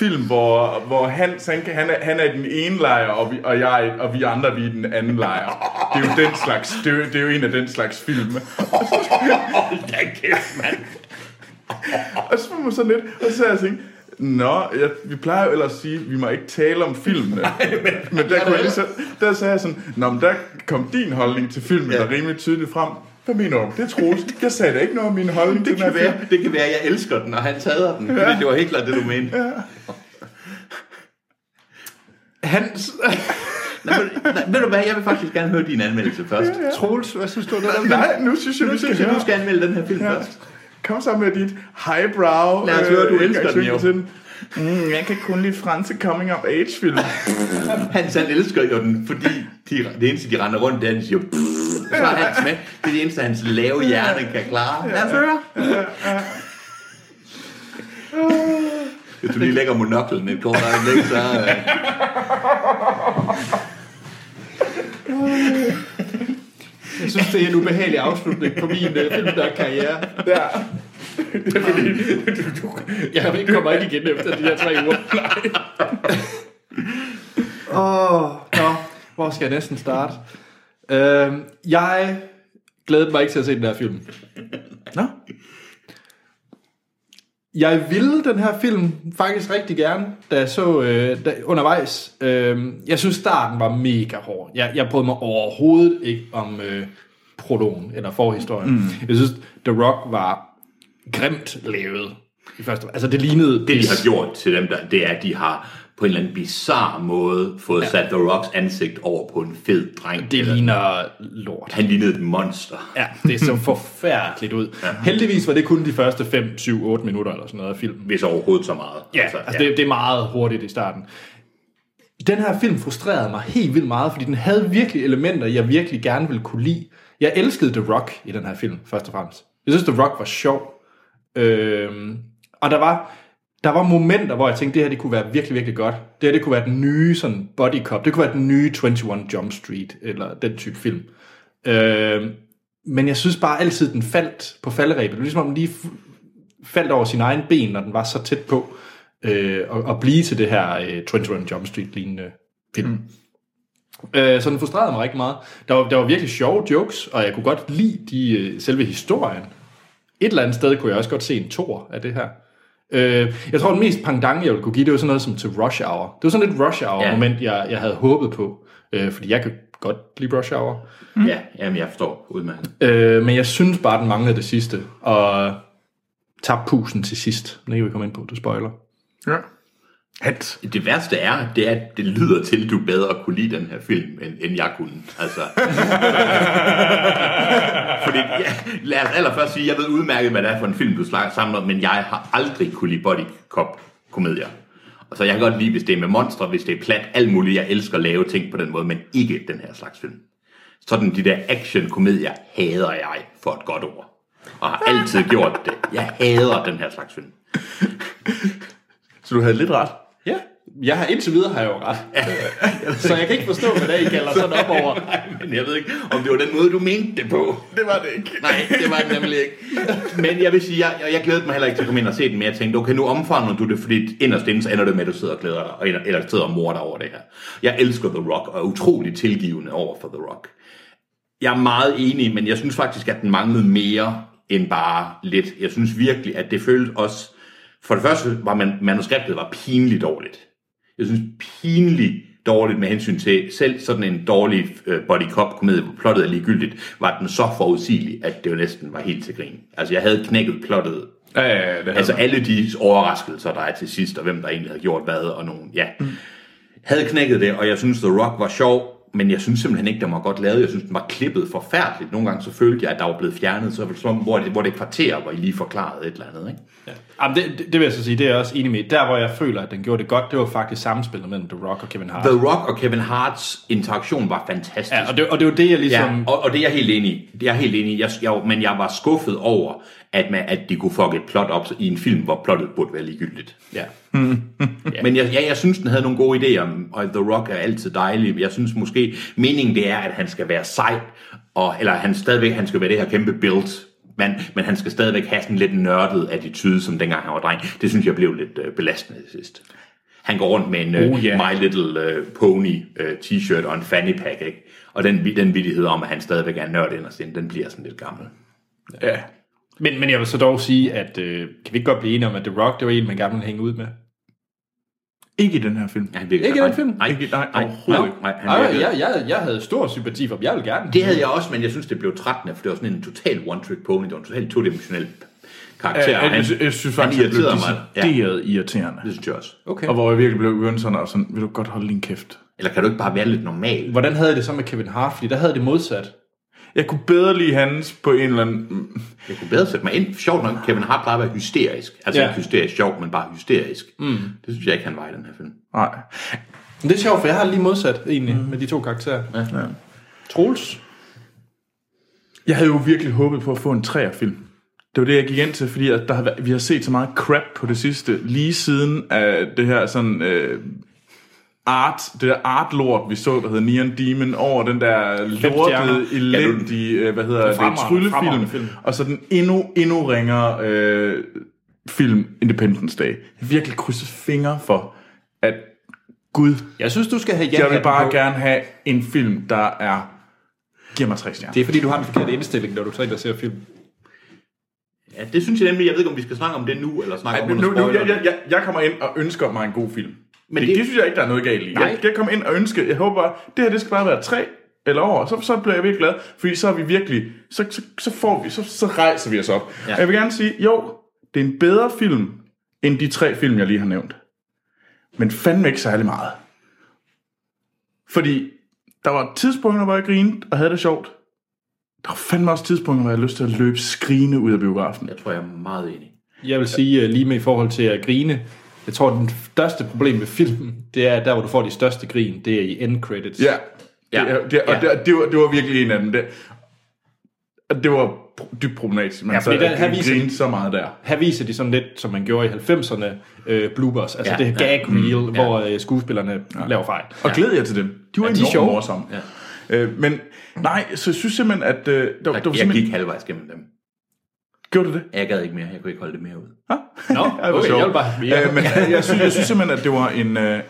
Speaker 3: film, hvor, hvor Hans, han, kan- han, er, han er i den ene lejr, og vi, og, jeg, og vi andre, vi er i den anden lejr. Det er jo, den slags, det er jo, det er jo en af den slags film.
Speaker 2: Hold da kæft, mand.
Speaker 3: Og så var man sådan lidt, og så sagde jeg sådan, Nå, jeg, vi plejer jo ellers at sige, at vi må ikke tale om filmene. Nej, men, men der, kunne jeg lige så, der sagde jeg sådan, Nå, men der kom din holdning til filmen ja. der rimelig tydeligt frem. Hvad mener du? Det troes. Jeg sagde da ikke noget om min holdning
Speaker 2: Det
Speaker 3: til den
Speaker 2: kan,
Speaker 3: her film.
Speaker 2: være, det kan være, jeg elsker den, og han tager den. Fordi det var helt klart det, du mente.
Speaker 1: Hans,
Speaker 2: Nej, men, nej, ved du hvad, jeg vil faktisk gerne høre din anmeldelse først.
Speaker 1: Troels, hvad synes du om det?
Speaker 3: Nej, nu synes jeg,
Speaker 2: Nu
Speaker 3: vi skal
Speaker 2: synes jeg,
Speaker 3: høre.
Speaker 2: du skal anmelde den her film
Speaker 3: Ja.
Speaker 2: først.
Speaker 3: Kom så med dit highbrow. øh,
Speaker 2: Lad os høre, du elsker den, jo.
Speaker 3: den. Mm, jeg kan kun lide franske coming of age film.
Speaker 2: Hans, han elsker jo den, fordi de, det eneste, de render rundt, det er, at de siger, "Pff", så er Hans med. Det er det eneste, hans lave hjerne kan klare. Lad os høre. Hvis du lige lægger monoklen et kort øjeblik, så... Øh,
Speaker 1: Jeg synes, det er en ubehagelig afslutning på min øh, film, der er karriere.
Speaker 3: Der.
Speaker 1: Jeg kommer ikke igen efter de her tre uger. Åh, oh, nå. Hvor skal jeg næsten starte? Øhm, jeg glædede mig ikke til at se den her film.
Speaker 3: Nå.
Speaker 1: Jeg ville den her film faktisk rigtig gerne, da jeg så øh, da, undervejs. Øh, jeg synes, starten var mega hård. Jeg, jeg brød mig overhovedet ikke om øh, prologen eller forhistorien. Mm. Jeg synes, The Rock var grimt lavet i første Altså, det lignede...
Speaker 2: Det, de har gjort til dem, der, det er, at de har på en eller anden bizarre måde fået ja. sat The Rocks ansigt over på en fed dreng.
Speaker 1: Det
Speaker 2: Eller-
Speaker 1: ligner lort.
Speaker 2: Han lignede et monster.
Speaker 1: Ja, det så forfærdeligt ud. Ja. Heldigvis var det kun de første 5, 7, 8 minutter eller sådan noget af filmen.
Speaker 2: Hvis overhovedet så meget.
Speaker 1: Ja, altså, altså Det, det er meget hurtigt i starten. Den her film frustrerede mig helt vildt meget, fordi den havde virkelig elementer, jeg virkelig gerne ville kunne lide. Jeg elskede The Rock i den her film, først og fremmest. Jeg synes, The Rock var sjov. Øhm, og der var... der var momenter, hvor jeg tænkte, det her det kunne være virkelig, virkelig godt. Det her det kunne være den nye sådan, Body Cop. Det kunne være den nye 21 Jump Street, eller den type film. Øh, men jeg synes bare altid, den faldt på falderæbet. Det var ligesom om den lige fu- faldt over sin egen ben, når den var så tæt på øh, at, at blive til det her øh, 21 Jump Street-lignende film. Mm. Øh, så den frustrerede mig rigtig meget. Der var, der var virkelig sjove jokes, og jeg kunne godt lide de, øh, selve historien. Et eller andet sted kunne jeg også godt se en tor af det her. Øh, jeg tror, den mest pangdange, jeg ville kunne give, det var sådan noget som til Rush Hour. Det var sådan et Rush Hour-moment, jeg, jeg havde håbet på. Øh, fordi jeg kan godt lide Rush Hour.
Speaker 2: Ja, jamen jeg forstår udmærket.
Speaker 1: Øh, men jeg synes bare, den manglede det sidste. Og tabte pusen til sidst. Men Det kan vi komme ind på, du spoiler.
Speaker 3: Ja. Hans.
Speaker 2: Det værste er, det er, at det lyder til, at du bedre kunne lide den her film, end, end jeg kunne. Altså. Fordi, ja, lad os allerførst sige, jeg ved udmærket, hvad det er for en film, du slag- samler, men jeg har aldrig kunne lide body cop komedier. Og så jeg kan godt lide, hvis det er med monstre, hvis det er plat, alt muligt. Jeg elsker at lave ting på den måde, men ikke den her slags film. Sådan de der action-komedier hader jeg for et godt ord. Og har altid gjort det. Jeg hader den her slags film.
Speaker 3: Så du havde lidt ret.
Speaker 1: Ja, jeg har indtil videre har jeg jo ret. Øh, så jeg kan ikke forstå, hvad det er, I kalder sådan op over.
Speaker 2: Nej, men jeg ved ikke, om det var den måde, du mente det på.
Speaker 3: Det var det ikke.
Speaker 2: Nej, det var det nemlig ikke. Men jeg vil sige, jeg, jeg, jeg glædede mig heller ikke til at komme ind og se den, men jeg tænkte, okay, nu omfavner du det, fordi inderst inde, så ender det med, at du sidder og glæder dig, og ender- eller sidder og morder over det her. Jeg elsker The Rock, og er utrolig tilgivende over for The Rock. Jeg er meget enig, men jeg synes faktisk, at den manglede mere end bare lidt. Jeg synes virkelig, at det føltes også... For det første var man, manuskriptet var pinligt dårligt. Jeg synes pinligt dårligt med hensyn til selv sådan en dårlig øh, body cop komedie, hvor plottet er ligegyldigt, var den så forudsigelig, at det jo næsten var helt til grin. Altså jeg havde knækket plottet.
Speaker 3: Ja, ja, ja, det
Speaker 2: Altså
Speaker 3: altså,
Speaker 2: alle de overraskelser, der er til sidst, og hvem der egentlig havde gjort hvad, og nogen, ja. Mm. Havde knækket det, og jeg synes, The Rock var sjov, men jeg synes simpelthen ikke, den var godt lavet. Jeg synes, den var klippet forfærdeligt. Nogle gange så følte jeg, at der var blevet fjernet, så var det som om, hvor det, hvor det kvarter, hvor I lige forklarede et eller andet, ikke?
Speaker 1: Jamen, det, det, det, vil jeg så sige, det er jeg også enig med. Der, hvor jeg føler, at den gjorde det godt, det var faktisk samspillet mellem The Rock og Kevin Hart.
Speaker 2: The Rock og Kevin Harts interaktion var fantastisk.
Speaker 1: Ja, og det, og det var det, jeg ligesom...
Speaker 2: Ja, og, og det er jeg helt enig i. Det er jeg helt enig i. Jeg, jeg, men jeg var skuffet over, at, man, at de kunne fuck et plot op i en film, hvor plottet burde være ligegyldigt.
Speaker 1: Ja.
Speaker 2: Ja. Men jeg, jeg, jeg synes, den havde nogle gode idéer, og The Rock er altid dejlig. Jeg synes måske, meningen det er, at han skal være sej, og, eller han stadigvæk han skal være det her kæmpe build, men, men han skal stadigvæk have sådan lidt nørdet attitude, som dengang han var dreng. Det synes jeg blev lidt øh, belastende til sidst. Han går rundt med en oh,
Speaker 1: Oh, ja.
Speaker 2: My Little øh, Pony øh, t-shirt og en fanny pack, ikke? Og den, vi- den vidighed om, at han stadigvæk er en nørd inderst inde, den bliver sådan lidt gammel.
Speaker 3: ja.
Speaker 1: Men, men jeg vil så dog sige, at øh, kan vi ikke godt blive enige om, at The Rock, det var en, man gerne ville hænge ud med?
Speaker 3: Ikke i den her film.
Speaker 2: Ja, han virker-
Speaker 1: Ikke i den film?
Speaker 2: Nej,
Speaker 3: Ikke- nej,
Speaker 2: nej, nej,
Speaker 3: overhovedet
Speaker 2: nej,
Speaker 3: ikke.
Speaker 2: nej, han
Speaker 1: Ej,
Speaker 2: virkede-
Speaker 1: jeg, jeg, jeg havde stor sympati for dem. Jeg vil gerne.
Speaker 2: Det havde jeg også, men jeg synes, det blev trættende, for det var sådan en total one-trick pony, det var en total todimensionel karakter.
Speaker 3: Ja,
Speaker 2: og
Speaker 3: jeg,
Speaker 2: han-
Speaker 3: jeg, jeg synes
Speaker 2: han
Speaker 3: faktisk, at det blev
Speaker 2: irriterede mig. Ja,
Speaker 3: decideret ja. irriterende.
Speaker 2: det synes jeg også.
Speaker 1: Okay.
Speaker 3: Og hvor jeg virkelig blev begyndt sådan, og sådan, vil du godt holde din kæft?
Speaker 2: Eller kan du ikke bare være lidt normal?
Speaker 1: Hvordan havde jeg det så med Kevin Hart? Fordi der havde jeg det modsat.
Speaker 3: Jeg kunne bedre lide hans på en eller anden...
Speaker 2: Jeg kunne bedre sætte mig ind. Sjovt nok, Kevin Hart plejer at være hysterisk. Altså
Speaker 1: Ja.
Speaker 2: ja. ikke hysterisk sjov, men bare hysterisk. Mm. Det synes jeg ikke, han var i den her film.
Speaker 3: Nej.
Speaker 1: Men det er sjovt, for jeg har lige modsat egentlig mm. med de to karakterer. Ja.
Speaker 2: Ja.
Speaker 1: Troels?
Speaker 3: Jeg havde jo virkelig håbet på at få en træerfilm. Det var det, jeg gik ind til, fordi at der har, været- vi har set så meget crap på det sidste, lige siden af det her sådan... Øh, art, det der artlort, vi så, der hedder Neon Demon, over den der
Speaker 1: stjerner.
Speaker 3: lortede, elendige, øh, hvad hedder det,
Speaker 1: fremragende,
Speaker 3: tryllefilm,
Speaker 1: fremragende film.
Speaker 3: og så den endnu, endnu ringere øh, film, Independence Day. Jeg har virkelig krydset fingre for, at Gud,
Speaker 1: Jeg synes, du skal have ja
Speaker 3: jeg vil bare
Speaker 1: på.
Speaker 3: gerne have en film, der er, giver mig tre stjerner.
Speaker 1: Det er fordi, du har en forkert indstilling, når du tager ind og ser film.
Speaker 2: ja, det synes jeg nemlig. Jeg ved ikke, om vi skal snakke om det nu, eller snakke
Speaker 3: Ej,
Speaker 2: om
Speaker 3: nu,
Speaker 2: under
Speaker 3: nu, nu, jeg,
Speaker 2: spoileren.
Speaker 3: jeg, jeg, jeg kommer ind og ønsker mig en god film. Men det,
Speaker 2: det-
Speaker 3: det, det synes jeg ikke, der er noget galt i. Jeg, jeg kommer ind og ønsker, jeg håber bare, det her det skal bare være tre eller over, så, så bliver jeg virkelig glad, fordi så er vi virkelig, så, så, så får vi, så, så rejser vi os op.
Speaker 2: Ja.
Speaker 3: Ja. Jeg vil gerne sige, jo, det er en bedre film, end de tre film, jeg lige har nævnt. Men fandme ikke særlig meget. Fordi der var tidspunkter, hvor jeg grinede og havde det sjovt. Der var fandme også tidspunkter, hvor jeg havde lyst til at løbe skrigende ud af biografen.
Speaker 2: jeg tror, jeg er meget enig.
Speaker 1: Jeg vil sige øh, lige med i forhold til at grine. Jeg tror, den største problem med filmen, det er, at der, hvor du får de største grin, det er i end credits.
Speaker 3: Ja. Det,
Speaker 2: Ja.
Speaker 3: ja. Det, og
Speaker 2: Ja.
Speaker 3: det, det, var, det var virkelig en af dem. Det, og det var pro- dybt problematisk. Man
Speaker 1: Ja,
Speaker 3: ja,
Speaker 1: fordi
Speaker 3: sad
Speaker 1: den her
Speaker 3: og
Speaker 1: viser-
Speaker 3: grinede så meget der.
Speaker 1: Her viser de sådan lidt, som man gjorde i 90'erne, øh, bloopers, altså
Speaker 2: Ja,
Speaker 1: ja, det her
Speaker 2: ja.
Speaker 1: gag reel, hvor øh, skuespillerne ja. laver fejl.
Speaker 3: Og ja. glæd jer til dem. De var
Speaker 1: Ja,
Speaker 3: ja,
Speaker 1: de er
Speaker 3: enormt
Speaker 1: sjove.
Speaker 3: morsomme. Ja. Øh, men nej, så jeg synes simpelthen, at... Øh, der, der, var
Speaker 2: Jeg, jeg
Speaker 3: simpelthen...
Speaker 2: gik halvvejs gennem dem.
Speaker 3: Gjorde du det?
Speaker 2: Jeg gad ikke mere. Jeg kunne ikke holde det mere ud.
Speaker 1: Nå,
Speaker 3: det var
Speaker 1: okay,
Speaker 3: sjovt.
Speaker 1: jeg vil bare... Ja.
Speaker 3: Øh, men jeg synes, jeg synes simpelthen, at det var en... Øh,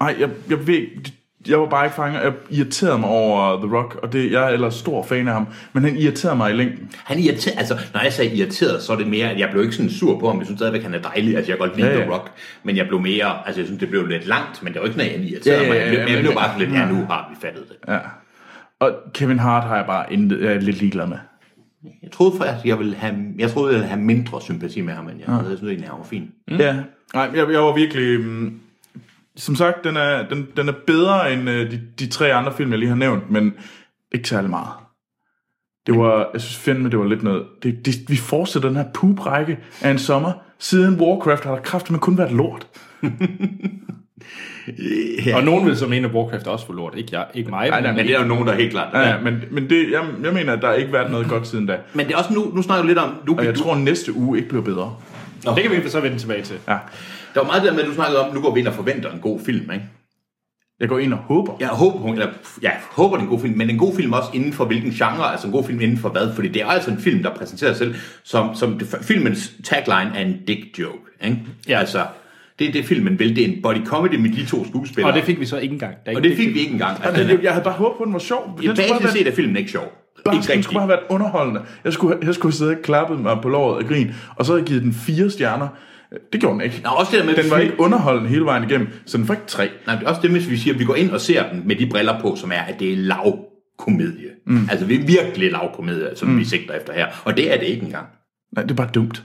Speaker 3: ej, jeg, jeg ved ikke, jeg var bare ikke fanget. Jeg irriterede mig over The Rock, og det, jeg er ellers stor fan af ham, men han irriterede mig i længden.
Speaker 2: Han irriterer, altså når jeg sagde irriteret, så er det mere, at jeg blev ikke sådan sur på ham. Jeg synes stadigvæk, han er dejlig. Altså jeg kan godt lide
Speaker 3: Ja,
Speaker 2: ja,
Speaker 3: ja.
Speaker 2: ja. The Rock, men jeg blev mere, altså jeg synes, det blev lidt langt, men det var ikke noget, jeg irriterede
Speaker 3: Ja,
Speaker 2: ja,
Speaker 3: ja, ja,
Speaker 2: mig. Jeg blev,
Speaker 3: ja,
Speaker 2: jeg
Speaker 3: men-
Speaker 2: blev bare sådan lidt, ja, nu har vi fattet det. Ja.
Speaker 3: Og Kevin Hart har jeg bare intet, jeg er lidt ligeglad med.
Speaker 2: Jeg troede faktisk, jeg ville have, jeg troede, jeg ville have mindre sympati med ham, end jeg havde. Jeg synes egentlig, han var fin.
Speaker 3: Mm. Ja. Nej, jeg, jeg var virkelig... mm, Som sagt, den er, den, den er bedre end øh, de, de tre andre film, jeg lige har nævnt, men ikke særlig meget. Det var, jeg synes fandme, det var lidt noget... Det, det, vi fortsætter den her pubrække af en sommer. Siden Warcraft har der kraftedeme kun været lort.
Speaker 2: Ja.
Speaker 1: Og nogen vil så mene, at Warcraft er også for lort. Ikke, jeg, ikke mig,
Speaker 2: Nej, nej, men det er jo nogen, der er helt klart.
Speaker 3: Ja, ja men, men det, jeg, jeg mener, at der ikke har været noget godt siden da.
Speaker 2: Men det er også nu, nu snakker vi lidt om, nu,
Speaker 3: Og jeg
Speaker 2: du,
Speaker 3: tror, næste uge ikke bliver bedre.
Speaker 1: det kan vi så vende tilbage til.
Speaker 3: Ja.
Speaker 2: der var meget det der med, at du snakkede om, nu går vi ind og forventer en god film, ikke?
Speaker 3: Jeg går ind og håber.
Speaker 2: Jeg håber, hun- eller, ja, jeg håber, det er en god film, men en god film også inden for hvilken genre, altså en god film inden for hvad, fordi det er altså en film, der præsenterer sig selv som, som det, filmens tagline er en dick joke. Ikke?
Speaker 1: Ja.
Speaker 2: Altså, det er det filmen vil, det er en body comedy med de to skuespillere.
Speaker 1: Og det fik vi så ikke engang. Der er
Speaker 2: og
Speaker 1: ikke-
Speaker 2: det fik vi ikke engang. Altså,
Speaker 3: Altså,
Speaker 2: den,
Speaker 3: jeg, jeg havde bare håbet på, at den var sjov. Den
Speaker 2: i
Speaker 3: skulle bare
Speaker 2: basis
Speaker 3: være-
Speaker 2: set er filmen ikke sjov.
Speaker 3: Bare,
Speaker 2: Ikke
Speaker 3: den skulle
Speaker 2: rigtig.
Speaker 3: bare have været underholdende. Jeg skulle, jeg skulle sidde og klappe mig på låret af grin, og så havde jeg givet den fire stjerner. Det gjorde den ikke.
Speaker 2: Nå, også det der med,
Speaker 3: den var ikke underholdende hele vejen igennem, så den fik tre.
Speaker 2: Nej, det er også det, hvis vi siger, at vi går ind og ser den med de briller på, som er, at det er lav komedie. Mm. Altså, vi er virkelig lav komedie, som mm. vi sigter efter her. Og det er det ikke engang.
Speaker 3: Nej, det er bare dumt.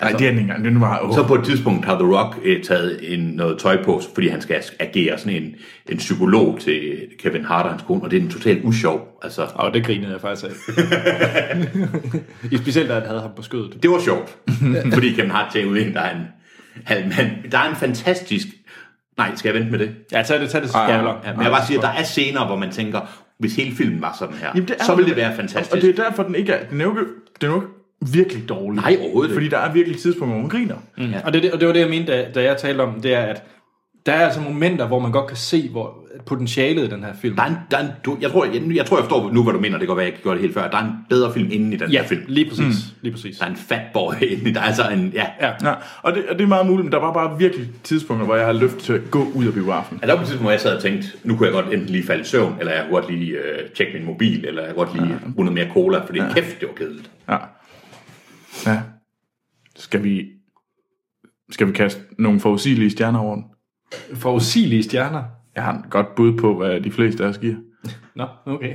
Speaker 3: Nej, det er den ikke engang. Den var, åh.
Speaker 2: Altså- Så på et tidspunkt har The Rock øh, taget en, noget tøj på, fordi han skal agere sådan en, en psykolog til Kevin Hart og hans kone, og det er en totalt usjov. Altså,
Speaker 1: Og det grinede jeg faktisk af. I specielt, da han havde ham på skødet.
Speaker 2: det var sjovt, fordi Kevin Hart tager ud en, der er en, han, han, der er en fantastisk... Nej, skal jeg vente med det?
Speaker 1: Ja, tag det, tag det som spoiler.
Speaker 2: Ja, men jeg bare siger, der er scener, hvor man tænker, hvis hele filmen var sådan her,
Speaker 3: Jamen, det er-
Speaker 2: så ville det være fantastisk.
Speaker 3: Og det er derfor, den ikke er, den er jo ikke, den er jo ikke virkelig dårlig.
Speaker 2: Nej, overhovedet ikke.
Speaker 3: Fordi der er virkelig tidspunkter, hvor man griner.
Speaker 1: Mm. Og, det, er det, og det var det, jeg mente, da, da jeg talte om, det er, at der er altså momenter, hvor man godt kan se hvor potentialet i den her film.
Speaker 2: Der er en, der er en, du, jeg, tror, jeg, jeg tror, jeg forstår nu, hvad du mener. Det kan godt være, jeg ikke gjorde det helt før. Der er en bedre film inden i den
Speaker 1: ja,
Speaker 2: her film.
Speaker 1: lige præcis. Mm. Lige præcis.
Speaker 2: Der er en fat boy inden i. Der er altså en... Ja. ja.
Speaker 1: Ja.
Speaker 3: Ja, og, det, og det er meget muligt, men der var bare virkelig tidspunkter, hvor jeg har lyst til at gå ud af biografen.
Speaker 2: Der var på et tidspunkt, hvor jeg sad og tænkte, nu kunne jeg godt enten lige falde i søvn, eller jeg kunne godt lige øh, tjekke min mobil, eller jeg kunne godt lige ja. bruge noget mere cola, fordi ja. kæft, det var kedeligt.
Speaker 3: Ja. ja. Skal vi, skal vi kaste nogle forudsigelige stjerner over den?
Speaker 1: Forudsigelige stjerner.
Speaker 3: Jeg har et godt bud på, hvad de fleste af os giver.
Speaker 1: Nå, okay.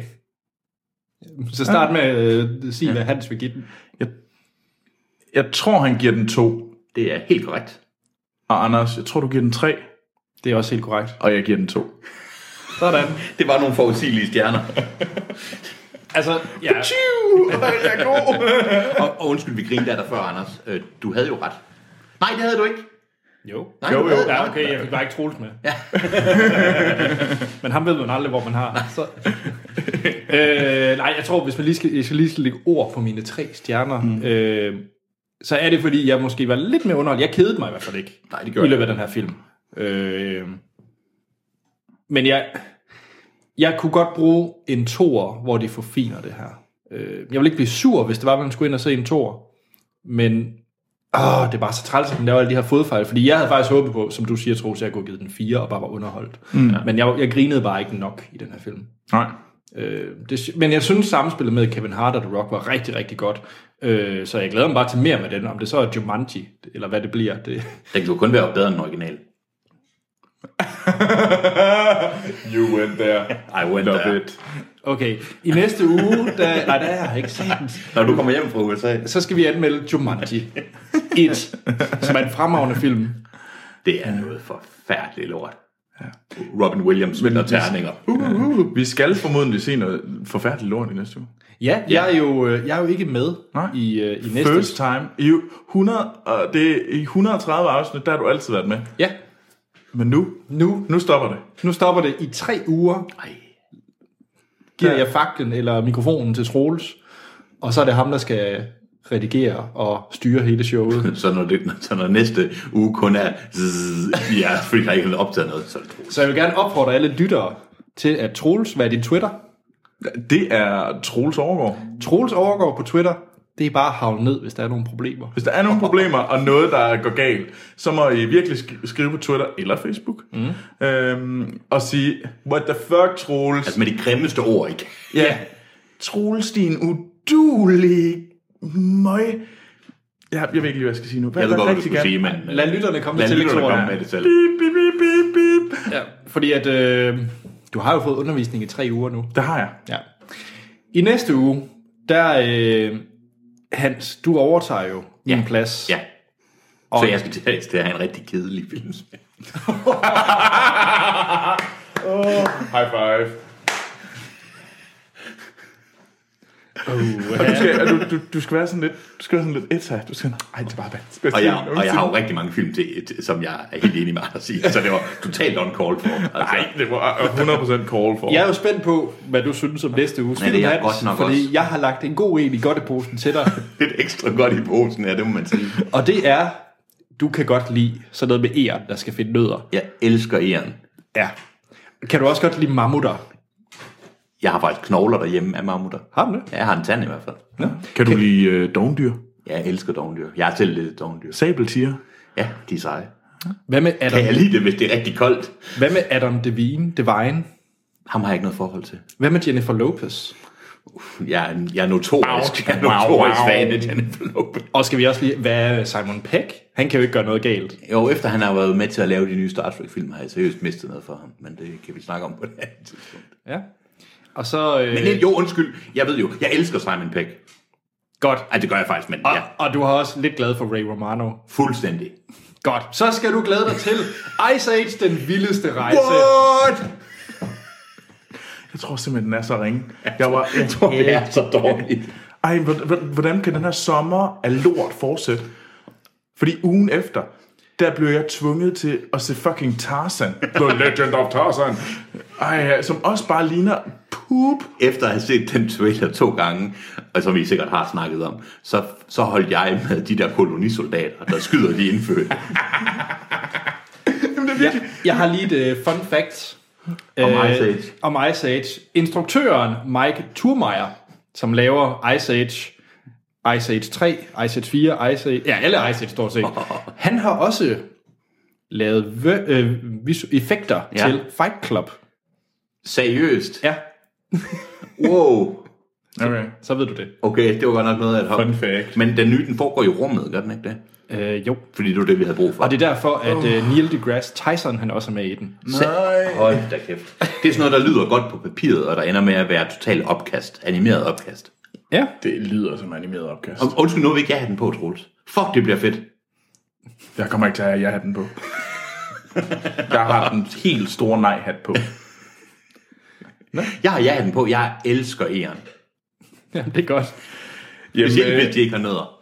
Speaker 1: Så start med at øh, sige, hvad Hans vil give den.
Speaker 3: Jeg tror, han giver den to.
Speaker 2: Det er helt korrekt.
Speaker 3: Og Anders, jeg tror, du giver den tre.
Speaker 1: Det er også helt korrekt.
Speaker 3: Og jeg giver den to.
Speaker 1: Sådan.
Speaker 2: Det var nogle forudsigelige stjerner.
Speaker 1: Altså, ja,
Speaker 3: jeg er god.
Speaker 2: og, og undskyld, vi grinede af dig før, Anders. Øh, du havde jo ret. Nej, det havde du ikke.
Speaker 1: jo.
Speaker 2: Nej,
Speaker 3: Jo,
Speaker 2: du
Speaker 3: jo.
Speaker 2: havde
Speaker 1: Ja,
Speaker 2: ret.
Speaker 1: okay, jeg fik bare ikke Troels med. Ja. Men ham ved man aldrig, hvor man har. Så. øh, nej, jeg tror, hvis man lige skal, jeg skal lige skal lægge ord på mine tre stjerner, mm. øh, så er det, fordi jeg måske var lidt mere underholdt. Jeg kedede mig i hvert fald ikke
Speaker 2: Nej, det
Speaker 1: i
Speaker 2: gjorde jeg.
Speaker 1: løbet af den her film. Øh, men jeg, jeg kunne godt bruge en toer, hvor de forfiner det her. Øh, jeg vil ikke blive sur, hvis det var, at man skulle ind og se en toer. Men Åh, det er bare så træls, at den laver alle de her fodfejl. Fordi jeg havde faktisk håbet på, som du siger, Troels, at jeg kunne have givet den 4 og bare var underholdt. Mm. Men jeg, jeg grinede bare ikke nok i den her film.
Speaker 3: Nej.
Speaker 1: Øh, det, men jeg synes, samspillet med Kevin Hart og The Rock var rigtig, rigtig godt. Øh, så jeg glæder mig bare til mere med den. Om det så er Jumanji, eller hvad det bliver. Det,
Speaker 2: Den kunne kun være bedre end original.
Speaker 3: You went there.
Speaker 2: I went
Speaker 3: Love
Speaker 2: there.
Speaker 3: it.
Speaker 1: okay, i næste uge, da, nej, der er jeg ikke satans.
Speaker 2: Når du kommer hjem fra USA.
Speaker 1: Så skal vi anmelde Jumanji 1, som er en fremragende film.
Speaker 2: Det er noget forfærdeligt lort. Robin Williams med terninger. Uh,
Speaker 3: Vi skal formodentlig se noget forfærdeligt lort i næste uge.
Speaker 1: Ja, jeg er jo, øh, jeg er jo ikke med
Speaker 3: Nej.
Speaker 1: i, øh, i næste.
Speaker 3: First time. I, 100, og det, er- I 130 afsnit, der har du altid været med.
Speaker 1: Ja,
Speaker 3: Men nu,
Speaker 1: nu,
Speaker 3: nu stopper det.
Speaker 1: nu stopper det i tre uger.
Speaker 2: Ej.
Speaker 1: giver
Speaker 3: Ja.
Speaker 1: jeg faklen eller mikrofonen til Troels. og så er det ham, der skal redigere og styre hele showet.
Speaker 2: Så når, det, så når næste uge kun er, zzz, ja, fordi der ikke er optaget noget, så er det Troels.
Speaker 1: Så jeg vil gerne opfordre alle lyttere til at Troels, hvad er din Twitter?
Speaker 3: Det er Troels Overgaard.
Speaker 1: Troels overgår på Twitter. Det er bare havl ned, hvis der er nogle problemer.
Speaker 3: Hvis der er nogle problemer og noget, der går galt, så må I virkelig sk- skrive på Twitter eller Facebook. Mm. Øhm, og sige, what the fuck, Troels?
Speaker 2: Altså med de grimmeste ord, ikke?
Speaker 3: Ja. Troels, din udulige møg. Jeg, jeg ved ikke lige, hvad jeg skal sige nu. Hvad,
Speaker 2: Jeg ved
Speaker 3: hvad
Speaker 2: godt, hvad du
Speaker 3: rigtig
Speaker 2: skulle
Speaker 3: gerne?
Speaker 2: sige, men øh,
Speaker 1: Lad lytterne komme
Speaker 2: lad
Speaker 1: til
Speaker 2: lytterne
Speaker 1: lektorerne.
Speaker 2: komme med det selv.
Speaker 3: Bip, bip, bip, bip, bip.
Speaker 1: Ja, fordi at øh, du har jo fået undervisning i tre uger nu.
Speaker 3: Det har jeg.
Speaker 1: Ja. I næste uge, der øh, Hans, du overtager jo min plads.
Speaker 2: Ja. Så jeg skal til til at have en rigtig kedelig film.
Speaker 3: High five.
Speaker 1: Uh,
Speaker 3: Oh, Og du skal, du, du, du skal være sådan lidt, du skal være sådan lidt etta. Du skal nej, det er bare bad.
Speaker 2: Og jeg, og jeg har jo rigtig mange film, til, til- som jeg er helt enig med Anders i, så det var totalt on call for. Altså.
Speaker 3: Nej, det var 100% call for.
Speaker 1: jeg er jo spændt på, hvad du synes om næste uge.
Speaker 2: Ja, det er jeg godt nok
Speaker 1: fordi
Speaker 2: også.
Speaker 1: jeg har lagt en god en i godteposen til dig.
Speaker 2: Lidt ekstra godt i posen, ja, det må man sige.
Speaker 1: og det er, du kan godt lide sådan noget med æren, der skal finde nødder.
Speaker 2: Jeg elsker æren.
Speaker 1: Ja. Kan du også godt lide mammutter?
Speaker 2: Jeg har faktisk knogler derhjemme af mammutter.
Speaker 1: Har du det?
Speaker 2: Ja, jeg har en tand i hvert fald.
Speaker 3: Kan du lide øh, dogndyr?
Speaker 2: Jeg elsker dogndyr. Jeg er selv lidt et dogndyr.
Speaker 3: Sabeltiger?
Speaker 2: Ja, de er seje.
Speaker 1: Hvad med Adam,
Speaker 2: Kan jeg lide det, hvis det er rigtig koldt?
Speaker 1: hvad med Adam Devine, Devine?
Speaker 2: Ham har jeg ikke noget forhold til.
Speaker 1: Hvad med Jennifer Lopez?
Speaker 2: Jeg er, jeg er notorisk, jeg er
Speaker 3: Wow, wow,
Speaker 2: notorisk
Speaker 3: wow.
Speaker 2: fan af Jennifer Lopez.
Speaker 1: Og skal vi også lige, hvad er Simon Peck? Han kan jo ikke gøre noget galt.
Speaker 2: Jo, efter han har været med til at lave de nye Star Trek-film, har jeg seriøst mistet noget for ham. Men det kan vi snakke om på det andet tidspunkt.
Speaker 1: Ja. Og så... Øh,
Speaker 2: Men helt, jo, undskyld. Jeg ved jo, jeg elsker Simon Peck.
Speaker 1: Godt.
Speaker 2: Ej, det gør jeg faktisk, men
Speaker 1: Og,
Speaker 3: Ah.
Speaker 2: ja,
Speaker 1: og du har også lidt glad for Ray Romano.
Speaker 2: fuldstændig.
Speaker 1: Godt. Så skal du glæde dig til Ice Age, den vildeste rejse.
Speaker 2: What?
Speaker 3: Jeg tror simpelthen, den er så ringe. Jeg var, jeg tror,
Speaker 2: Det er så dårligt.
Speaker 3: Ej, hvor- hvor- hvordan kan den her sommer af lort fortsætte? Fordi ugen efter, der blev jeg tvunget til at se fucking Tarzan. The Legend of Tarzan. Ej, som også bare ligner poop.
Speaker 2: Efter at have set den trailer to gange, og som vi sikkert har snakket om, så, så holdt jeg med de der kolonisoldater, der skyder de indfødte.
Speaker 1: Jeg, jeg har lige et uh, fun fact.
Speaker 3: Øh,
Speaker 2: Om Ice Age.
Speaker 1: Om Øh, Ice Age. Instruktøren Mike Turmeier, som laver Ice Age, Ice Age 3, Ice Age 4, Ice Age... Ja, alle Ice Age stort set. Han har også lavet vø, øh, visu- effekter ja.
Speaker 2: Ja.
Speaker 1: til Fight Club.
Speaker 2: Seriøst?
Speaker 1: Ja,
Speaker 2: Wow.
Speaker 3: Okay.
Speaker 1: så ved du det.
Speaker 2: Okay, det var godt nok noget af et hop.
Speaker 3: Fun fact.
Speaker 2: Men den nye, den foregår i rummet, gør den ikke det?
Speaker 1: Øh, jo.
Speaker 2: Fordi det var det, vi havde brug for.
Speaker 1: Og det er derfor, at uh, Neil deGrasse Tyson, han også er med i den.
Speaker 3: Nej.
Speaker 2: Hold da kæft. Det er sådan noget, der lyder godt på papiret, og der ender med at være totalt opkast. Animeret opkast.
Speaker 1: Ja.
Speaker 3: Det lyder som animeret opkast.
Speaker 2: Og undskyld, nu vil ikke jeg have den på, Troels. Fuck, det bliver fedt.
Speaker 3: Jeg kommer ikke til at have ja-hatten på. Jeg har den helt store nej-hat på.
Speaker 2: Jeg har ja den på. Jeg elsker æren.
Speaker 1: Jamen, det er godt.
Speaker 2: Hvis ikke,
Speaker 3: Jamen, øh,
Speaker 2: hvis de ikke har nødder.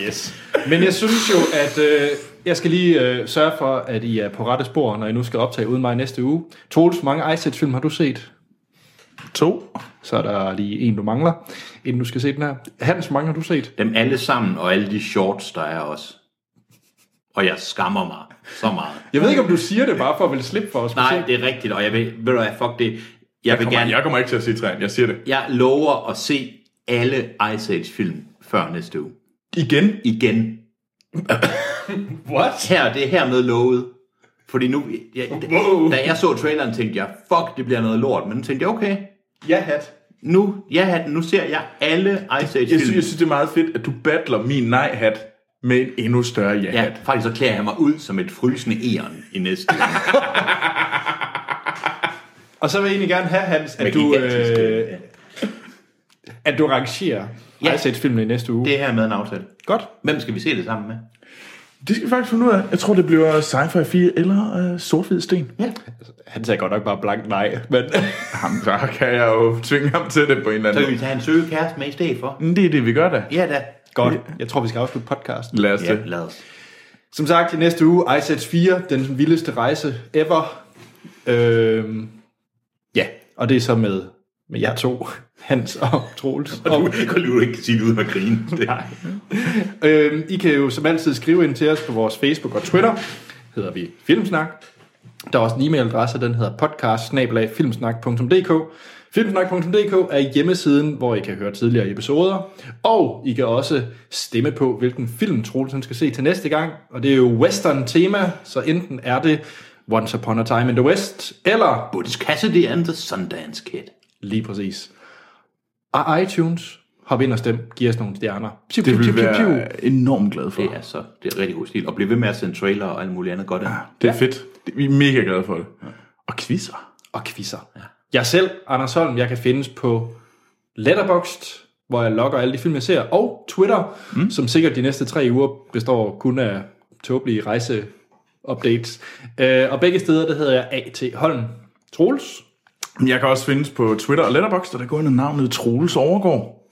Speaker 1: Yes. Men jeg synes jo, at øh, jeg skal lige øh, sørge for, at I er på rette spor, når I nu skal optage uden mig næste uge. Troels, hvor mange Ice Age-film har du set?
Speaker 3: to.
Speaker 1: Så er der lige en, du mangler, inden du skal se den her. Hans, hvor mange har du set?
Speaker 2: Dem alle sammen, og alle de shorts, der er også. Og jeg skammer mig så meget.
Speaker 1: Jeg ved ikke, om du siger det bare for at ville slippe for os.
Speaker 2: Nej, det er rigtigt, og jeg vil, ved du hvad, fuck det. Jeg vil
Speaker 3: Kommer,
Speaker 2: gerne,
Speaker 3: jeg kommer ikke til at se træen, jeg siger det.
Speaker 2: jeg lover at se alle Ice Age-film før næste uge.
Speaker 3: Igen.
Speaker 2: Igen.
Speaker 1: What?
Speaker 2: Her, det er hermed lovet. Fordi nu, jeg,
Speaker 1: Wow.
Speaker 2: da jeg så traileren, tænkte jeg, fuck, det bliver noget lort. Men nu tænkte jeg, okay,
Speaker 1: Ja, hat.
Speaker 2: nu, ja, hatten, nu ser jeg alle Ice Age
Speaker 3: Jeg synes, jeg
Speaker 2: film.
Speaker 3: synes, det er meget fedt, at du battler min nej-hat med en endnu større ja-hat.
Speaker 2: Ja, faktisk så klæder jeg mig ud som et frysende æren i næste uge.
Speaker 1: Og så vil jeg egentlig gerne have, Hans, at du,
Speaker 2: gigantiske-
Speaker 1: øh, at du rangerer
Speaker 2: Ja.
Speaker 1: Ice Age-filmene i næste uge.
Speaker 2: Det her med en aftale.
Speaker 1: Godt.
Speaker 2: Hvem skal vi se det sammen med?
Speaker 3: Det skal vi faktisk finde ud af. Jeg tror, det bliver sci-fi 4 eller øh, sort-hvid sten.
Speaker 2: Ja.
Speaker 1: Han sagde godt nok bare blankt nej, men...
Speaker 3: Jamen, så kan jeg jo tvinge ham til det på en eller
Speaker 2: Så
Speaker 3: anden
Speaker 2: kan vi tage en søgekæreste med i stedet for.
Speaker 3: måde. Det er det, vi gør da.
Speaker 2: Ja da.
Speaker 1: Godt. Jeg tror, vi skal afslutte podcasten.
Speaker 3: Lad os
Speaker 2: Ja,
Speaker 3: det.
Speaker 2: lad os.
Speaker 1: Som sagt, i næste uge, Ice Age 4, den vildeste rejse ever. Øhm, ja, og det er så med, med jer to, Hans og Troels.
Speaker 2: Og du kan jo ikke sige det ud med grine. Det.
Speaker 1: Nej. øhm, I kan jo som altid skrive ind til os på vores Facebook og Twitter. Hedder vi Filmsnak. Der er også en e-mailadresse, den hedder podcast-filmsnak.dk. Filmsnak.dk er hjemmesiden, hvor I kan høre tidligere episoder. Og I kan også stemme på, hvilken film Troels han skal se til næste gang. Og det er jo western tema, så enten er det Once Upon a Time in the West, eller
Speaker 2: Butch Cassidy and the Sundance Kid.
Speaker 1: Lige præcis. Og iTunes, hop ind og stem. Giv os nogle stjerner. Piu,
Speaker 3: Det
Speaker 1: piu,
Speaker 3: vil
Speaker 1: piu, piu, piu.
Speaker 3: være enormt glad for.
Speaker 2: Det er så, det er rigtig god stil. Og blive ved med at sende trailer og alt muligt andet godt. Ja.
Speaker 3: Det er fedt. Det- Vi er mega glade for det. Og quizzer.
Speaker 1: Og quizzer. Jeg selv, Anders Holm, jeg kan findes på Letterboxd, hvor jeg logger alle de film, jeg ser, og Twitter, mm. som sikkert de næste tre uger består kun af tåbelige rejse-updates. Øh, og begge steder, der hedder jeg A.T. Holm. Troels,
Speaker 3: Jeg kan også findes på Twitter og Letterboxd, og der går under navnet Troels Overgaard.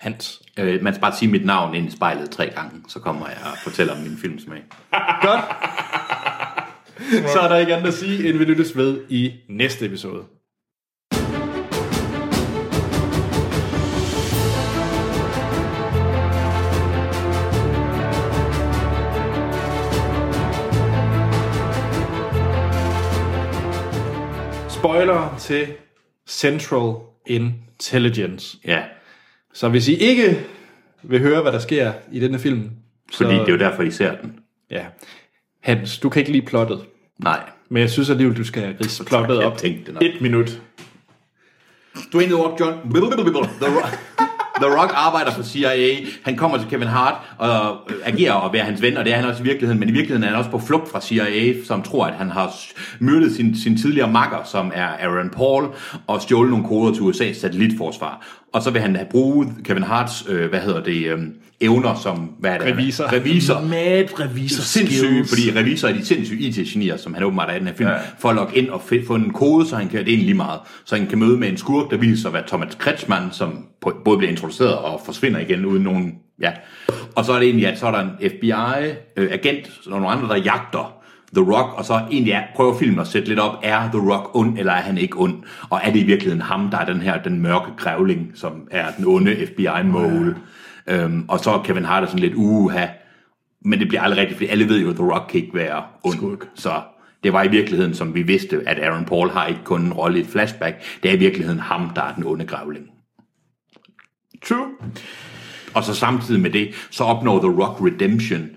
Speaker 1: Hans.
Speaker 2: Øh, man skal bare sige mit navn ind i spejlet tre gange, så kommer jeg og fortæller om min filmsmag.
Speaker 1: Godt. Så er der ikke andet at sige, end vi lyttes ved i næste episode. Spoiler til Central Intelligence.
Speaker 2: Ja,
Speaker 1: Så hvis I ikke vil høre, hvad der sker i denne film,
Speaker 2: fordi
Speaker 1: så,
Speaker 2: det er jo derfor, I ser den.
Speaker 1: Ja. Hans, du kan ikke lide plottet,
Speaker 2: Nej.
Speaker 1: men jeg synes alligevel, du skal ridse plottet
Speaker 2: jeg
Speaker 1: op.
Speaker 2: tænkte nok.
Speaker 1: Et minut.
Speaker 2: Dwayne The Rock John. The Rock, The Rock arbejder for CIA. Han kommer til Kevin Hart og øh, agerer og være hans ven, og det er han også i virkeligheden. Men i virkeligheden er han også på flugt fra CIA, som tror, at han har s- myrdet sin, sin tidligere makker, som er Aaron Paul, og stjålet nogle koder til USA's satellitforsvar. Og så vil han have bruge Kevin Harts, øh, hvad hedder det, øh, evner som, hvad er det? han er?
Speaker 1: Revisor.
Speaker 2: Revisor
Speaker 3: Mad revisor
Speaker 2: sindssyge, fordi revisor er de sindssyge IT-genier, som han åbenbart er i den her film, ja. for at logge ind og fi- få en kode, så han kan, det er egentlig lige meget, så han kan møde med en skurk, der viser sig at være Thomas Kretschmann, som på- både bliver introduceret og forsvinder igen uden nogen, ja. Og så er det egentlig, at så er der en FBI-agent, og nogle andre, der jagter The Rock, og så egentlig ja, prøver filmen at sætte lidt op, er The Rock ond, eller er han ikke ond? Og er det i virkeligheden ham, der er den her, den mørke grævling, som er den onde FBI-mål? Ja. Øhm, og så er Kevin Hart er sådan lidt, uha, men det bliver aldrig rigtigt, fordi alle ved jo, at The Rock kan ikke være ond. Skurk. Så det var i virkeligheden, som vi vidste, at Aaron Paul har ikke kun en rolle i et flashback. Det er i virkeligheden ham, der er den onde grævling.
Speaker 3: True.
Speaker 2: Og så samtidig med det, så opnår The Rock redemption.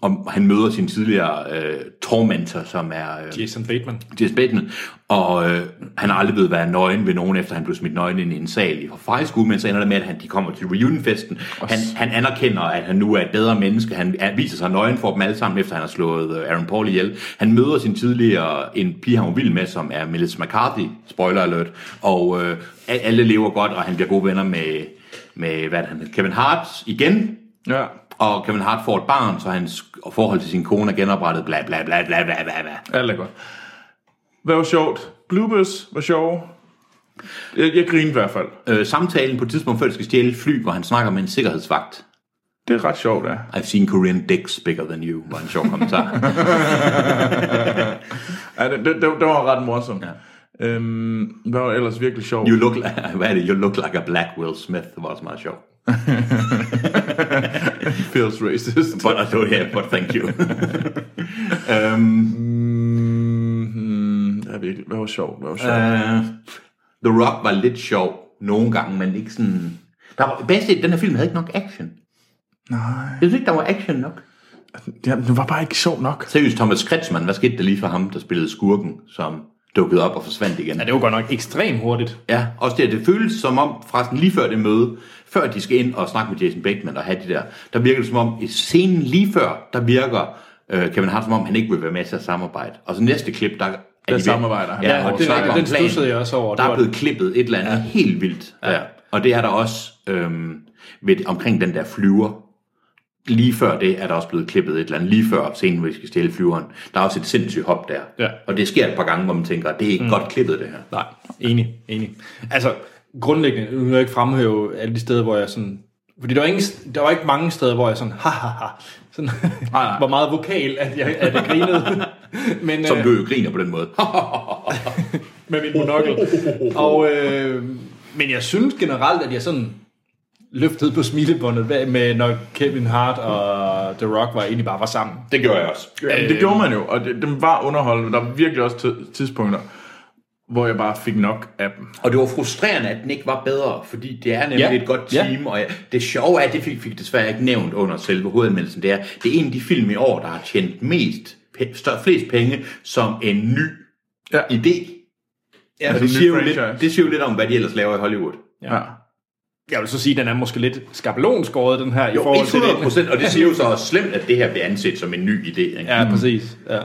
Speaker 2: Og han møder sin tidligere øh, tormentor, som er... Øh,
Speaker 1: Jason Bateman.
Speaker 2: til spættene, og øh, han har aldrig ved at være nøgen ved nogen, efter han blev smidt nøgen ind i en sal i High School, men så ender det med, at han, de kommer til reunionfesten. Han, han anerkender, at han nu er et bedre menneske. Han er, viser sig nøgen for dem alle sammen, efter han har slået øh, Aaron Paul ihjel. Han møder sin tidligere, en pige, han var vild med, som er Melissa McCarthy, spoiler alert, og øh, al- alle lever godt, og han bliver gode venner med, med hvad er det, han hedder, Kevin Hart igen,
Speaker 3: Ja.
Speaker 2: og Kevin Hart får et barn, så hans forhold til sin kone er genoprettet, bla bla bla bla bla bla. bla.
Speaker 3: Alt er godt. Hvad var sjovt? Bloopers var sjov. Jeg, jeg grinede i hvert fald.
Speaker 2: øh, samtalen på et tidspunkt, før de skal stjæle et fly, hvor han snakker med en sikkerhedsvagt.
Speaker 3: Det er ret sjovt, ja.
Speaker 2: I've seen Korean dicks bigger than you, var en sjov kommentar.
Speaker 3: ja det, det, det, det var ret morsomt. Ja. Øhm, hvad var ellers virkelig sjovt?
Speaker 2: You look like, hvad er det? You look like a black Will Smith, var også meget sjov.
Speaker 3: feels racist.
Speaker 2: But I do, yeah, but thank you.
Speaker 3: Mm, ja, virkelig. Hvad var sjovt? Hvad var sjovt?
Speaker 2: uh, The Rock var lidt sjov nogle gange, men ikke sådan... Der var, bedst set, den her film havde ikke nok action. Nej. Jeg synes ikke, der var action nok.
Speaker 3: Ja, det var bare ikke sjovt nok.
Speaker 2: Seriøst, Thomas Kretschmann, hvad skete der lige for ham, der spillede skurken, som dukkede op og forsvandt igen?
Speaker 1: Ja, det var godt nok ekstremt hurtigt.
Speaker 2: Ja, også det, at det føles som om, fra sådan lige før det møde, før de skal ind og snakke med Jason Bateman og have de der, der virker det som om, i scenen lige før, der virker øh, Kevin Hart som om, han ikke vil være med til at samarbejde. Og så næste klip, der... Er de ved-
Speaker 3: samarbejder han.
Speaker 2: Ja,
Speaker 1: Ja,
Speaker 2: og
Speaker 1: det
Speaker 2: de
Speaker 1: er
Speaker 2: snakker
Speaker 1: rigtigt.
Speaker 2: om
Speaker 1: Den
Speaker 2: planen.
Speaker 1: studsede jeg også over.
Speaker 2: Der
Speaker 1: Det
Speaker 2: er
Speaker 1: var-
Speaker 2: blevet klippet et eller andet ja. helt vildt. Ja. Og det er der også øhm, ved, omkring den der flyver. Lige før det er der også blevet klippet et eller andet. Lige før scenen, hvor de skal stjæle flyveren. Der er også et sindssygt hop der.
Speaker 1: Ja.
Speaker 2: Og det sker et par gange, hvor man tænker, det er ikke mm. godt klippet det her.
Speaker 1: Nej, enig, enig. Altså, grundlæggende, nu vil jeg ikke fremhæve alle de steder, hvor jeg sådan... Fordi der var, ingen, der var ikke mange steder, hvor jeg sådan, ha ha ha, sådan,
Speaker 3: nej.
Speaker 1: var meget vokal, at jeg, at jeg grinede. Men, øh,
Speaker 2: Som du jo griner på den måde.
Speaker 1: med min monokkel. Og, øh, men jeg synes generelt, at jeg sådan løftede på smilebåndet, hvad- med, når Kevin Hart og The Rock var egentlig bare var sammen.
Speaker 2: det gjorde jeg også.
Speaker 3: Jamen, det gjorde man jo, og det, den var underholdende, men der var virkelig også ti- tidspunkter, hvor jeg bare fik nok af dem.
Speaker 2: Og det var frustrerende, at den ikke var bedre, fordi det er nemlig
Speaker 1: Ja,
Speaker 2: ja. et godt
Speaker 1: ja.
Speaker 2: team, ja. og jeg, det sjove er, det fik, fik desværre ikke nævnt under selve hovedanmeldelsen, det er, det er en af de film i år, der har tjent mest, pe- stør, flest penge som en ny
Speaker 3: Ja.
Speaker 2: ja. idé. Ja, og
Speaker 3: som
Speaker 2: det,
Speaker 3: ny
Speaker 2: siger jo lidt,
Speaker 3: franchise.
Speaker 2: det siger jo lidt om, hvad de ellers laver i Hollywood.
Speaker 3: Ja.
Speaker 1: Jeg vil så sige, at den er måske lidt skabelonskåret, den her, i
Speaker 2: Jo,
Speaker 1: forhold til
Speaker 2: 100
Speaker 1: det.
Speaker 2: procent, og det siger jo så også slemt, at det her bliver anset som en ny idé. Ikke?
Speaker 1: Ja, præcis. Ja.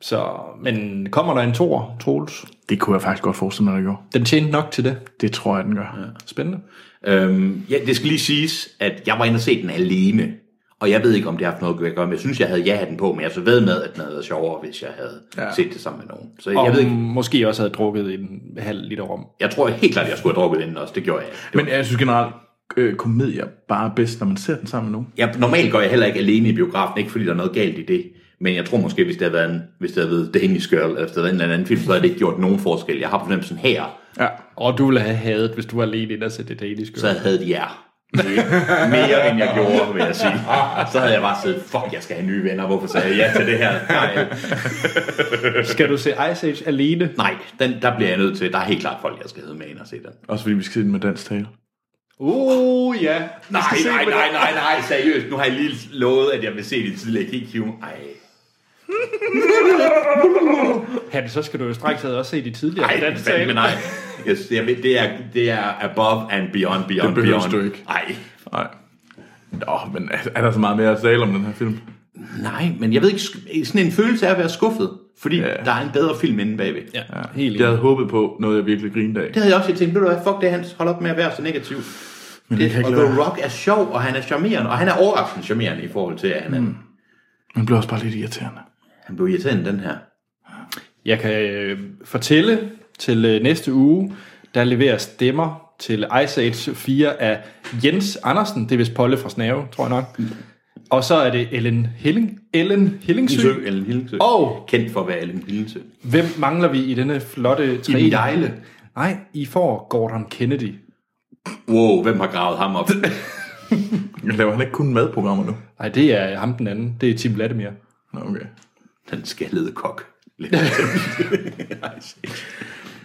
Speaker 1: Så, men kommer der en tor, Troels?
Speaker 3: Det kunne jeg faktisk godt forestille mig, der gjorde.
Speaker 1: Den tjente nok til det.
Speaker 3: Det tror jeg, den gør. Ja.
Speaker 1: Spændende.
Speaker 2: Øhm, ja, det skal lige siges, at jeg var inde og se den alene. Og jeg ved ikke, om det har haft noget at gøre med. Jeg synes, jeg havde ja-hatten på, men jeg så ved med, at den havde været sjovere, hvis jeg havde ja. set det sammen med nogen. Så jeg,
Speaker 1: Og
Speaker 2: jeg ved ikke,
Speaker 1: måske også havde drukket en halv liter rum.
Speaker 2: jeg tror helt klart, at jeg skulle have drukket den også. Det gjorde jeg.
Speaker 3: Men jeg synes generelt, øh, komedier bare er bedst, når man ser den sammen med nogen.
Speaker 2: jeg. Normalt går jeg heller ikke alene i biografen, ikke fordi der er noget galt i det. Men jeg tror måske, hvis det havde været, en, hvis det havde været Danish Girl, eller hvis det havde været en eller anden film, så havde det ikke gjort nogen forskel. Jeg har fornemmelsen her,
Speaker 3: Ja.
Speaker 1: Og du ville have hadet, hvis du var alene inde og set det daily
Speaker 2: så havde de jer. Mere- Mere end jeg gjorde, vil jeg sige. Så havde jeg bare siddet, fuck, jeg skal have nye venner, hvorfor sagde jeg ja til det her? Nej.
Speaker 1: Skal du se Ice Age alene?
Speaker 2: Nej, den, der bliver jeg nødt til. Der er helt klart folk, jeg skal hedde med ind og se den.
Speaker 3: Også fordi vi skal se den med dansk tale.
Speaker 1: Uh, ja.
Speaker 2: Nej, nej, nej, nej, nej, seriøst. Nu har jeg lige lovet, at jeg vil se det tidligere Kik Hume. Ej,
Speaker 1: Han, så skal du jo straks have også se de tidligere
Speaker 2: ej
Speaker 1: dansk
Speaker 2: fandme
Speaker 1: tale.
Speaker 2: nej. Jeg, jeg ved, det, er, det er above and beyond, beyond,
Speaker 3: Det behøves
Speaker 2: beyond.
Speaker 3: du ikke.
Speaker 2: Ej.
Speaker 3: Nej. Nå, men er, er der så meget mere at tale om den her film?
Speaker 2: Nej, men jeg ved ikke, sk- sådan en følelse af at være skuffet, fordi
Speaker 3: Ja.
Speaker 2: der er en bedre film inde bagved.
Speaker 1: Ja, helt
Speaker 3: Jeg
Speaker 1: enig.
Speaker 3: havde håbet på noget, jeg virkelig grinede af.
Speaker 2: Det havde jeg også jeg tænkt, ved du hvad, fuck det, Hans, hold op med at være så negativ. Men det,
Speaker 3: kan
Speaker 2: og
Speaker 3: ikke lade
Speaker 2: The
Speaker 3: være.
Speaker 2: Rock er sjov, og han er charmerende, og han er overraskende charmerende i forhold til, at han, mm.
Speaker 3: Men det blev også bare lidt irriterende.
Speaker 2: han blev irriterende den her.
Speaker 1: Jeg kan øh, fortælle til øh, næste uge, der leverer stemmer til Ice Age 4 af Jens Andersen, det er vist Polle fra Snave, tror jeg nok. Og så er det Ellen Hilling, Ellen Hillingsø.
Speaker 2: Sø, Ellen Hillensø.
Speaker 1: Og-
Speaker 2: Kendt for at være Ellen Hillensø.
Speaker 1: Hvem mangler vi i denne flotte træ?
Speaker 2: Iben Dejle.
Speaker 1: Nej, I får Gordon Kennedy.
Speaker 2: Wow, hvem har gravet ham op?
Speaker 3: Jeg laver han ikke kun madprogrammer nu.
Speaker 1: Nej, det er ham den anden. Det er Tim Latimer.
Speaker 3: Nå, okay.
Speaker 2: Den skaldede kok.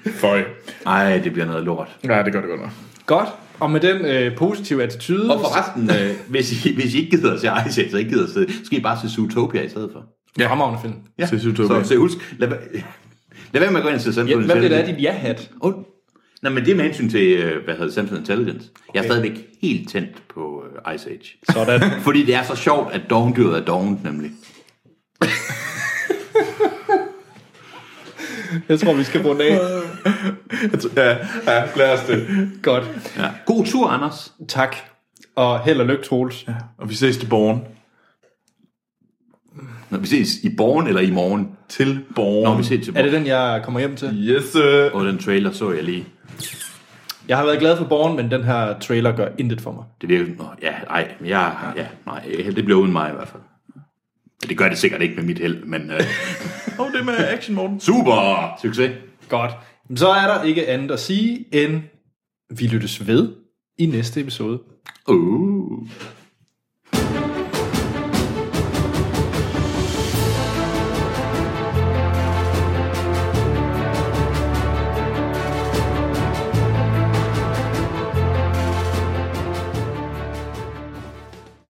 Speaker 3: Føj.
Speaker 2: Nej, det bliver noget lort.
Speaker 3: Ja, det gør det godt nok.
Speaker 1: Godt. Og med den øh, positive attitude...
Speaker 2: Og forresten, øh, hvis, I, hvis I ikke gider at se Ice Age, så ikke gider at se, skal I bare se Zootopia i stedet for.
Speaker 1: Ja. Fremragende film.
Speaker 2: Ja.
Speaker 3: Se Zootopia.
Speaker 2: Så, så husk, lad, væ- lad være med at gå ind til Central
Speaker 1: Ja, hvad blev det af
Speaker 2: Intelligence.
Speaker 1: dit ja-hat?
Speaker 2: Oh. Nej, men det er med hensyn til, øh, hvad hedder det, Central Intelligence. Okay. Jeg er stadigvæk helt tændt på øh, Ice Age.
Speaker 1: Sådan.
Speaker 2: Fordi det er så sjovt, at dogendyret er dogent, nemlig.
Speaker 1: Jeg tror, vi skal runde af.
Speaker 3: Ja, ja, lad os det.
Speaker 1: Godt.
Speaker 2: Ja. God tur, Anders.
Speaker 1: Tak. Og held og lykke, Troels. Ja.
Speaker 3: Og vi ses til borgen.
Speaker 2: Når vi ses i morgen eller i morgen.
Speaker 3: Til borgen.
Speaker 2: Når vi ses til
Speaker 1: Er det
Speaker 2: morgen.
Speaker 1: den, jeg kommer hjem til?
Speaker 3: Yes, øh.
Speaker 2: Og den trailer så jeg lige.
Speaker 1: Jeg har været glad for Borgen, men den her trailer gør intet for mig.
Speaker 2: Det virker Nå, ja, nej, men jeg, ja, nej, det bliver uden mig i hvert fald. Ja, Det gør det sikkert ikke med mit held, men øh,
Speaker 3: Og det med Action Morten.
Speaker 2: super succes.
Speaker 1: Godt. Men Så er der ikke andet at sige, end vi lyttes ved i næste episode.
Speaker 2: Uh.